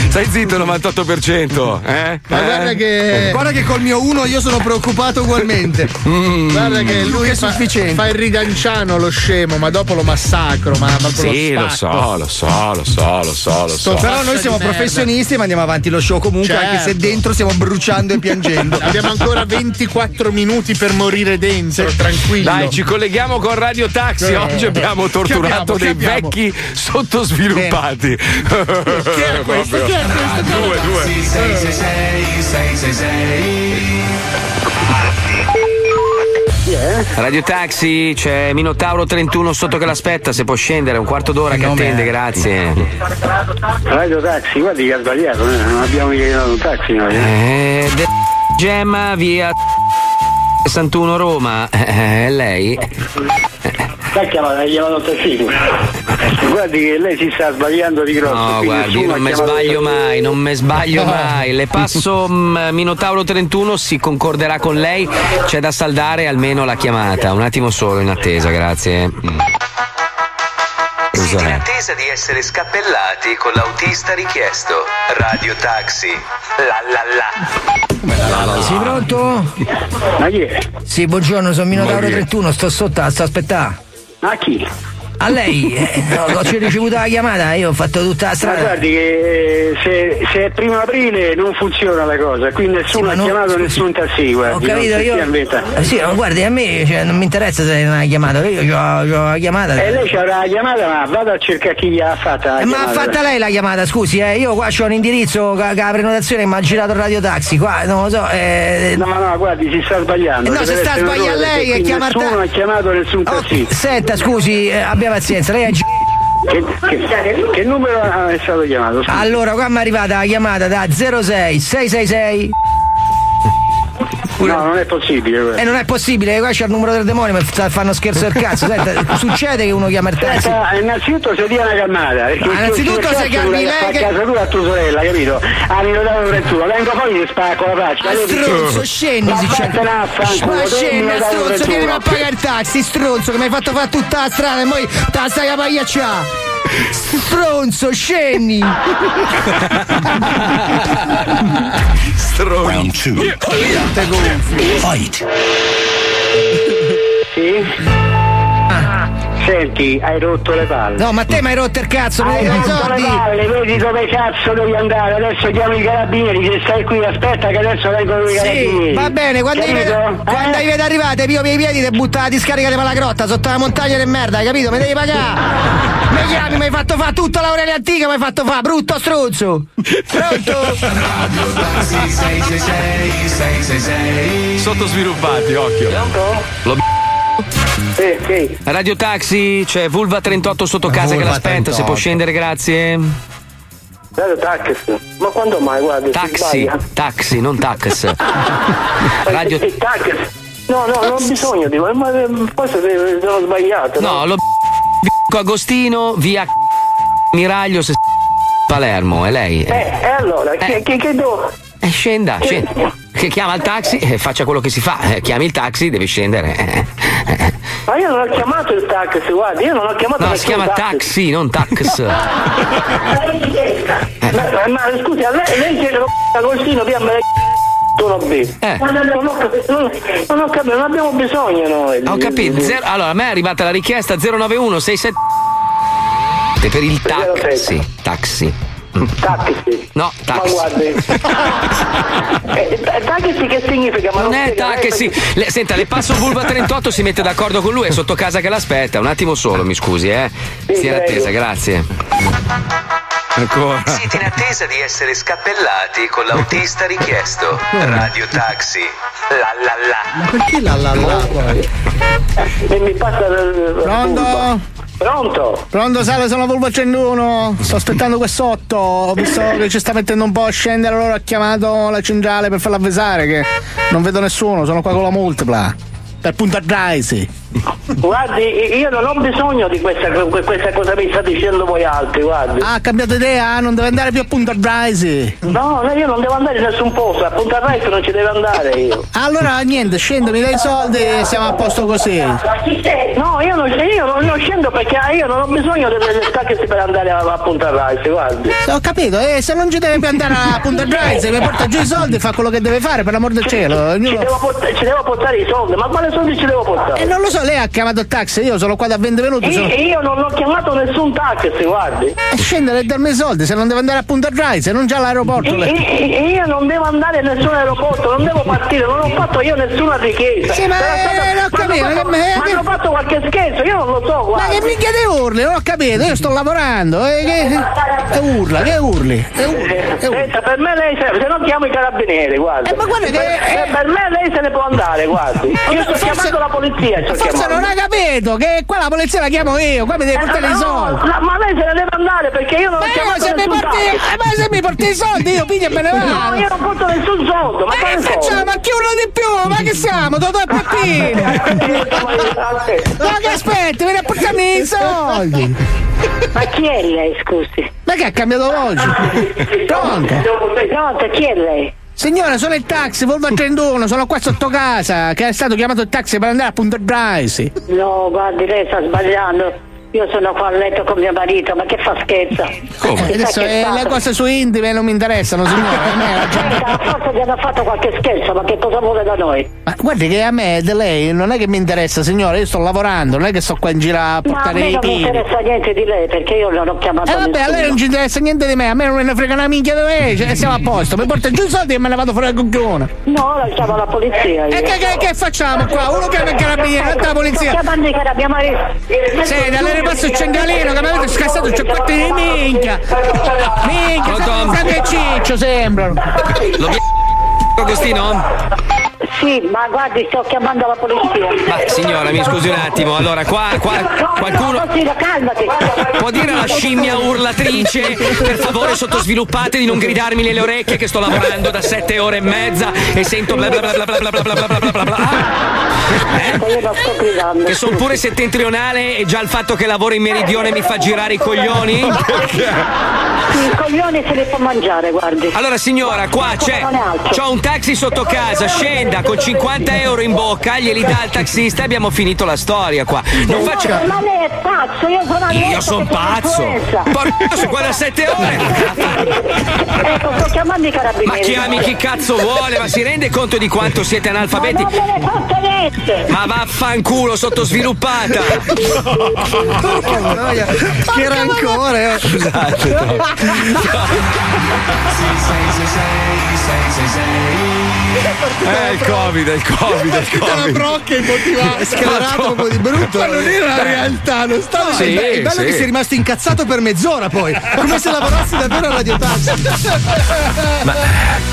S14: Stai zitto, 98%. Eh?
S4: Ma guarda che. Guarda che col mio uno io sono preoccupato ugualmente.
S1: Mm. Guarda che lui è sufficiente. Fa il riganciano lo scemo, ma dopo lo massacro. Ma, ma
S14: Sì, lo so, lo so, lo so, lo so, lo so.
S4: Però noi siamo professionisti ma andiamo avanti lo show comunque,
S1: Certo.
S4: anche se dentro stiamo bruciando e piangendo.
S1: Abbiamo ancora 24 minuti per morire dentro, tranquillo.
S14: Dai, ci colleghiamo con Radio Taxi.
S1: Eh.
S14: Oggi abbiamo
S1: Che
S14: torturato
S1: abbiamo,
S14: dei
S1: che abbiamo?
S14: vecchi sottosviluppati. Che
S2: è questo? Chi è
S5: Ah,
S2: questo?
S14: Due, due.
S2: 666 666
S14: Radio Taxi, c'è Minotauro 31 sotto che l'aspetta, se può scendere, un quarto d'ora che attende, grazie.
S5: Radio taxi, guardi che ha sbagliato, eh, non abbiamo mica chiamato un taxi noi.
S14: Eh, de- Gemma via 61 Roma, Eh, eh, lei?
S5: L'ha chiamato, ha chiamato un
S10: Ah,
S5: taxi. Guardi che lei si sta sbagliando di grosso.
S14: No,
S5: qui
S14: guardi, io
S5: nessuno
S14: non
S5: ha
S14: mi
S5: chiamato-
S14: sbaglio mai, non mi sbaglio
S5: No.
S14: mai. Le passo mm, Minotauro 31, si concorderà con lei, c'è da saldare almeno la chiamata. Un attimo solo in attesa, grazie. Mm. Scusa, eh.
S23: attesa di essere scappellati con l'autista richiesto. Radio Taxi. La la la.
S10: Sì, pronto?
S5: Ma chi è?
S10: Sì, buongiorno, sono
S5: Ma
S10: Minotauro
S5: chi è?
S10: 31, sto sotto, la sto aspettando.
S5: A chi?
S10: A lei? Eh, no, ho ricevuto la chiamata, io ho fatto tutta la
S5: Ma
S10: strada.
S5: guardi che eh, se, se è primo aprile non funziona la cosa, qui nessuno ha chiamato nessun taxi, guardi.
S10: Ho capito,
S5: non si
S10: io.
S5: stia inventando.
S10: Eh, Sì, ma guardi, a me cioè, non mi interessa se non ha chiamato, io ho la chiamata.
S5: E lei c'avrà la chiamata, ma vado a cercare chi gliel'ha fatta. la
S10: Eh, Ma ha
S5: chiamata.
S10: fatta lei la chiamata, scusi, eh, io qua c'ho un indirizzo con la prenotazione che mi ha girato il radio taxi, qua non lo so, eh,
S5: No, no, guardi, si sta sbagliando.
S10: Eh no,
S5: Deve
S10: si sta
S5: essere un errore,
S10: sbagliando lei
S5: perché
S10: e
S5: qui
S10: chiama il
S5: Nessuno
S10: ta- Oh,
S5: ha chiamato nessun taxi.
S10: Senta, scusi, eh, abbia pazienza, lei è gi-
S5: Che, che- che numero è stato chiamato? scusi?
S10: Allora, qua mi è arrivata la chiamata da 06 666
S5: No, non è possibile. guarda.
S10: e non è possibile, qua c'è il numero del demonio, ma sta- fanno scherzo del cazzo. Senta, succede che uno chiama il taxi. Ah,
S5: Senta, innanzitutto si dia Ah, una calmata. perché
S10: Ma innanzitutto
S5: questo
S10: se
S5: cazzo
S10: calmi
S5: vuole
S10: lei
S5: fare
S10: che-
S5: a casa tua a tua sorella, capito? Ah, mi lo davo 31, vengo poi e ti spacco la faccia.
S10: Ma stronzo, scendi, si Ma scendi, stronzo, vieni a pagare il taxi, stronzo, che mi hai fatto fare tutta la strada e poi te la stai a pagliaccià. Stronzo, scendi.
S2: Round two.
S5: Fight. Sì? Senti, hai rotto le palle.
S10: Ah. No, ma te mi hai rotto il cazzo, mi
S5: Hai
S10: dai i
S5: rotto le
S10: soldi.
S5: palle, vedi dove cazzo devi andare? Adesso chiamo i carabinieri, se stai qui aspetta che adesso vengono i carabinieri.
S10: Sì, va bene, quando vi
S5: Capito?
S10: vedo, quando vi vedo arrivate, pio i piedi e butta la discarica di palagrotta sotto la montagna di merda, hai capito? Mi devi pagare! Mi chiami, mi hai fatto fare tutta l'aurelia antica, mi hai fatto fare, brutto stronzo! Pronto?
S2: Radio Taxi 666 666
S14: Sottosviluppati, occhio. Lo Radio Taxi, c'è Vulva 38 sotto casa che
S5: Vulva
S14: l'aspetta, se
S5: 38.
S14: può scendere, grazie.
S5: Dai, taxi. Ma quando mai, guarda,
S14: Taxi, taxi, non tax. Radio
S5: taxi. No, no, non ho bisogno di... Ma poi se sono sbagliato.
S14: No, lo Agostino, via Miraglio, se- Palermo, è lei.
S5: Eh, e allora, che, che, che devo...
S14: Eh, scenda, scenda. Che chiama il taxi e faccia quello che si fa. Eh, Chiami il taxi, devi scendere. Eh.
S5: Ma io non ho chiamato il taxi, guarda, io non ho chiamato
S14: No, si
S5: nessun
S14: chiama taxi, non tax. Eh.
S5: Ma, ma- ma scusi, a lei, lei chiede Agostino, via me sono B.
S14: Eh.
S5: Ma Non, non ho capito, non, non ho capito, non abbiamo bisogno noi.
S14: Ho capito. zero- allora, a me è arrivata la richiesta 091 per il taxi. Taxi. Taxi. No,
S5: Ma
S14: taxi.
S5: guardi. eh, eh, taxi che significa? Ma
S14: Non è
S5: spiega, lei
S14: taxi.
S5: perché-
S14: Le- senta, le passo Vulva 38, si mette d'accordo con lui, è sotto casa che l'aspetta. Un attimo solo, mi scusi, eh. Stia in attesa, grazie. Ancora.
S2: Siete in attesa di essere scappellati con l'autista richiesto. Radio Taxi. La la la.
S4: Ma perché la la la poi?
S5: E mi passa il- il
S6: Pronto?
S5: Pronto?
S6: Pronto, salve, sono Volvo 101. Sto aspettando quest'otto. Ho visto che ci sta mettendo un po' a scendere, allora ho chiamato la centrale per farla avvisare che non vedo nessuno, sono qua con la multipla. Per puntarsi.
S5: Guardi, io non ho bisogno di questa, que- questa cosa che mi state dicendo voi altri, guardi.
S6: Ah, ha cambiato idea, ah, non deve andare più a puntarsi.
S5: No, no, io non devo andare in nessun posto, a Punta Resto non ci devo andare io.
S6: Allora niente, scendo, mi dai i soldi e siamo a posto così.
S5: No, io non, io non- non scendo perché ah, io non ho bisogno delle stacche per andare a, a Punta Rice, guardi.
S6: Se Ho capito, eh, se non ci deve più andare a Punta Drive, mi porta giù i soldi e fa quello che deve fare, per l'amor del cielo.
S5: Ci
S6: Ognuno...
S5: devo, port- ci devo portare i soldi, ma quali soldi ci devo portare?
S6: E Eh, non lo so, lei ha chiamato il taxi, io sono qua da 20 minuti. Sono...
S5: Io, io non ho chiamato nessun taxi, guardi.
S6: E scendere e darmi i soldi, se non deve andare a Punta Drive, se non già all'aeroporto.
S5: Io, io- io non devo andare in nessun aeroporto, non devo partire, non ho fatto io nessuna richiesta.
S6: Sì, ma
S5: Era stata-
S6: eh, non ho
S5: ma hanno
S6: capito,
S5: fatto-
S6: che me-
S5: ma
S6: che-
S5: hanno fatto qualche scherzo, io non lo so,
S6: Ma
S5: guardi.
S6: che minchia di urli, non ho capito, io sto lavorando. eh, che... e urla, che urli.
S5: Eh, Senta, per me lei se, se no chiamo i carabinieri, guarda.
S6: Eh, ma guarda che-
S5: per, per me lei se ne può andare, guardi. Io sto
S6: Forse-
S5: chiamando la polizia, sto
S6: Forse
S5: chiamando.
S6: non ha capito che qua la polizia la chiamo io, qua mi devi
S5: Eh, no,
S6: portare i soldi.
S5: no, ma lei se ne deve andare perché io non
S6: Ma
S5: ho
S6: io
S5: chiamato
S6: se mi
S5: nessun
S6: porti-
S5: taxi.
S6: eh, ma se mi porti i soldi io piglio e me ne vado.
S5: No, io non porto nessun soldo, ma
S6: Ma che
S5: quale
S6: facciamo?
S5: soldo?
S6: Ma chi uno di più? Ma che siamo? Totò e Peppino? Ma che aspetti, vieni a portarmi i soldi!
S5: Ma chi è lei, scusi? Ah,
S6: Ma che ha cambiato voce? Pronto?
S5: Pronto, chi è lei?
S6: Signora, sono il taxi, Volvo 31, sono qua sotto casa, che è stato chiamato il taxi per andare a Punta Drive.
S5: No, guardi, lei sta sbagliando. Io sono qua a letto con mio marito, ma che fa scherzo?
S6: Eh, Adesso eh, le cose su intime non mi
S5: Ah,
S6: interessano, signora. a me la gente-
S5: Forse gli hanno fatto qualche scherzo, ma che cosa vuole da noi?
S6: Ma guardi che a me di lei non è che mi interessa, signora, io sto lavorando, non è che sto qua in giro a
S5: Ma a
S6: portare
S5: me
S6: i
S5: non mi
S6: piedi.
S5: interessa niente di lei perché io non ho chiamato
S6: E Eh, vabbè, a lei non
S5: nessuno.
S6: ci interessa niente di me, a me non me ne frega una minchia di me, cioè, siamo a posto, mi porta giù i soldi e me ne vado fuori al coglione.
S5: No, ora chiamo la polizia.
S6: E che, che- che facciamo qua? Uno chiama i carabinieri, l'altro la polizia.
S5: Sto chiamando i carabinieri.
S6: Sì, dall'aeroporto il Cengalino che mi avete scassato il cioccolato di minchia. Minchia, siamo Franco e Ciccio sembrano.
S14: Lo vi- Agostino?
S5: Sì, ma guardi, sto chiamando la polizia.
S14: Ma signora, mi scusi un attimo. Allora, qua, qua qualcuno
S5: Agostino, calmati.
S14: può dire alla scimmia urlatrice, per favore, sottosviluppate, di non gridarmi nelle orecchie che sto lavorando da sette ore e mezza e sento bla bla bla bla bla bla bla bla bla bla bla.
S5: Io non sto gridando.
S14: Che sono pure settentrionale e già il fatto che lavoro in meridione mi fa girare i coglioni?
S5: Il coglione se li può mangiare, guardi.
S14: Allora signora, qua c'è c'ho un taxi sotto casa, scenda con 50 euro in bocca, glieli dà il taxista e abbiamo finito la storia qua. Non faccia.
S5: Ma lei è pazzo, io sono a letto
S14: Io sono
S5: che
S14: pazzo!
S5: influenza.
S14: Porco, sono qua da 7 ore!
S5: Ecco, sto chiamando i
S14: Ma
S5: carabinieri.
S14: chiami chi cazzo vuole, ma si rende conto di quanto siete analfabeti?
S5: Ma non me ne frega niente.
S14: Ma vaffanculo, sottosviluppata!
S4: che rancore! eh.
S14: Scusate, no. Eh, il covid, il covid, il
S7: Tutta la
S14: covid.
S7: brocca è immotivata.
S4: Sclerato
S7: Madonna.
S4: proprio di brutto.
S7: Ma non era la
S4: Beh.
S7: realtà, non stava
S4: No, è be- è bello che sei rimasto incazzato per mezz'ora poi, come se lavorassi davvero a Radio Taxi.
S3: Ma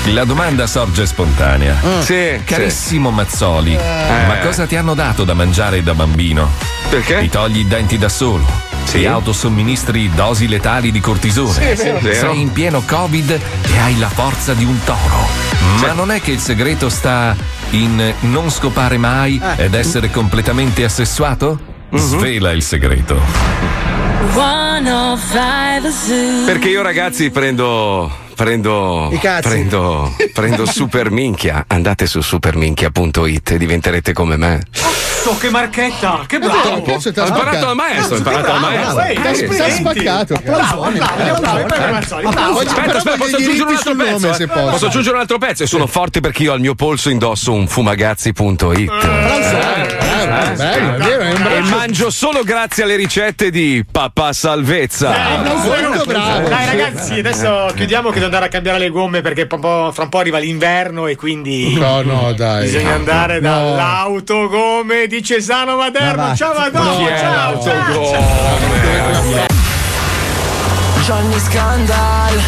S3: eh, la domanda sorge spontanea.
S14: Sì, Eh.
S3: Carissimo Mazzoli, ma cosa ti hanno dato da mangiare da bambino?
S14: Perché?
S3: Ti togli i denti da solo. Ti autosomministri dosi letali di cortisone.
S14: Sì, è vero. Vero.
S3: Sei in pieno Covid e hai la forza di un toro. Ma non è che il segreto sta in non scopare mai ed essere completamente assessuato? Svela il segreto.
S19: 105 Zoo.
S14: Perché io ragazzi prendo. Prendo,
S19: I cazzi.
S14: prendo, prendo super minchia. Andate su superminchia.it e diventerete come me.
S1: Oh, che marchetta! Che bravo!
S14: Ho imparato dal maestro, ho imparato dal maestro.
S1: Ehi,
S14: Sì.
S1: complimenti. Bravo, bravo, bravo, bravo, Mazzoli, bravo.
S14: Aspetta, aspetta, posso aggiungere un altro pezzo? eh? Posso aggiungere un altro pezzo? E sono forte perché io al mio polso indosso un fumagazzi.it.
S4: eh.
S1: Eh,
S7: Bello, vero, è un
S14: E
S7: braccio.
S14: mangio solo grazie alle ricette di Papà Salvezza.
S7: Molto bravo.
S1: Dai ragazzi,
S4: Eh.
S1: adesso chiudiamo che devo andare a cambiare le gomme perché po- po- fra un po' arriva l'inverno e quindi
S7: No, no, dai.
S1: bisogna
S7: No,
S1: andare
S7: no.
S1: dall'autogomme di Cesano Maderno.
S7: Ma va.
S1: ciao Madonna,
S7: No,
S1: ciao, ciao, ciao.
S5: anni scandal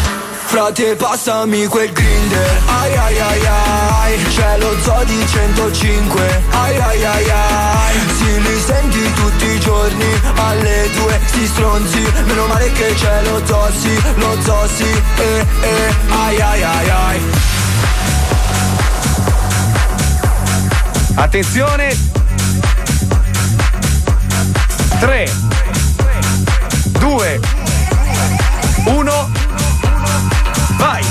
S5: Frate passami quel grinder Ai ai ai ai C'è lo zoo di 105 Ai ai ai ai Si li senti tutti i giorni Alle due sti stronzi Meno male che c'è lo zossi Lo zossi Eh eh ai ai ai ai
S2: Attenzione! 3, 2, 1, vai!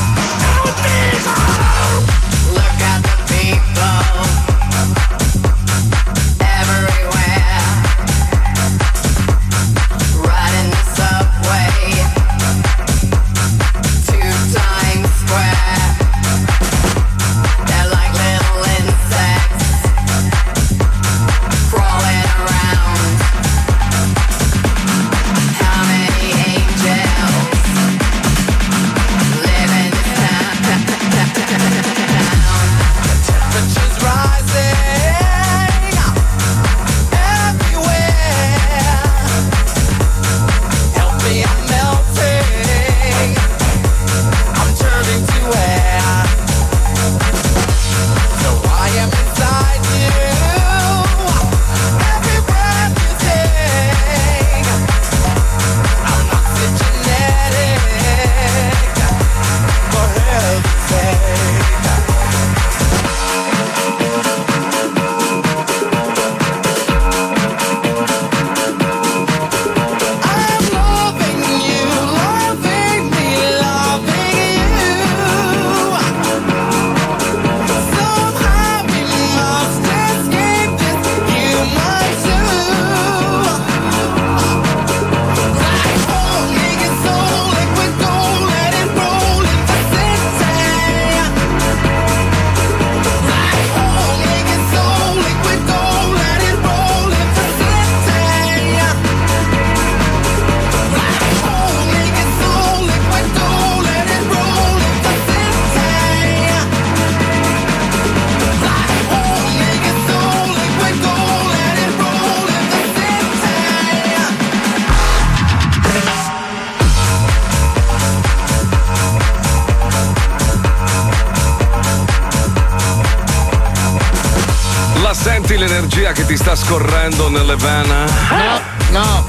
S2: La senti l'energia che ti sta scorrendo nelle vene?
S1: No, no.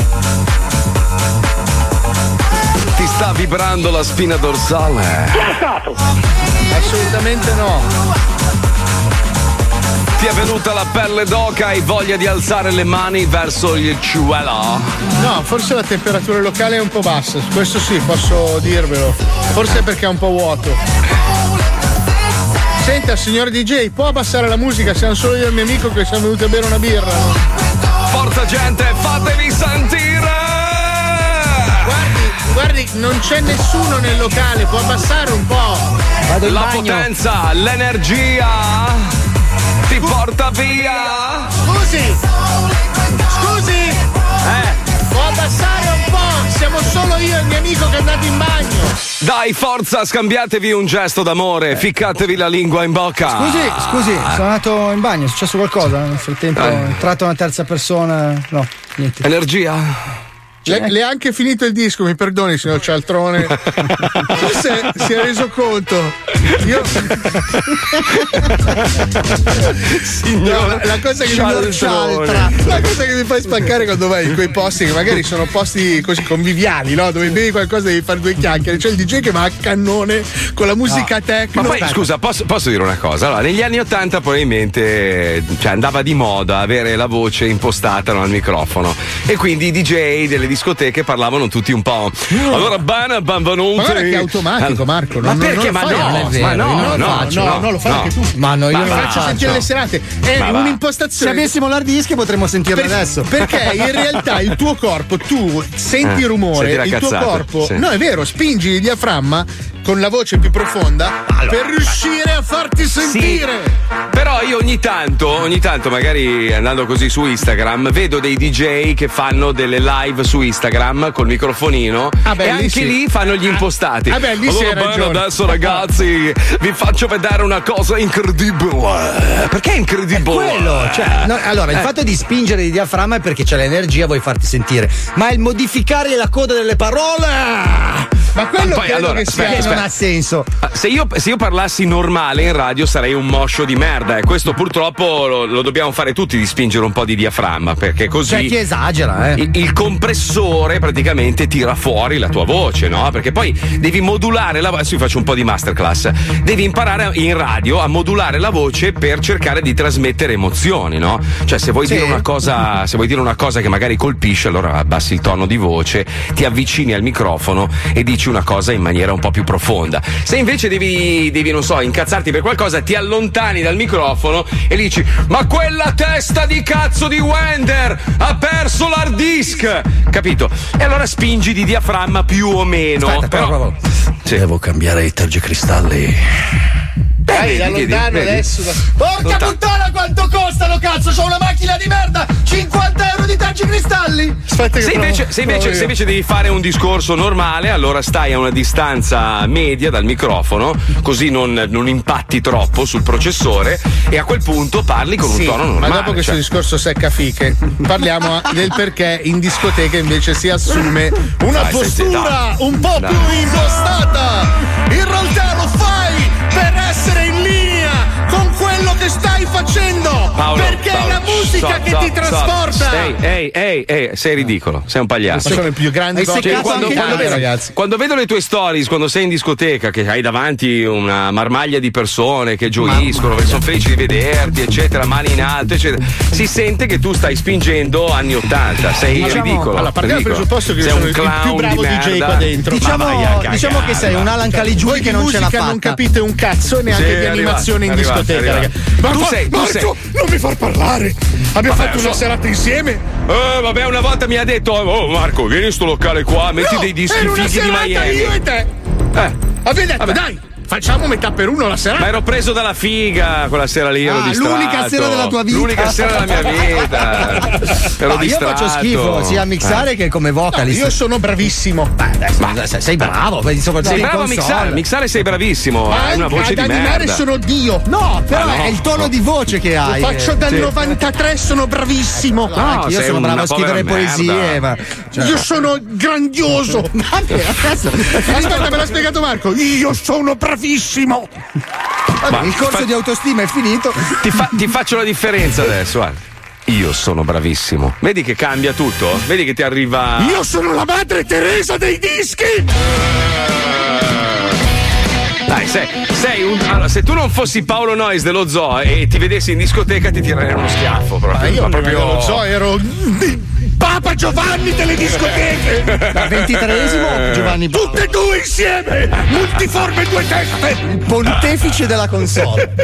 S2: Ti sta vibrando la spina dorsale?
S1: Assolutamente no.
S2: Ti è venuta la pelle d'oca e voglia di alzare le mani verso il cielo?
S1: No, forse la temperatura locale è un po' bassa, questo sì, posso dirvelo. Forse è perché è un po' vuoto. Senta, signor DJ, può abbassare la musica? Siamo solo io e il mio amico che siamo venuti a bere una birra.
S2: Forza gente, fatevi sentire!
S1: Guardi, guardi, non c'è nessuno nel locale, può abbassare un po'.
S2: la potenza, l'energia ti porta via.
S1: Scusi! Scusi!
S2: Eh.
S1: Può abbassare un po'? Siamo solo io e il mio amico che è andato in bagno.
S2: Dai, forza, scambiatevi un gesto
S1: Eh.
S2: d'amore, ficcatevi la lingua in bocca.
S6: Scusi,
S4: Ah.
S6: scusi, sono andato in bagno, è successo qualcosa? Nel frattempo
S2: Eh.
S6: è entrata una terza persona. No, niente.
S2: Energia?
S1: Le, le ha anche finito il disco, mi perdoni, signor Cialtrone. Forse si è reso conto. Io.
S2: Signor
S1: la, la cosa che
S24: Cialtrone.
S1: mi Cialtra. La cosa che mi fai spaccare quando vai in quei posti che magari sono posti così conviviali, no? Dove bevi qualcosa e devi fare due chiacchiere. C'è il DJ che va a cannone con la musica
S2: Ah. Ma
S1: tecno.
S2: poi scusa, posso, posso dire una cosa? Allora, negli anni Ottanta probabilmente cioè, andava di moda avere la voce impostata no, al microfono e quindi i DJ delle discoteche parlavano tutti un po'. Allora, bana, benvenuti.
S1: Ma guarda che è automatico, Marco.
S2: Ma
S1: non- non-
S2: perché?
S1: non
S2: Ma
S1: lo fai,
S2: no,
S1: non è
S2: ma
S1: vero,
S2: no,
S1: io non lo
S2: no,
S1: faccio,
S2: no,
S1: no, no, lo fai
S2: no.
S1: anche tu.
S2: Ma no, io non lo
S1: faccio
S2: faccio.
S1: sentire le serate. È
S2: Ma va.
S1: un'impostazione.
S6: Se avessimo l'hard disk potremmo sentirlo
S1: Per-
S6: adesso.
S1: Perché in realtà il tuo corpo, tu senti
S2: Eh,
S1: il rumore,
S2: senti la
S1: il tuo
S2: cazzata,
S1: corpo.
S2: sì.
S1: No, è vero, spingi il diaframma con la voce più profonda per riuscire a farti sentire.
S2: Però io ogni tanto, ogni tanto, magari andando così su Instagram, vedo dei DJ che fanno delle live su Instagram col microfonino.
S1: Ah, beh,
S2: e
S1: lì
S2: anche
S1: sì.
S2: lì fanno gli impostati.
S1: ah, beh, lì sì, hai
S2: allora, bene,
S1: ragione.
S2: adesso, ragazzi, vi faccio vedere una cosa incredibile. Perché è incredibile?
S4: Quello, cioè, no, allora, il
S2: Eh.
S4: fatto di spingere il diaframma è perché c'è l'energia, vuoi farti sentire, ma il modificare la coda delle parole
S1: Ma quello
S2: Poi,
S1: credo
S2: allora,
S1: che sia-
S2: aspetta,
S1: che non
S2: aspetta.
S1: ha senso.
S2: Ah, Se io, se io parlassi normale in radio sarei un moscio di merda e questo purtroppo lo, lo dobbiamo fare tutti di spingere un po' di diaframma perché così
S6: Cioè,
S1: Cioè,
S4: C'è chi esagera, eh.
S2: il, il compressore praticamente tira fuori la tua voce, no? Perché poi devi modulare la voce. Adesso vi faccio un po' di masterclass. Devi imparare a- in radio a modulare la voce per cercare di trasmettere emozioni, no? Cioè, se vuoi, dire una cosa, se vuoi dire una cosa che magari colpisce, allora abbassi il tono di voce, ti avvicini al microfono e dici una cosa in maniera un po' più profonda. Se invece devi, devi non so, incazzarti per qualcosa, ti allontani dal microfono e dici: Ma quella testa di cazzo di Wender ha perso l'hard disk! Capito? E allora spingi di diaframma più o meno. però,
S13: Devo cambiare i tergicristalli.
S2: Vedi,
S1: Dai, da
S2: Eh, vedi,
S1: lontano
S2: vedi.
S1: adesso. da-
S13: Lontano.
S1: Porca puttana, quanto costano, cazzo? C'ho una macchina di merda! 50 euro di tergicristalli! Aspetta
S2: Se invece, se invece- se invece devi fare un discorso normale, allora stai a una distanza media dal microfono, così non, non impatti troppo sul processore e a quel punto parli con
S1: Sì,
S2: un tono normale.
S1: ma dopo questo
S2: cioè.
S1: discorso secca fiche, parliamo del perché in discoteca invece si assume una
S2: Dai, senti,
S1: postura
S2: dai.
S1: un po'
S2: Dai.
S1: più impostata. In realtà lo fai per essere in linea con quello che stai facendo,
S2: Paolo,
S1: perché
S2: Paolo,
S1: è la musica
S2: stop,
S1: che
S2: stop,
S1: ti
S2: stop.
S1: trasporta.
S2: Ehi, ehi, ehi, ehi, sei ridicolo, sei un pagliaccio.
S1: Ma sono i più grandi
S2: Hai
S1: gocce
S2: seccato
S1: quando
S2: anche
S1: parli,
S2: io,
S1: ragazzi.
S2: Cioè, Quando vedo le tue stories, quando sei in discoteca, che hai davanti una marmaglia di persone che gioiscono, che sono felici di vederti, eccetera, mani in alto, eccetera, si sente che tu stai spingendo anni 80. Sei
S1: Diciamo-
S2: ridicolo.
S1: allora, partiamo dal
S2: ridicolo.
S1: presupposto che io
S2: sei
S1: sono
S2: un
S1: il
S2: clown
S1: più bravo
S2: di
S1: DJ
S2: merda.
S1: qua dentro.
S2: Ma
S1: Diciamo-
S2: vai a
S1: diciamo
S2: cagare,
S1: che sei un
S2: va.
S1: Alan Caligiuri Voi che di non ce l'ha musica non fatta. capite un cazzo neanche di animazione in discoteca, raga. Ma
S2: tu
S1: fa-
S2: sei, tu
S1: Marco,
S2: sei-
S1: non mi far parlare.
S2: Vabbè,
S1: Abbiamo fatto
S2: lo
S1: una
S2: so.
S1: serata insieme.
S2: Eh, vabbè, una volta mi ha detto, oh Marco, vieni in sto locale qua, metti
S1: No,
S2: dei dischi
S1: era una
S2: fighi di
S1: serata
S2: Miami.
S1: io e te.
S2: Eh.
S1: Avevi detto,
S2: Vabbè.
S1: dai, facciamo metà per uno la serata.
S2: Ma ero preso dalla figa quella sera lì. ero
S1: Ah,
S2: distratto.
S1: l'unica sera della tua vita. Ah,
S2: L'unica sera della mia vita. ero
S4: No, io
S2: distratto.
S4: faccio schifo sia a
S2: Eh.
S4: mixare che come vocalist.
S1: No, io sono bravissimo.
S4: Ma sei, sei bravo, beh, insomma,
S2: Sei
S4: sei in
S2: bravo a
S4: console.
S2: mixare, mixare sei bravissimo,
S4: Ma
S2: hai una
S4: anche
S2: voce
S4: ad
S2: di
S4: animare
S2: merda.
S1: Eh, sono Dio.
S4: No, però
S2: Ah, no.
S4: è il tono di voce che
S1: Lo
S4: hai.
S1: faccio
S4: eh.
S1: dal
S4: Sì.
S1: 93, sono bravissimo. Ah,
S4: No, anche io
S1: sei
S4: Ah, sono
S1: una
S4: bravo a
S1: povera
S4: scrivere
S1: merda.
S4: poesie, ma- cioè-
S1: Io sono grandioso.
S4: Vabbè, adesso-
S1: Aspetta, me l'ha spiegato Marco. Io sono bravissimo.
S2: Ma
S4: il corso
S2: fa-
S4: di autostima è finito.
S2: Ti, fa- ti faccio la differenza adesso, guarda. Io sono bravissimo. Vedi che cambia tutto? Vedi che ti arriva.
S1: Io sono la madre Teresa dei dischi.
S2: Dai, sei, sei un. allora, se tu non fossi Paolo Noyes dello zoo e ti vedessi in discoteca, ti tirerei uno schiaffo proprio.
S1: Ma io
S2: Ma
S1: proprio
S2: proprio
S1: lo so, ero Papa Giovanni delle discoteche.
S2: Da 23esimo Giovanni
S1: Tutte e due insieme. Multiforme due teste.
S4: Pontefice della console.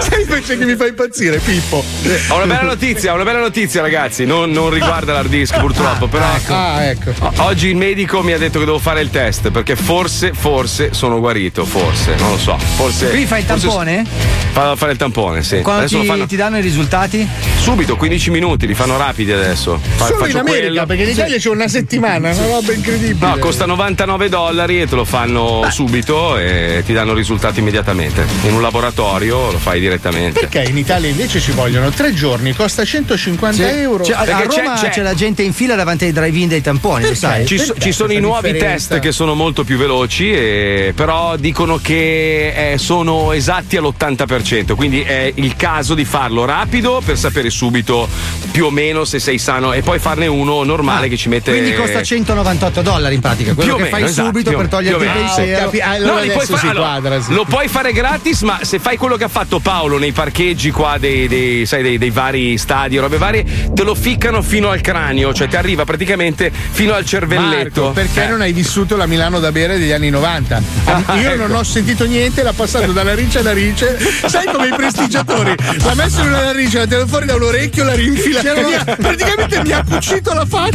S1: Sai invece che mi fa impazzire, Pippo?
S2: Ho una bella notizia, ho una bella notizia, ragazzi. Non, non riguarda l'hard disk, purtroppo. Però
S1: Ah, ecco.
S2: o- oggi il medico mi ha detto che devo fare il test perché forse, forse sono guarito. Forse, non lo so. Forse.
S4: Qui fai il
S2: forse-
S4: tampone?
S2: Vado a fare il tampone, sì.
S4: Quando
S2: adesso
S4: ti,
S2: lo fanno
S4: ti danno i risultati?
S2: subito, 15 minuti, li fanno rapidi adesso. Fa-
S1: Solo in
S2: faccio
S1: America,
S2: quello.
S1: perché in Italia c'è una settimana, una roba incredibile.
S4: Eh.
S2: No, costa 99 dollari e te lo fanno
S4: Ah.
S2: subito e ti danno i risultati immediatamente. In un laboratorio lo fai direttamente.
S1: Perché in Italia invece ci vogliono tre giorni, costa 150 euro.
S4: Cioè, a, a
S2: Perché c'è-
S4: Roma c'è,
S2: c'è-
S4: la gente in fila davanti ai drive-in dei tamponi, lo sai?
S2: Ci, so- ci sono i nuovi test che sono molto più veloci, e- però dicono che eh, sono esatti all'80%, quindi è il caso di farlo rapido per sapere subito più o meno se sei sano e poi farne uno normale che ci mette...
S4: Ah, Quindi costa 198 dollari in pratica, quello
S2: Più o
S4: che
S2: meno,
S4: fai
S2: esatto,
S4: subito
S2: più o
S4: per
S2: meno,
S4: toglierti
S2: più
S4: il
S2: o meno.
S4: pensiero.
S1: Capi- allora
S2: No, li puoi
S1: adesso
S2: fa-
S1: si
S2: allora,
S1: quadra, sì.
S2: Lo puoi fare gratis, ma se fai quello che ha fatto Paolo nei parcheggi qua dei, dei- sai, dei- dei vari stadi e robe varie, te lo ficcano fino al cranio, cioè ti arriva praticamente fino al cervelletto. Eh.
S1: Marco, perché non hai vissuto la Milano da bere degli anni 90?
S2: Ah,
S1: Io
S2: ecco.
S1: non ho sentito niente, l'ha passato dalla riccia alla riccia. Sai come i prestigiatori? L'ha messo in una narice, l'ha tirato fuori da un orecchio, l'ha rinfilata.
S4: C'erano-
S1: via. Praticamente mi ha cucito la faccia.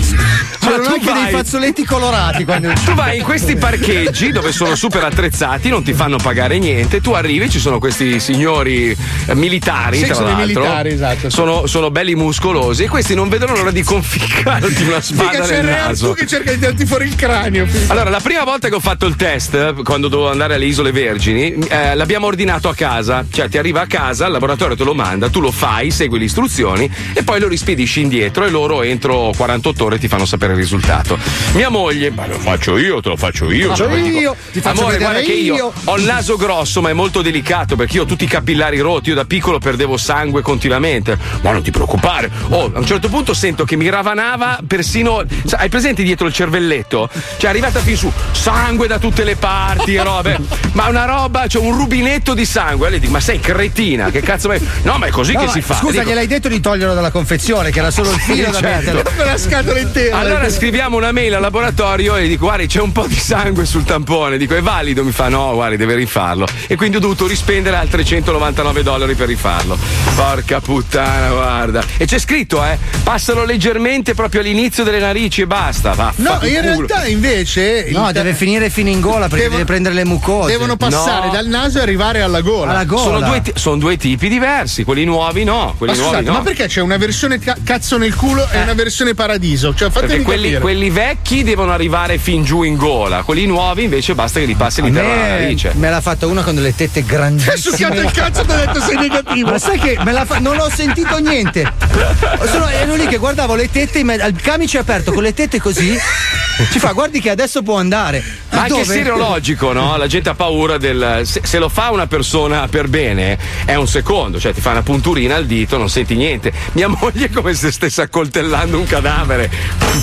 S4: C'erano anche dei fazzoletti colorati quando
S2: Tu vai in questi parcheggi dove sono super attrezzati, non ti fanno pagare niente. Tu arrivi, ci sono questi signori eh, militari,
S1: Sì,
S2: tra
S1: sono dei
S2: l'altro.
S1: militari, esatto.
S2: Sono, sono belli muscolosi e questi non vedono l'ora di conficcarti una
S1: Figa,
S2: spada
S1: c'è
S2: nel
S1: il Real
S2: naso.
S1: tu che cerca di tirarti fuori il cranio.
S2: Allora, la prima volta che ho fatto il test, eh, quando dovevo andare alle Isole Vergini, eh, l'abbiamo ordinato a casa. Cioè, ti arriva a casa, il laboratorio te lo manda, tu lo fai, segui le istruzioni e poi lo rispedi spedisci indietro e loro entro 48 ore ti fanno sapere il risultato. Mia moglie, ma lo faccio io, te lo faccio io.
S1: Faccio
S2: cioè, dico,
S1: io, ti faccio
S2: Amore,
S1: vedere
S2: guarda che io
S1: io."
S2: ho il naso grosso, ma è molto delicato perché io ho tutti i capillari rotti. Io da piccolo perdevo sangue continuamente. Ma non ti preoccupare. Oh, a un certo punto sento che mi ravanava persino. sa- hai presente dietro il cervelletto? Cioè, è arrivata fin su, sangue da tutte le parti, robe. Ma una roba, cioè un rubinetto di sangue. E lei dico, ma sei cretina, che cazzo mai. No, ma è così
S4: No,
S2: che
S4: ma
S2: si fa.
S4: Scusa,
S2: Dico,
S4: gliel'hai detto di toglierlo dalla confezione, che era solo il filo da
S2: certo.
S4: mettere.
S1: la scatola intera.
S2: Allora scriviamo una mail al laboratorio e gli dico guardi c'è un po' di sangue sul tampone, dico è valido, mi fa no guardi deve rifarlo e quindi ho dovuto rispendere altri 199 dollari per rifarlo. Porca puttana guarda e c'è scritto eh passalo leggermente proprio all'inizio delle narici e basta.
S1: No,
S2: vaffanculo.
S1: in realtà invece.
S4: No, deve finire fino in gola perché
S1: Devono-
S4: deve prendere le mucose.
S1: Devono passare dal naso e arrivare alla gola.
S2: Sono due, ti- sono due tipi diversi, quelli nuovi no, quelli
S1: ma
S2: nuovi
S1: scusate,
S2: no. Eh.
S1: ma perché c'è una versione ca- cazzo nel culo e una versione paradiso? Cioè,
S2: Perché
S1: fatemi
S2: quelli,
S1: capire.
S2: quelli vecchi devono arrivare fin giù in gola, quelli nuovi invece basta che li passi
S4: A
S2: all'interno della
S4: me,
S2: narice.
S4: me l'ha fatta una con delle tette grandissime.
S2: Hai succhiato il cazzo e ti
S4: ho
S2: ho detto sei negativo.
S4: Ma sai che me l'ha fa- non ho sentito niente. Sono, ero lì che guardavo le tette, in me- il camice aperto con le tette così. Ci fa, guardi che adesso può andare.
S2: Ma anche
S4: Dove?
S2: serologico, no? La gente ha paura del. Se, se lo fa una persona per bene, è un secondo, cioè ti fa una punturina al dito, non senti niente. Mia moglie è come se stesse accoltellando un cadavere.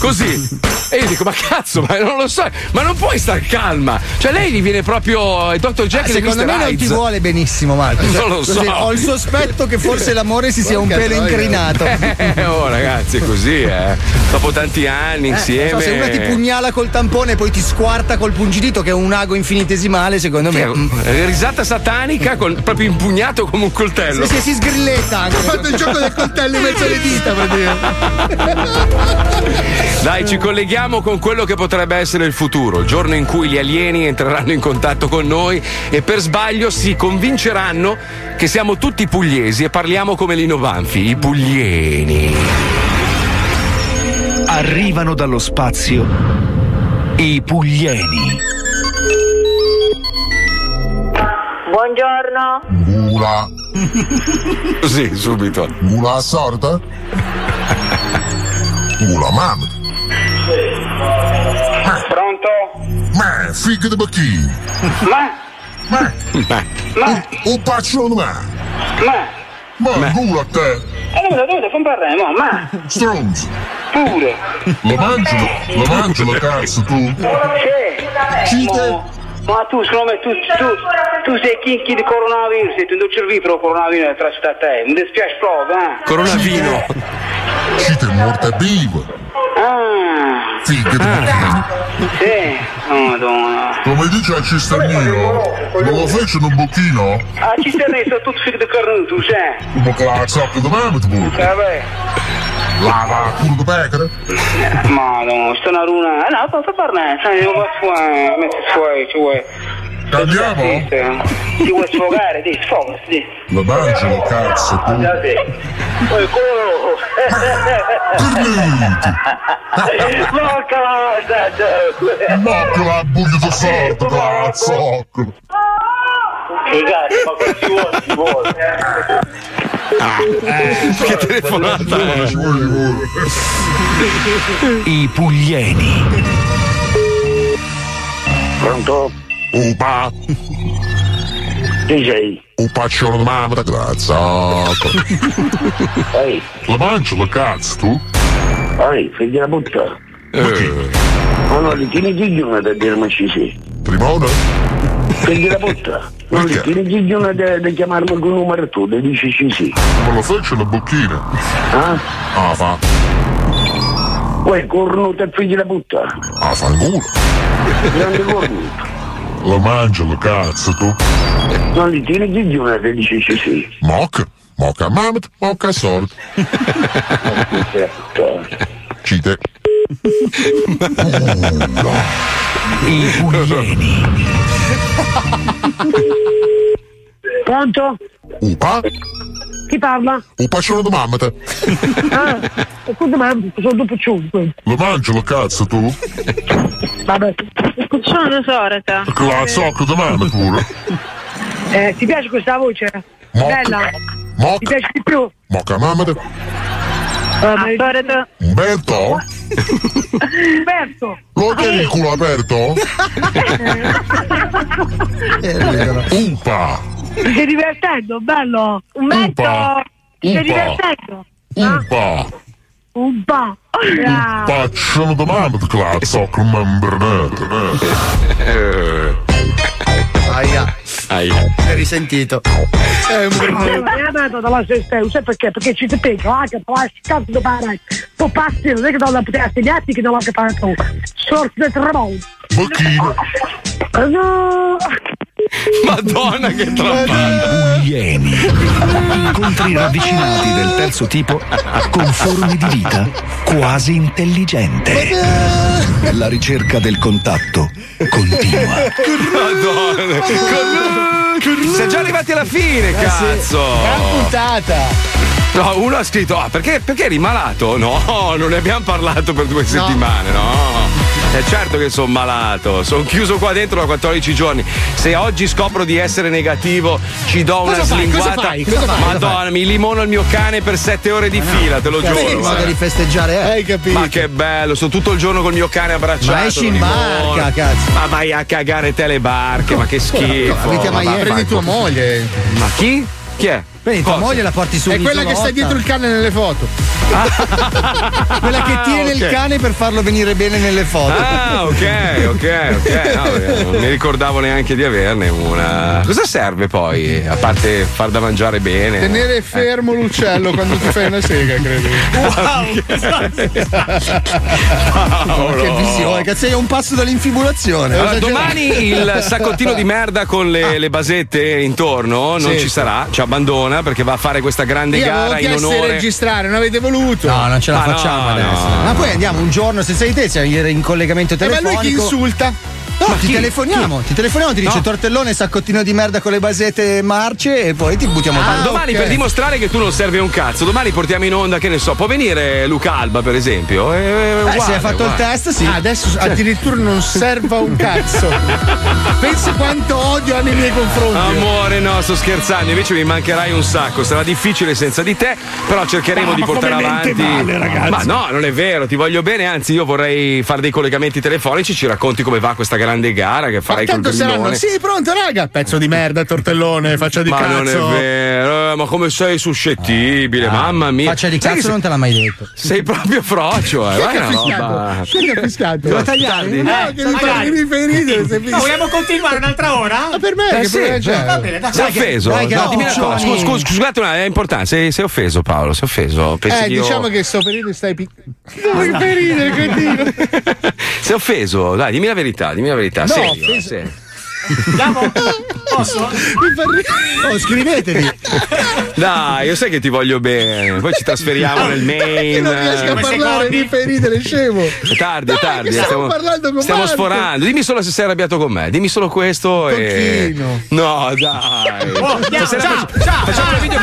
S2: Così. E io dico, ma cazzo, ma non lo so, ma non puoi star calma. Cioè, lei gli viene proprio. Il dottor
S4: Ah,
S2: Jekyll e
S4: secondo
S2: Mr.
S4: me non
S2: Hyde.
S4: ti vuole benissimo, Marco.
S2: Non lo so.
S4: così, Ho il sospetto che forse l'amore si sia un pelo incrinato.
S2: Eh, oh ragazzi, è così, eh. Dopo tanti anni
S4: Eh,
S2: insieme.
S4: non so, se una ti pugnala col tampone e poi ti squarta col pungidito, che è un ago infinitesimale, secondo me. mm.
S2: Eh, Risata satanica, col- proprio impugnato come un coltello.
S4: Sì, sì, si sgrilletta anche.
S1: Ho fatto il gioco del coltello in mezzo alle dita,
S2: Dai, ci colleghiamo con quello che potrebbe essere il futuro, il giorno in cui gli alieni entreranno in contatto con noi e per sbaglio si convinceranno che siamo tutti pugliesi e parliamo come Lino Banfi, i puglieni.
S3: Arrivano dallo spazio i puglieni.
S11: Buongiorno.
S5: Gula.
S2: Così, subito.
S5: Gula assorta? Gula mamma.
S11: Pronto?
S5: Ma, figa di bacchino.
S11: Ma?
S5: Ma.
S2: Ma.
S5: Ma. Un paccione ma.
S11: Ma.
S5: Ma, gula te.
S11: E dove dovete fare un parremo, ma?
S5: Stronzo.
S11: Pure.
S5: Lo mangi, lo- lo mangi la cazzo tu.
S11: Sì. Ma, ma tu, secondo me, tu, tu, tu sei chinchi di coronavirus e ti non cervi per il coronavirus nel trasito a te. Mi dispiace proprio, eh?
S5: Coronavino. Ci te morta viva.
S11: Ah.
S5: Figa di bacchino.
S11: Sì. Oh, Madonna.
S5: Come dice a Cisternino, non lo fece un bocchino?
S11: Ah, ci stai reso tutto figlio di cornuto, cioè.
S5: Ma che la zocca di mamma ti vuole.
S11: Vabbè.
S5: Lava culo di pecora.
S11: Madonna, sto una runa. Eh no, fa fa parlare, sai, non va fuori, eh, metti fuori, ci vuoi. eh.
S5: Andiamo?
S11: Ti vuoi sfogare, ti sfogati, ti.
S5: Lo mangi la cazzo tu.
S11: Già sì. Poi come Porca la mannaggia.
S5: Mocco la buia di sorte, cazzo.
S11: Ragazzi, ma che ci vuole, ci vuole.
S2: che telefonata
S3: I puglieni.
S5: Pronto? Upa. Chi sei? Un paccione di mamma da cazzo. Ehi. La mangi la cazzo tu? Eh.
S11: Ehi, figlia butta. Ma no, li tieni gigione da dirmi ci sei.
S5: Prima ora?
S11: Figlia butta. Non li tieni gigione da chiamarmi con numero tu, da dici ci sei.
S5: Ma lo faccio la bocchina.
S11: Ah?
S5: Ah fa.
S11: Uè, cornuto e figlio di butta.
S5: Ah fa in culo.
S11: Grande cornuto.
S5: La mangi la cazzo tu.
S11: Non li tieni gigione da dici ci sei.
S5: Moc. Moc a mamma, moc a sorte. Cite.
S3: I puglieni.
S11: Pronto?
S5: Upa.
S11: Chi parla?
S5: Un paccione di mamma te.
S11: Ah, scusa, ma sono dopo 5.
S5: Lo mangi la cazzo tu?
S11: Vabbè. Sono Sorata.
S5: Che la zocca di mamma pure.
S11: Eh, ti piace questa voce?
S5: Moc.
S11: Bella?
S5: Moc.
S11: Ti piace di più? Ah,
S5: Moc a mamma te.
S11: Umberto.
S5: Umberto?
S11: Umberto.
S5: Lo tieni il culo aperto?
S11: Ah.
S5: Upa!
S11: Ti stai divertendo, bello. Umberto.
S5: Umpa.
S11: Ti stai
S5: Umpa.
S11: divertendo.
S5: Upa!
S11: Un po'. Ah.
S5: Faccio una domanda, cazzo, con membrane.
S4: Aia.
S2: Aia.
S4: Hai risentito.
S11: Allora, dato dalla sesta, sai perché? Perché ci si pega, ah, che poi scatto da parare. Poi passi, non è che non la poteva segnarti, che non la che fare tu. Sorte del tramonto.
S5: Bocchino.
S11: No.
S2: Madonna che
S3: I puglieni. Incontri ravvicinati del terzo tipo con forme di vita quasi intelligente. La ricerca del contatto continua.
S2: Madonna. Siamo già arrivati alla fine, cazzo.
S1: Gran puntata.
S2: No, uno ha scritto, ah, perché, perché eri malato? No, non ne abbiamo parlato per due settimane, no. È certo che sono malato, sono chiuso qua dentro da 14 giorni. Se oggi scopro di essere negativo, ci do
S4: Cosa fai?
S2: una
S4: Cosa
S2: slinguata.
S4: fai? Cosa fai? Eh
S2: Madonna, mi limono il mio cane per 7 ore di fila, te lo
S4: Capito,
S2: giuro.
S4: modo
S2: guarda.
S4: Cioè, di festeggiare, eh. Hai capito?
S2: Ma che bello, sto tutto il giorno col mio cane abbracciato.
S4: Ma esci in
S2: lo
S4: barca,
S2: limono.
S4: cazzo. Eh,
S2: Ma vai a cagare te le barche, ma che schifo.
S1: Abiti a
S2: Ma
S1: Miami.
S2: va-
S1: Prendi tua moglie.
S2: Ma chi? Chi è?
S4: Prendi tua
S2: Cosa?
S4: moglie e la porti su
S1: È quella che sta
S4: un'isolota.
S1: dietro il cane nelle foto.
S4: Quella che tiene il
S2: Ah, ok.
S4: cane per farlo venire bene nelle foto.
S2: Ah, ok, ok, ok. No, eh, non mi ricordavo neanche di averne una. Cosa serve poi? A parte far da mangiare bene.
S1: Tenere fermo l'uccello quando ti fai una sega, credo.
S2: Paolo.
S4: Che visione, cazzo, sei a un passo dall'infibulazione.
S2: Oh, Allora, domani il saccottino di merda con le, le basette intorno non
S1: Sì.
S2: ci sarà, ci abbandona perché va a fare questa grande
S1: Io avevo
S2: gara in
S1: chiesto di
S2: onore.
S1: registrare, non avete voluto.
S4: No, non ce la
S2: Ma no,
S4: facciamo
S2: no.
S4: adesso. Ma poi andiamo un giorno senza di te, siamo ieri in collegamento
S1: Eh, ma lui
S4: telefonico.
S1: chi insulta?
S4: No,
S1: Ma
S4: ti
S1: chi?
S4: telefoniamo,
S1: Chi?
S4: ti telefoniamo, ti dice
S1: No.
S4: tortellone, saccottino di merda con le basette marce e poi ti buttiamo
S2: Ma
S4: giù.
S2: Ah, domani
S4: Ok.
S2: per dimostrare che tu non servi un cazzo, domani portiamo in onda, che ne so, può venire Luca Alba per esempio? Eh,
S1: Eh,
S2: uguale, uguale.
S1: Ah, adesso addirittura non serva un cazzo. Pensa quanto odio ha nei miei confronti.
S2: Amore, no, sto scherzando. Invece mi mancherai un sacco. Sarà difficile senza di te, però cercheremo
S3: Ah,
S2: di
S3: ma
S2: portare
S3: come mente
S2: avanti.
S3: male, ragazzi.
S2: ma no, non è vero, ti voglio bene. Anzi, io vorrei fare dei collegamenti telefonici. Ci racconti come va questa grande gara che farai con
S1: Tanto saranno. Sì, pronto, raga. Pezzo di merda, tortellone, faccia di
S2: ma
S1: cazzo.
S2: non è vero, eh, ma come sei suscettibile, mamma mia.
S4: Eh, Faccia di
S2: Sai che
S4: cazzo non te l'ha mai detto.
S2: sei- Sei proprio frocio, eh.
S4: Chi è
S2: guarda
S4: che ha
S2: una
S4: fischiato?
S2: roba.
S1: Chi è che ha fischiato?
S2: Devo tagliare?
S1: No,
S2: Eh,
S1: che mi fa-
S2: magari.
S1: mi fai ridere. se fischi.
S6: Vogliamo continuare un'altra ora? Ma
S1: per me,
S2: Eh
S1: che
S2: sì,
S1: problema c'è?
S2: cioè,
S6: Va bene, d'accordo.
S2: Sei offeso?
S1: Dai, che
S2: No,
S1: no,
S2: dimmi una cosa.
S1: Johnny.
S2: Scusa, scusa, scusate, una- è importante. Sei, sei offeso, Paolo? Sei offeso? Pensi
S1: Eh,
S2: che io-
S1: diciamo che sto per ridere, stai pic- Sto per ridere, continua.
S2: Sei offeso? Dai, dimmi la verità, dimmi la verità.
S1: No,
S2: Ah, serio,
S1: offeso.
S2: serio.
S6: Posso?
S1: Mi fa ridere. Oh, scrivetevi.
S2: Dai, io sai che ti voglio bene. Poi ci trasferiamo nel
S1: Che
S2: main.
S1: non riesco a
S2: eh.
S1: parlare, mi fai ridere, scemo.
S2: È tardi, è
S1: Dai,
S2: tardi.
S1: che stiamo parlando con
S2: stiamo
S1: Marco.
S2: sforando. Dimmi solo se sei arrabbiato con me. Dimmi solo questo. E... No, dai.
S6: Oh, andiamo,
S2: Stasera
S6: ciao,
S2: facciamo- facciamo un video